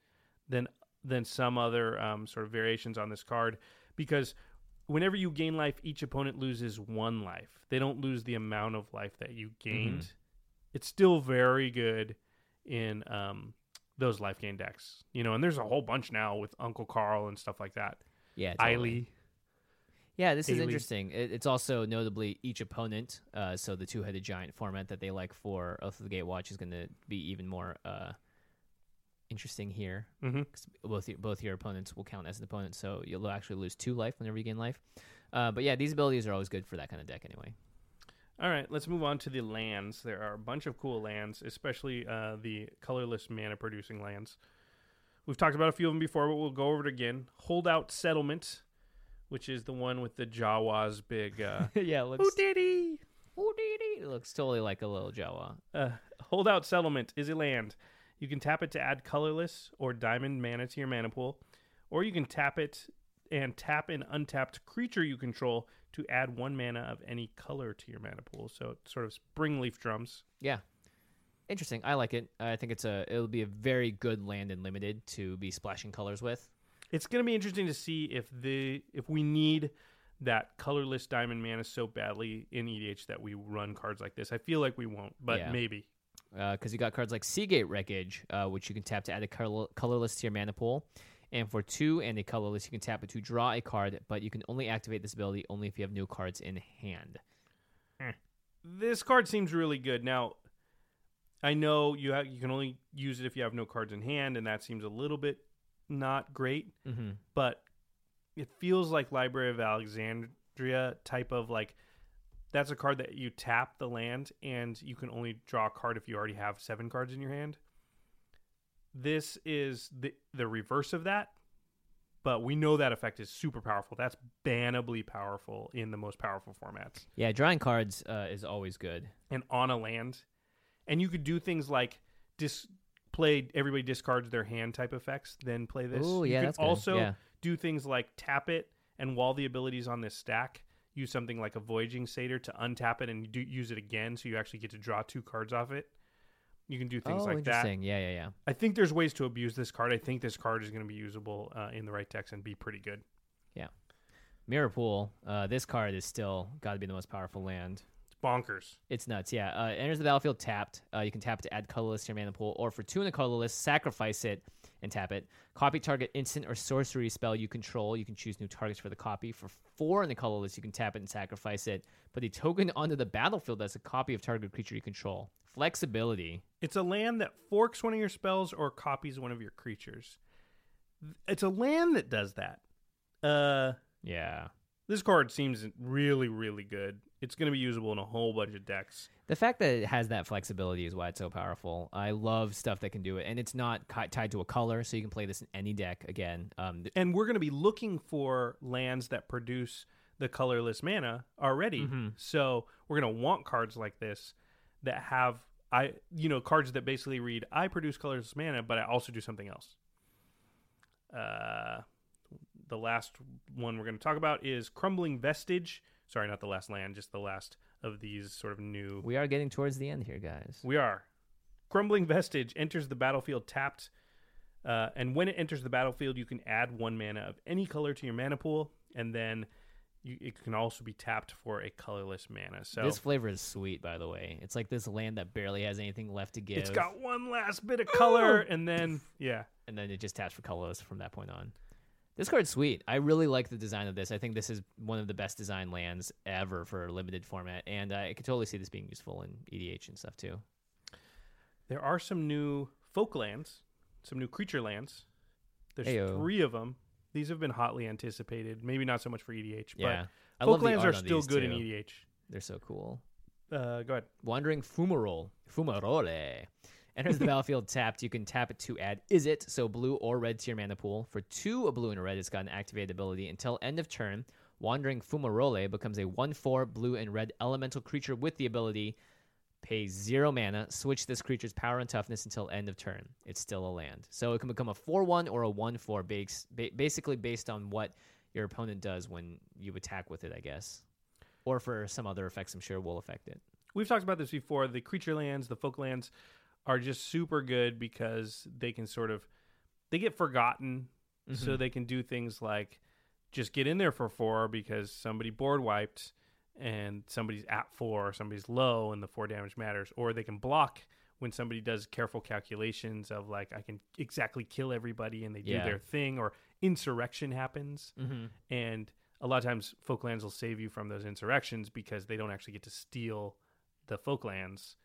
S3: than than some other um, sort of variations on this card because whenever you gain life, each opponent loses one life. They don't lose the amount of life that you gained. It's still very good in um, those life gain decks, you know. And there's a whole bunch now with Uncle Carl and stuff like that.
S2: yeah totally.
S3: Eily,
S2: yeah this is
S3: Ailey.
S2: interesting it, it's also notably each opponent uh, so the two headed giant format that they like for Oath of the Gatewatch is going to be even more uh, interesting here
S3: hmm
S2: 'cause both y- both your opponents will count as an opponent so you'll actually lose two life whenever you gain life uh, but yeah these abilities are always good for that kind of deck anyway
S3: All right, let's move on to the lands. There are a bunch of cool lands, especially uh, the colorless mana producing lands. We've talked about a few of them before, but we'll go over it again. Holdout Settlement, which is the one with the Jawa's big. Uh,
S2: yeah it looks
S3: Who did he?
S2: Ooh, dee, dee. It looks totally like a little Jawa.
S3: Uh, Holdout Settlement is a land. You can tap it to add colorless or diamond mana to your mana pool, or you can tap it and tap an untapped creature you control to add one mana of any color to your mana pool. So it's sort of Springleaf Drums.
S2: Yeah, interesting. I like it. I think it's a. It'll be a very good land and limited to be splashing colors with.
S3: It's going to be interesting to see if the if we need that colorless diamond mana so badly in EDH that we run cards like this. I feel like we won't, but
S2: Yeah.
S3: maybe.
S2: because uh, you got cards like Seagate Wreckage, uh, which you can tap to add a color- colorless to your mana pool. And for two and a colorless, you can tap it to draw a card, but you can only activate this ability only if you have new cards in hand.
S3: This card seems really good. Now, I know you ha- you can only use it if you have no cards in hand, and that seems a little bit not great.
S2: Mm-hmm.
S3: but it feels like Library of Alexandria type of like that's a card that you tap the land and you can only draw a card if you already have seven cards in your hand. This is the the reverse of that, but we know that effect is super powerful. That's bannably powerful in the most powerful formats
S2: Yeah, drawing cards uh, is always good.
S3: and on a land. And you could do things like dis- play everybody discards their hand type effects, then play this.
S2: Ooh, yeah,
S3: you could
S2: that's good.
S3: also
S2: Yeah.
S3: do things like tap it, and while the ability's on this stack, use something like a Voyaging Satyr to untap it and do- use it again, so you actually get to draw two cards off it. You can do things
S2: oh,
S3: like that.
S2: interesting. Yeah, yeah, yeah.
S3: I think there's ways to abuse this card. I think this card is going to be usable uh, in the right decks and be pretty good.
S2: Mirror Pool. Uh, this card is still got to be the most powerful land.
S3: It's bonkers.
S2: It's nuts, yeah. Uh, it enters the battlefield tapped. Uh, you can tap it to add colorless to your mana pool, or for two and a colorless, sacrifice it and tap it. Copy target instant or sorcery spell you control. You can choose new targets for the copy. For four and a colorless, you can tap it and sacrifice it. Put a token onto the battlefield that's a copy of target creature you control. Flexibility.
S3: It's a land that forks one of your spells or copies one of your creatures. Th- It's a land that does that. Uh,
S2: Yeah.
S3: this card seems really, really good. It's going to be usable in a whole bunch of decks.
S2: The fact that it has that flexibility is why it's so powerful. I love stuff that can do it, and it's not ki tied to a color, so you can play this in any deck. Again, um, th-
S3: And we're going to be looking for lands that produce the colorless mana already.
S2: Mhm.
S3: So we're going to want cards like this that have I, you know, cards that basically read I produce colorless mana, but I also do something else. Uh, the last one we're going to talk about is Crumbling Vestige. Sorry, not the last land, just the last of these sort of new
S2: we are getting towards the end here, guys.
S3: We are. Crumbling Vestige enters the battlefield tapped. Uh, and when it enters the battlefield, you can add one mana of any color to your mana pool. And then you, it can also be tapped for a colorless mana. So
S2: This flavor is sweet, by the way. It's like this land that barely has anything left to give.
S3: it's got one last bit of color, and then yeah,
S2: and then it just taps for colorless from that point on. This card's sweet. I really like the design of this. I think this is one of the best design lands ever for a limited format, and uh, I could totally see this being useful in EDH and stuff too.
S3: there are some new folk lands, some new creature lands. There's
S2: Ayo.
S3: three of them. These have been hotly anticipated. Maybe not so much for EDH,
S2: Yeah. I
S3: but
S2: love
S3: folk
S2: the
S3: lands are
S2: art on
S3: still
S2: these,
S3: good
S2: too.
S3: in EDH.
S2: They're so cool.
S3: Uh, go ahead.
S2: Wandering Fumarole. Fumarole. Enters the battlefield tapped. You can tap it to add Is It, so blue or red to your mana pool. For two, a blue and a red, it's got an activated ability. Until end of turn, Wandering Fumarole becomes a 1 4 blue and red elemental creature with the ability pay zero mana, switch this creature's power and toughness until end of turn. It's still a land. So it can become a 4 1 or a 1 4, bas- ba- basically based on what your opponent does when you attack with it, I guess. Or for some other effects, I'm sure will affect it.
S3: We've talked about this before. The creature lands, the folk lands, are just super good because they can sort of they get forgotten, so they can do things like just get in there for four because somebody board wiped and somebody's at four, or somebody's low, and the four damage matters, or they can block when somebody does careful calculations of like I can exactly kill everybody and they
S2: Yeah.
S3: do their thing, or insurrection happens, and a lot of times folk lands will save you from those insurrections because they don't actually get to steal the folk lands,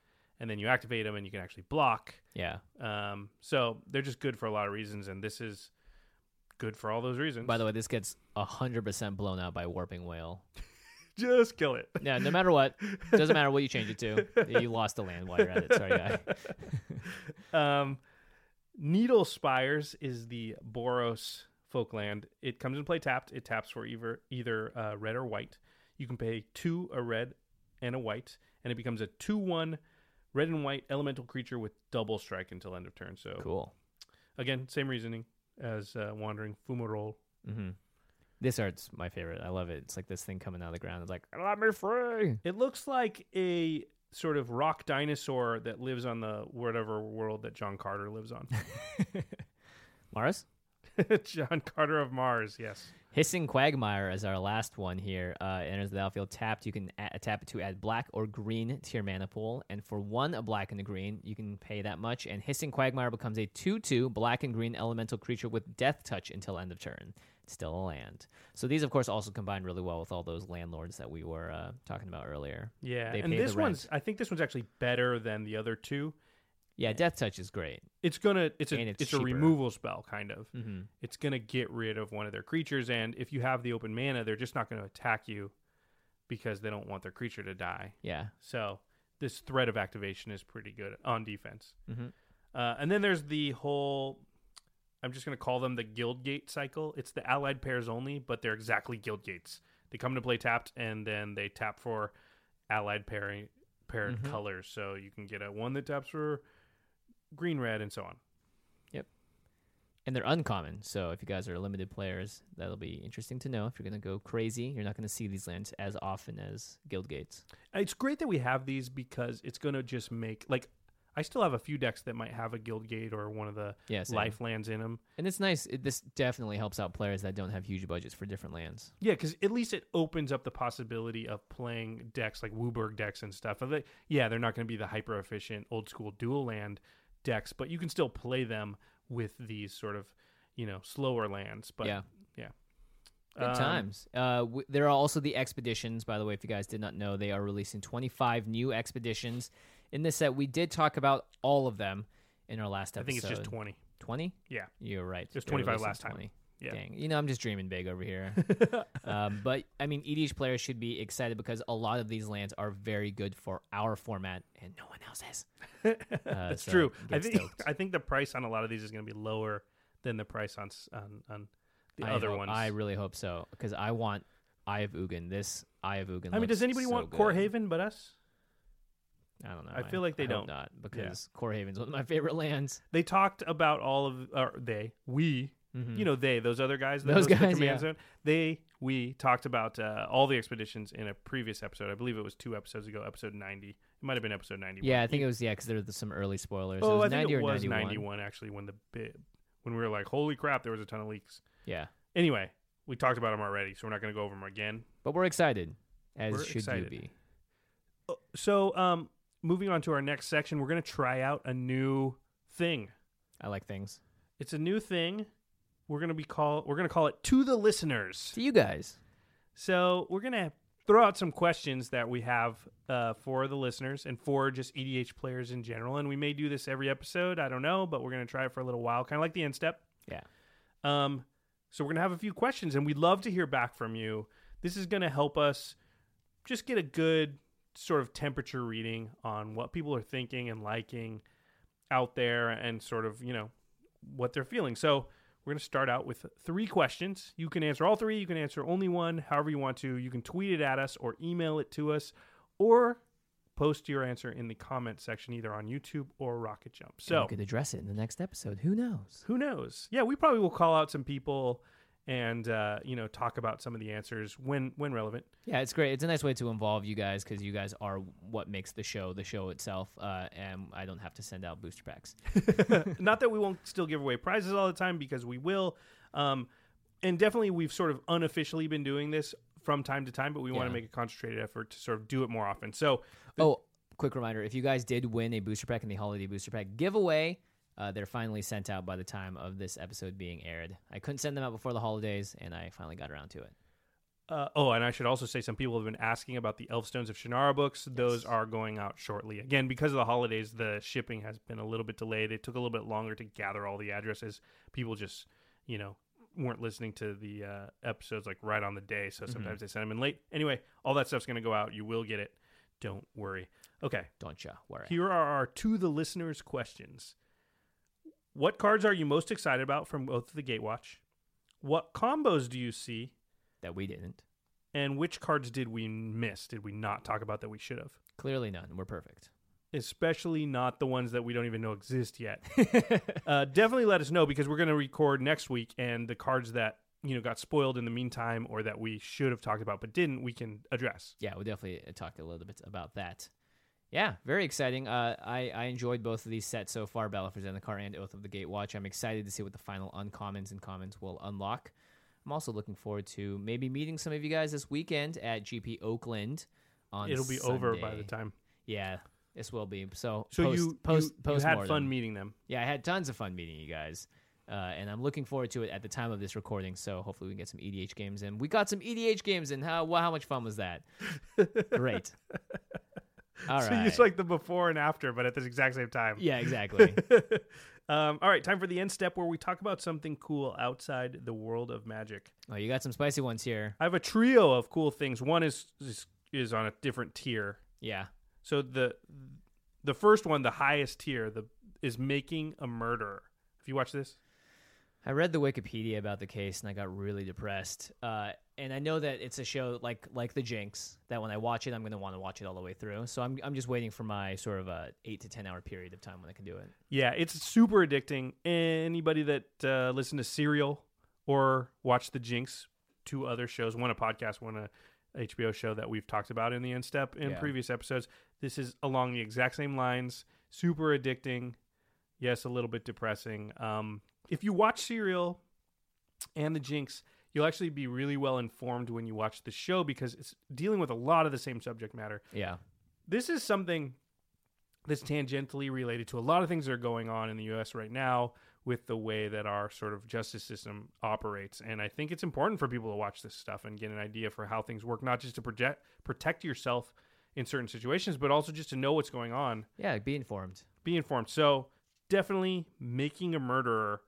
S3: and then you activate them and you can actually block.
S2: Yeah.
S3: Um, so they're just good for a lot of reasons, and this is good for all those reasons.
S2: By the way, this gets hundred percent blown out by warping whale.
S3: just kill it.
S2: Yeah, no matter what, doesn't matter what you change it to, you lost the land while you're at it. Sorry, guy.
S3: Um, Needle Spires is the Boros folkland. It comes in play tapped. It taps for either either uh, red or white. You can pay two a red and a white, and it becomes a two-one red and white elemental creature with double strike until end of turn. So
S2: Cool.
S3: again, same reasoning as uh, Wandering Fumarole.
S2: hmm This art's my favorite. I love it. It's like this thing coming out of the ground. It's like let me free.
S3: It looks like a sort of rock dinosaur that lives on the whatever world that John Carter lives on.
S2: Mars.
S3: John Carter of Mars, yes.
S2: Hissing Quagmire is our last one here. Uh, enters the battlefield tapped. You can a- tap it to add black or green to your mana pool. And for one, a black and a green, you can pay that much. And Hissing Quagmire becomes a 2 2 black and green elemental creature with Death Touch until end of turn. It's still a land. So these, of course, also combine really well with all those landlords that we were uh, talking about earlier.
S3: Yeah,
S2: They
S3: and
S2: pay the
S3: this
S2: rent.
S3: one's I think this one's actually better than the other two.
S2: Yeah, Death Touch is great.
S3: It's gonna it's a
S2: And
S3: it's,
S2: it's
S3: a
S2: cheaper.
S3: removal spell kind of.
S2: Mm-hmm.
S3: It's gonna get rid of one of their creatures, and if you have the open mana, they're just not gonna attack you because they don't want their creature to die.
S2: Yeah.
S3: So this threat of activation is pretty good on defense.
S2: Mhm.
S3: Uh, and then there's the whole. I'm just going to call them the guild gate cycle. It's the allied pairs only, but they're exactly guild gates. They come to play tapped, and then they tap for allied pairing paired colors. So you can get a one that taps for green, red, and so on.
S2: and they're uncommon. So if you guys are limited players, that'll be interesting to know. If you're gonna go crazy, you're not gonna see these lands as often as guild gates.
S3: It's great that we have these because it's going to just make like I still have a few decks that might have a guild gate or one of the
S2: Yeah, same.
S3: life lands in them.
S2: And it's nice. It, this definitely helps out players that don't have huge budgets for different lands.
S3: Yeah, because at least it opens up the possibility of playing decks like Wooburg decks and stuff. Of it- Yeah, they're not going to be the hyper efficient old school dual land decks, but you can still play them with these sort of you know slower lands. But
S2: Yeah.
S3: yeah,
S2: Good
S3: Um,
S2: times. Uh, w- there are also the expeditions. By the way, if you guys did not know, they are releasing 25 new expeditions in this set. We did talk about all of them in our last
S3: I
S2: episode.
S3: think it's just twenty.
S2: 20.
S3: Yeah,
S2: You're right.
S3: was
S2: They're
S3: 25
S2: releasing
S3: last time. Yeah.
S2: Dang. You know, I'm just dreaming big over here. um, but I mean, EDH players should be excited because a lot of these lands are very good for our format and no one else's.
S3: that's
S2: uh, so
S3: true.
S2: get
S3: I think
S2: stoked.
S3: I think the price on a lot of these is going to be lower than the price on s- on, on the
S2: I
S3: other
S2: hope-
S3: ones.
S2: I really hope so because I want Eye of Ugin. This Eye of Ugin.
S3: I mean,
S2: looks
S3: does anybody
S2: so
S3: want
S2: good.
S3: Core Haven but us?
S2: I don't know.
S3: I feel like they
S2: I hope
S3: don't.
S2: not because Core Haven's one of my favorite lands.
S3: they talked about all of or they we
S2: Mm-hmm.
S3: you know they those other guys that
S2: Those
S3: host the
S2: guys,
S3: command
S2: yeah.
S3: zone they we talked about uh, all the expeditions in a previous episode i believe it was two episodes ago episode 90 it might have been episode 91
S2: Yeah, I think it was yeah because there were some early spoilers. it
S3: oh
S2: was
S3: i think
S2: 90
S3: it
S2: or
S3: was
S2: 91.
S3: 91 actually when the bit when we were like holy crap there was a ton of leaks
S2: Yeah.
S3: anyway We talked about them already, so we're not going to go over them again.
S2: But we're excited, as
S3: We're
S2: should
S3: excited.
S2: you be.
S3: Uh, So, um, moving on to our next section, we're going to try out a new thing.
S2: I like things.
S3: It's a new thing. We're going to be call we're going to call it to the listeners.
S2: To you guys.
S3: So we're gonna throw out some questions that we have uh, for the listeners and for just EDH players in general. And we may do this every episode. I don't know, but we're gonna try it for a little while, kind of like the end step.
S2: Yeah.
S3: Um, so we're gonna have a few questions, and we'd love to hear back from you. This is gonna help us just get a good sort of temperature reading on what people are thinking and liking out there, and sort of you know what they're feeling. So we're going to start out with three questions. You can answer all three. You can answer only one, however you want to. You can tweet it at us or email it to us or post your answer in the comment section either on YouTube or Rocket Jump. So
S2: we could address it in the next episode. Who knows?
S3: who knows? Yeah, we probably will call out some people and uh, you know talk about some of the answers when when relevant.
S2: Yeah, it's great. It's a nice way to involve you guys because you guys are what makes the show the show itself. Uh, and I don't have to send out booster packs.
S3: Not that we won't still give away prizes all the time because we will. Um, and definitely, we've sort of unofficially been doing this from time to time, but we want to
S2: Yeah.
S3: make a concentrated effort to sort of do it more often. So
S2: oh, quick reminder if you guys did win a booster pack in the holiday booster pack giveaway, uh, they're finally sent out by the time of this episode being aired. I couldn't send them out before the holidays, and I finally got around to it.
S3: Uh, oh, and I should also say some people have been asking about the Elfstones of Shannara books. Those are going out shortly. Again, because of the holidays, the shipping has been a little bit delayed. It took a little bit longer to gather all the addresses. People just, you know, weren't listening to the uh, episodes like right on the day. So sometimes they sent them in late. Anyway, all that stuff's going to go out. You will get it. Don't worry. Okay.
S2: Don't you worry.
S3: Here are our to the listeners questions. What cards are you most excited about from both of the Gatewatch? What combos do you see?
S2: that we didn't.
S3: And which cards did we miss? Did we not talk about that we should have?
S2: Clearly none. We're perfect.
S3: Especially not the ones that we don't even know exist yet. uh, definitely let us know because we're going to record next week, and the cards that you know got spoiled in the meantime or that we should have talked about but didn't, we can address.
S2: yeah, we'll definitely uh, talk a little bit about that. Yeah, very exciting. Uh, I, I enjoyed both of these sets so far, Battle for Zendikar and Oath of the Gatewatch. I'm excited to see what the final uncommons and commons will unlock. I'm also looking forward to maybe meeting some of you guys this weekend at GP Oakland. On
S3: It'll be over by
S2: Sunday.
S3: the time.
S2: Yeah, this will be. So,
S3: So
S2: post,
S3: you,
S2: post,
S3: you, you had
S2: postmortem.
S3: fun meeting them.
S2: Yeah, I had tons of fun meeting you guys. Uh, and I'm looking forward to it at the time of this recording. So hopefully we can get some EDH games in. We got some EDH games in. How wow, how much fun was that? Great. All right.
S3: So it's like the before and after, but at the exact same time.
S2: yeah, exactly.
S3: Um, all right, time for the end step where we talk about something cool outside the world of magic.
S2: oh, you got some spicy ones here.
S3: I have a trio of cool things. One is is, is on a different tier.
S2: Yeah.
S3: So the the first one, the highest tier, the is making a murderer. Have you watched this?
S2: I read the Wikipedia about the case and I got really depressed. Uh, and I know that it's a show like like the Jinx that when I watch it, I'm going to want to watch it all the way through. So I'm I'm just waiting for my sort of a eight to ten hour period of time when I can do it.
S3: Yeah, it's super addicting. Anybody that uh, listened to Serial or watched The Jinx, two other shows, one a podcast, one a HBO show that we've talked about in the end step in
S2: Yeah.
S3: previous episodes. This is along the exact same lines. Super addicting. Yes, a little bit depressing. Um, if you watch Serial and The Jinx, you'll actually be really well informed when you watch the show because it's dealing with a lot of the same subject matter
S2: Yeah.
S3: this is something that's tangentially related to a lot of things that are going on in the US right now with the way that our sort of justice system operates. And I think it's important for people to watch this stuff and get an idea for how things work, not just to project protect yourself in certain situations, but also just to know what's going on,
S2: Yeah. Be informed.
S3: be informed. So definitely making a murderer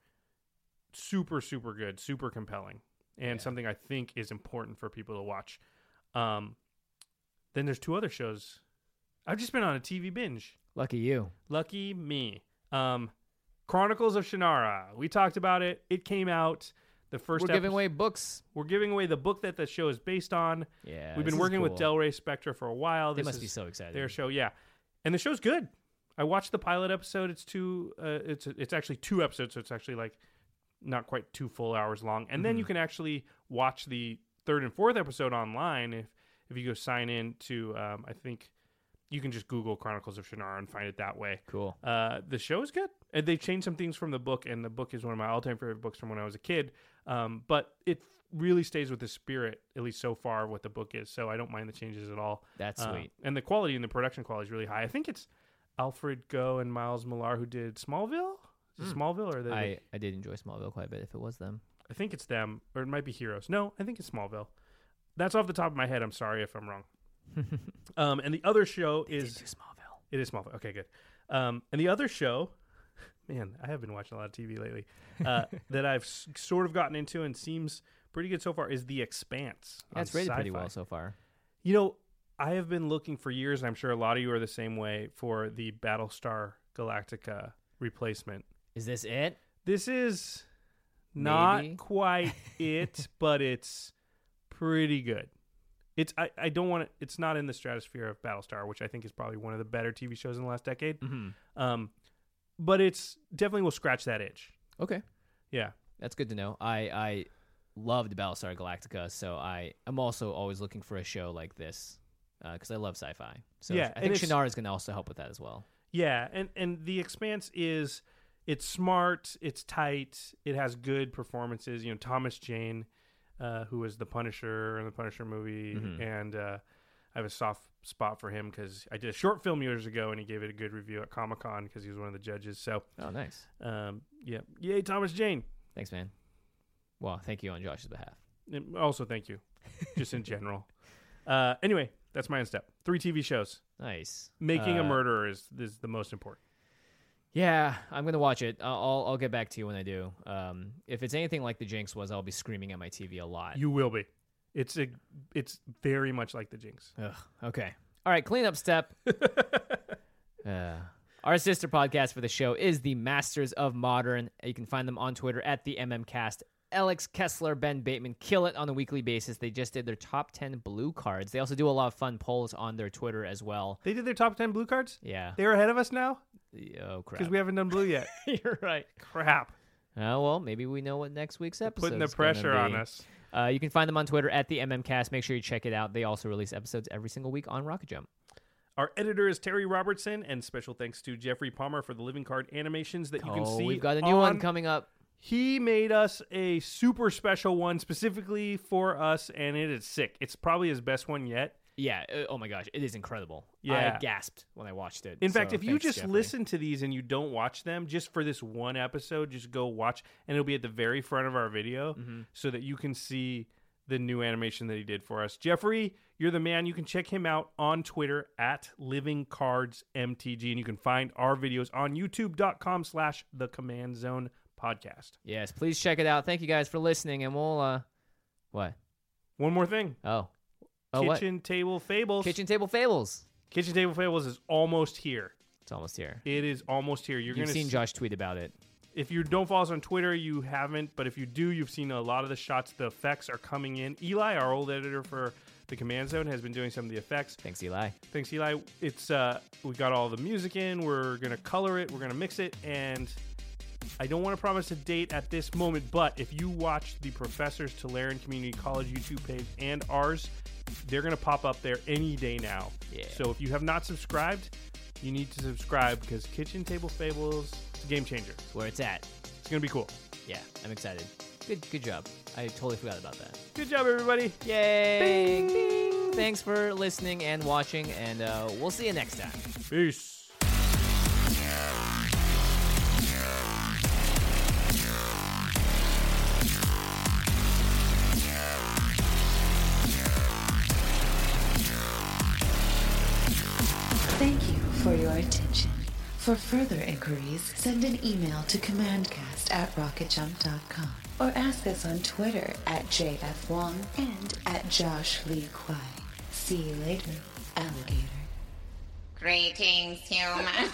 S3: super, super good, super compelling, and something I think is important for people to watch. Um, then there's two other shows. I've just been on a TV binge.
S2: Lucky you.
S3: Lucky me. Um, Chronicles of Shannara. We talked about it. It came out. The 1st
S2: We're giving
S3: episode-
S2: away books.
S3: We're giving away the book that the show is based on.
S2: Yeah,
S3: we've
S2: this is
S3: been working with
S2: cool.
S3: Del Rey Spectra for a while.
S2: They
S3: This
S2: must be
S3: is
S2: so excited.
S3: Their show, yeah, and the show's good. I watched the pilot episode. It's two. Uh, it's it's actually two episodes, so it's actually like not quite two full hours long. And then you
S2: Mm-hmm.
S3: can actually watch the third and fourth episode online if if you go sign in to um, I think you can just Google Chronicles of Shannara and find it that way.
S2: Cool.
S3: Uh, the show is good. And they changed some things from the book, and the book is one of my all time favorite books from when I was a kid. Um, but it really stays with the spirit, at least so far, what the book is. So I don't mind the changes at all.
S2: That's
S3: Uh,
S2: sweet.
S3: and the quality and the production quality is really high. I think it's Alfred Go and Miles Millar who did Smallville. Is it Smallville or the,
S2: Hmm. I, I did enjoy Smallville quite a bit. If it was them,
S3: I think it's them, or it might be Heroes. No, I think it's Smallville. That's off the top of my head. I'm sorry if I'm wrong. um, and the other show is
S2: Smallville.
S3: it is Smallville. Okay, good. Um, and the other show, man, I have been watching a lot of TV lately uh, that I've s- sort of gotten into and seems pretty good so far is The Expanse. on
S2: That's rated pretty
S3: Syfy.
S2: well so far.
S3: You know, I have been looking for years, and I'm sure a lot of you are the same way for the Battlestar Galactica replacement.
S2: Is this it?
S3: This is not
S2: Maybe.
S3: quite it, but it's pretty good. It's I, I don't want to, it's not in the stratosphere of Battlestar, which I think is probably one of the better TV shows in the last decade. Um, but it's definitely will scratch that itch.
S2: Okay,
S3: Yeah.
S2: that's good to know. I I loved Battlestar Galactica, so I am also always looking for a show like this because I love sci-fi. So I
S3: Yeah, and
S2: think
S3: it's-
S2: Shannara is going to also help with that as well.
S3: Yeah, and and the Expanse is it's smart, it's tight, it has good performances. You know, Thomas Jane, uh, who was the Punisher in the Punisher movie, and uh, I have a soft spot for him because I did a short film years ago, and he gave it a good review at Comic Con because he was one of the judges. So,
S2: Oh, nice.
S3: um, yeah, yay, Thomas Jane.
S2: Thanks, man. Well, thank you on Josh's behalf.
S3: And also, thank you, just in general. Uh, anyway, that's my end step. Three TV shows.
S2: Nice.
S3: Making a
S2: Uh,
S3: Murderer is is the most important.
S2: Yeah, I'm gonna watch it. I'll I'll- I'll get back to you when I do. Um, if it's anything like the Jinx was, I'll be screaming at my TV a lot.
S3: You will be. It's a. It's very much like the Jinx.
S2: Ugh, okay. All right, cleanup step. uh, our sister podcast for the show is the Masters of Modern. You can find them on Twitter at the MMCast. Alex Kessler, Ben Bateman kill it on a weekly basis. They just did their top 10 blue cards. They also do a lot of fun polls on their Twitter as well.
S3: They did their top ten blue cards.
S2: Yeah.
S3: They're ahead of us now
S2: Oh, crap.
S3: because we haven't done blue yet.
S2: You're right.
S3: Crap,
S2: Oh, well, maybe we know what next week's episode
S3: putting the pressure on us.
S2: Uh, you can find them on Twitter at the MMCast. Make sure you check it out. They also release episodes every single week on Rocket Jump.
S3: Our editor is Terry Robertson, and special thanks to Jeffrey Palmer for the living card animations that you can
S2: oh,
S3: see.
S2: we've got a new
S3: on-
S2: one coming up.
S3: He made us a super special one specifically for us, and it is sick. It's probably his best one yet.
S2: Yeah. uh, Oh my gosh, it is incredible.
S3: Yeah.
S2: I gasped when I watched it.
S3: In fact,
S2: so
S3: if you
S2: thanks,
S3: just
S2: Jeffrey.
S3: listen to these and you don't watch them, just for this one episode, just go watch, and it'll be at the very front of our video
S2: Mm-hmm.
S3: so that you can see the new animation that he did for us. Jeffrey, you're the man. You can check him out on Twitter at Living Cards MTG, and you can find our videos on youtube.com slash the command zone podcast.
S2: yes, please check it out. Thank you guys for listening, and we'll uh, what?
S3: One more thing.
S2: Oh, oh
S3: Kitchen Table Fables.
S2: what? Kitchen table fables.
S3: Kitchen Table Fables is almost here.
S2: It's almost here.
S3: It is almost here. You're
S2: You've
S3: gonna
S2: seen
S3: see-
S2: Josh tweet about it.
S3: If you don't follow us on Twitter, you haven't. But if you do, you've seen a lot of the shots. The effects are coming in. Eli, our old editor for the Command Zone, has been doing some of the effects.
S2: Thanks, Eli.
S3: Thanks, Eli. It's uh, we got all the music in. We're gonna color it. We're gonna mix it. And I don't want to promise a date at this moment, but if you watch the professors Tularen Community College YouTube page and ours, they're gonna pop up there any day now.
S2: Yeah.
S3: So if you have not subscribed, you need to subscribe because Kitchen Table Fables it's a game changer.
S2: It's where it's at.
S3: It's gonna be cool.
S2: Yeah, I'm excited. Good, good job. I totally forgot about that.
S3: Good job, everybody.
S2: Yay! Thanks for listening and watching, and uh, we'll see you next time.
S3: Peace.
S1: Thank you for your attention. For further inquiries, send an email to commandcast at rocketjump.com or ask us on Twitter at JF Wong and at Josh Lee Kwai. See you later, alligator.
S4: Greetings, humans.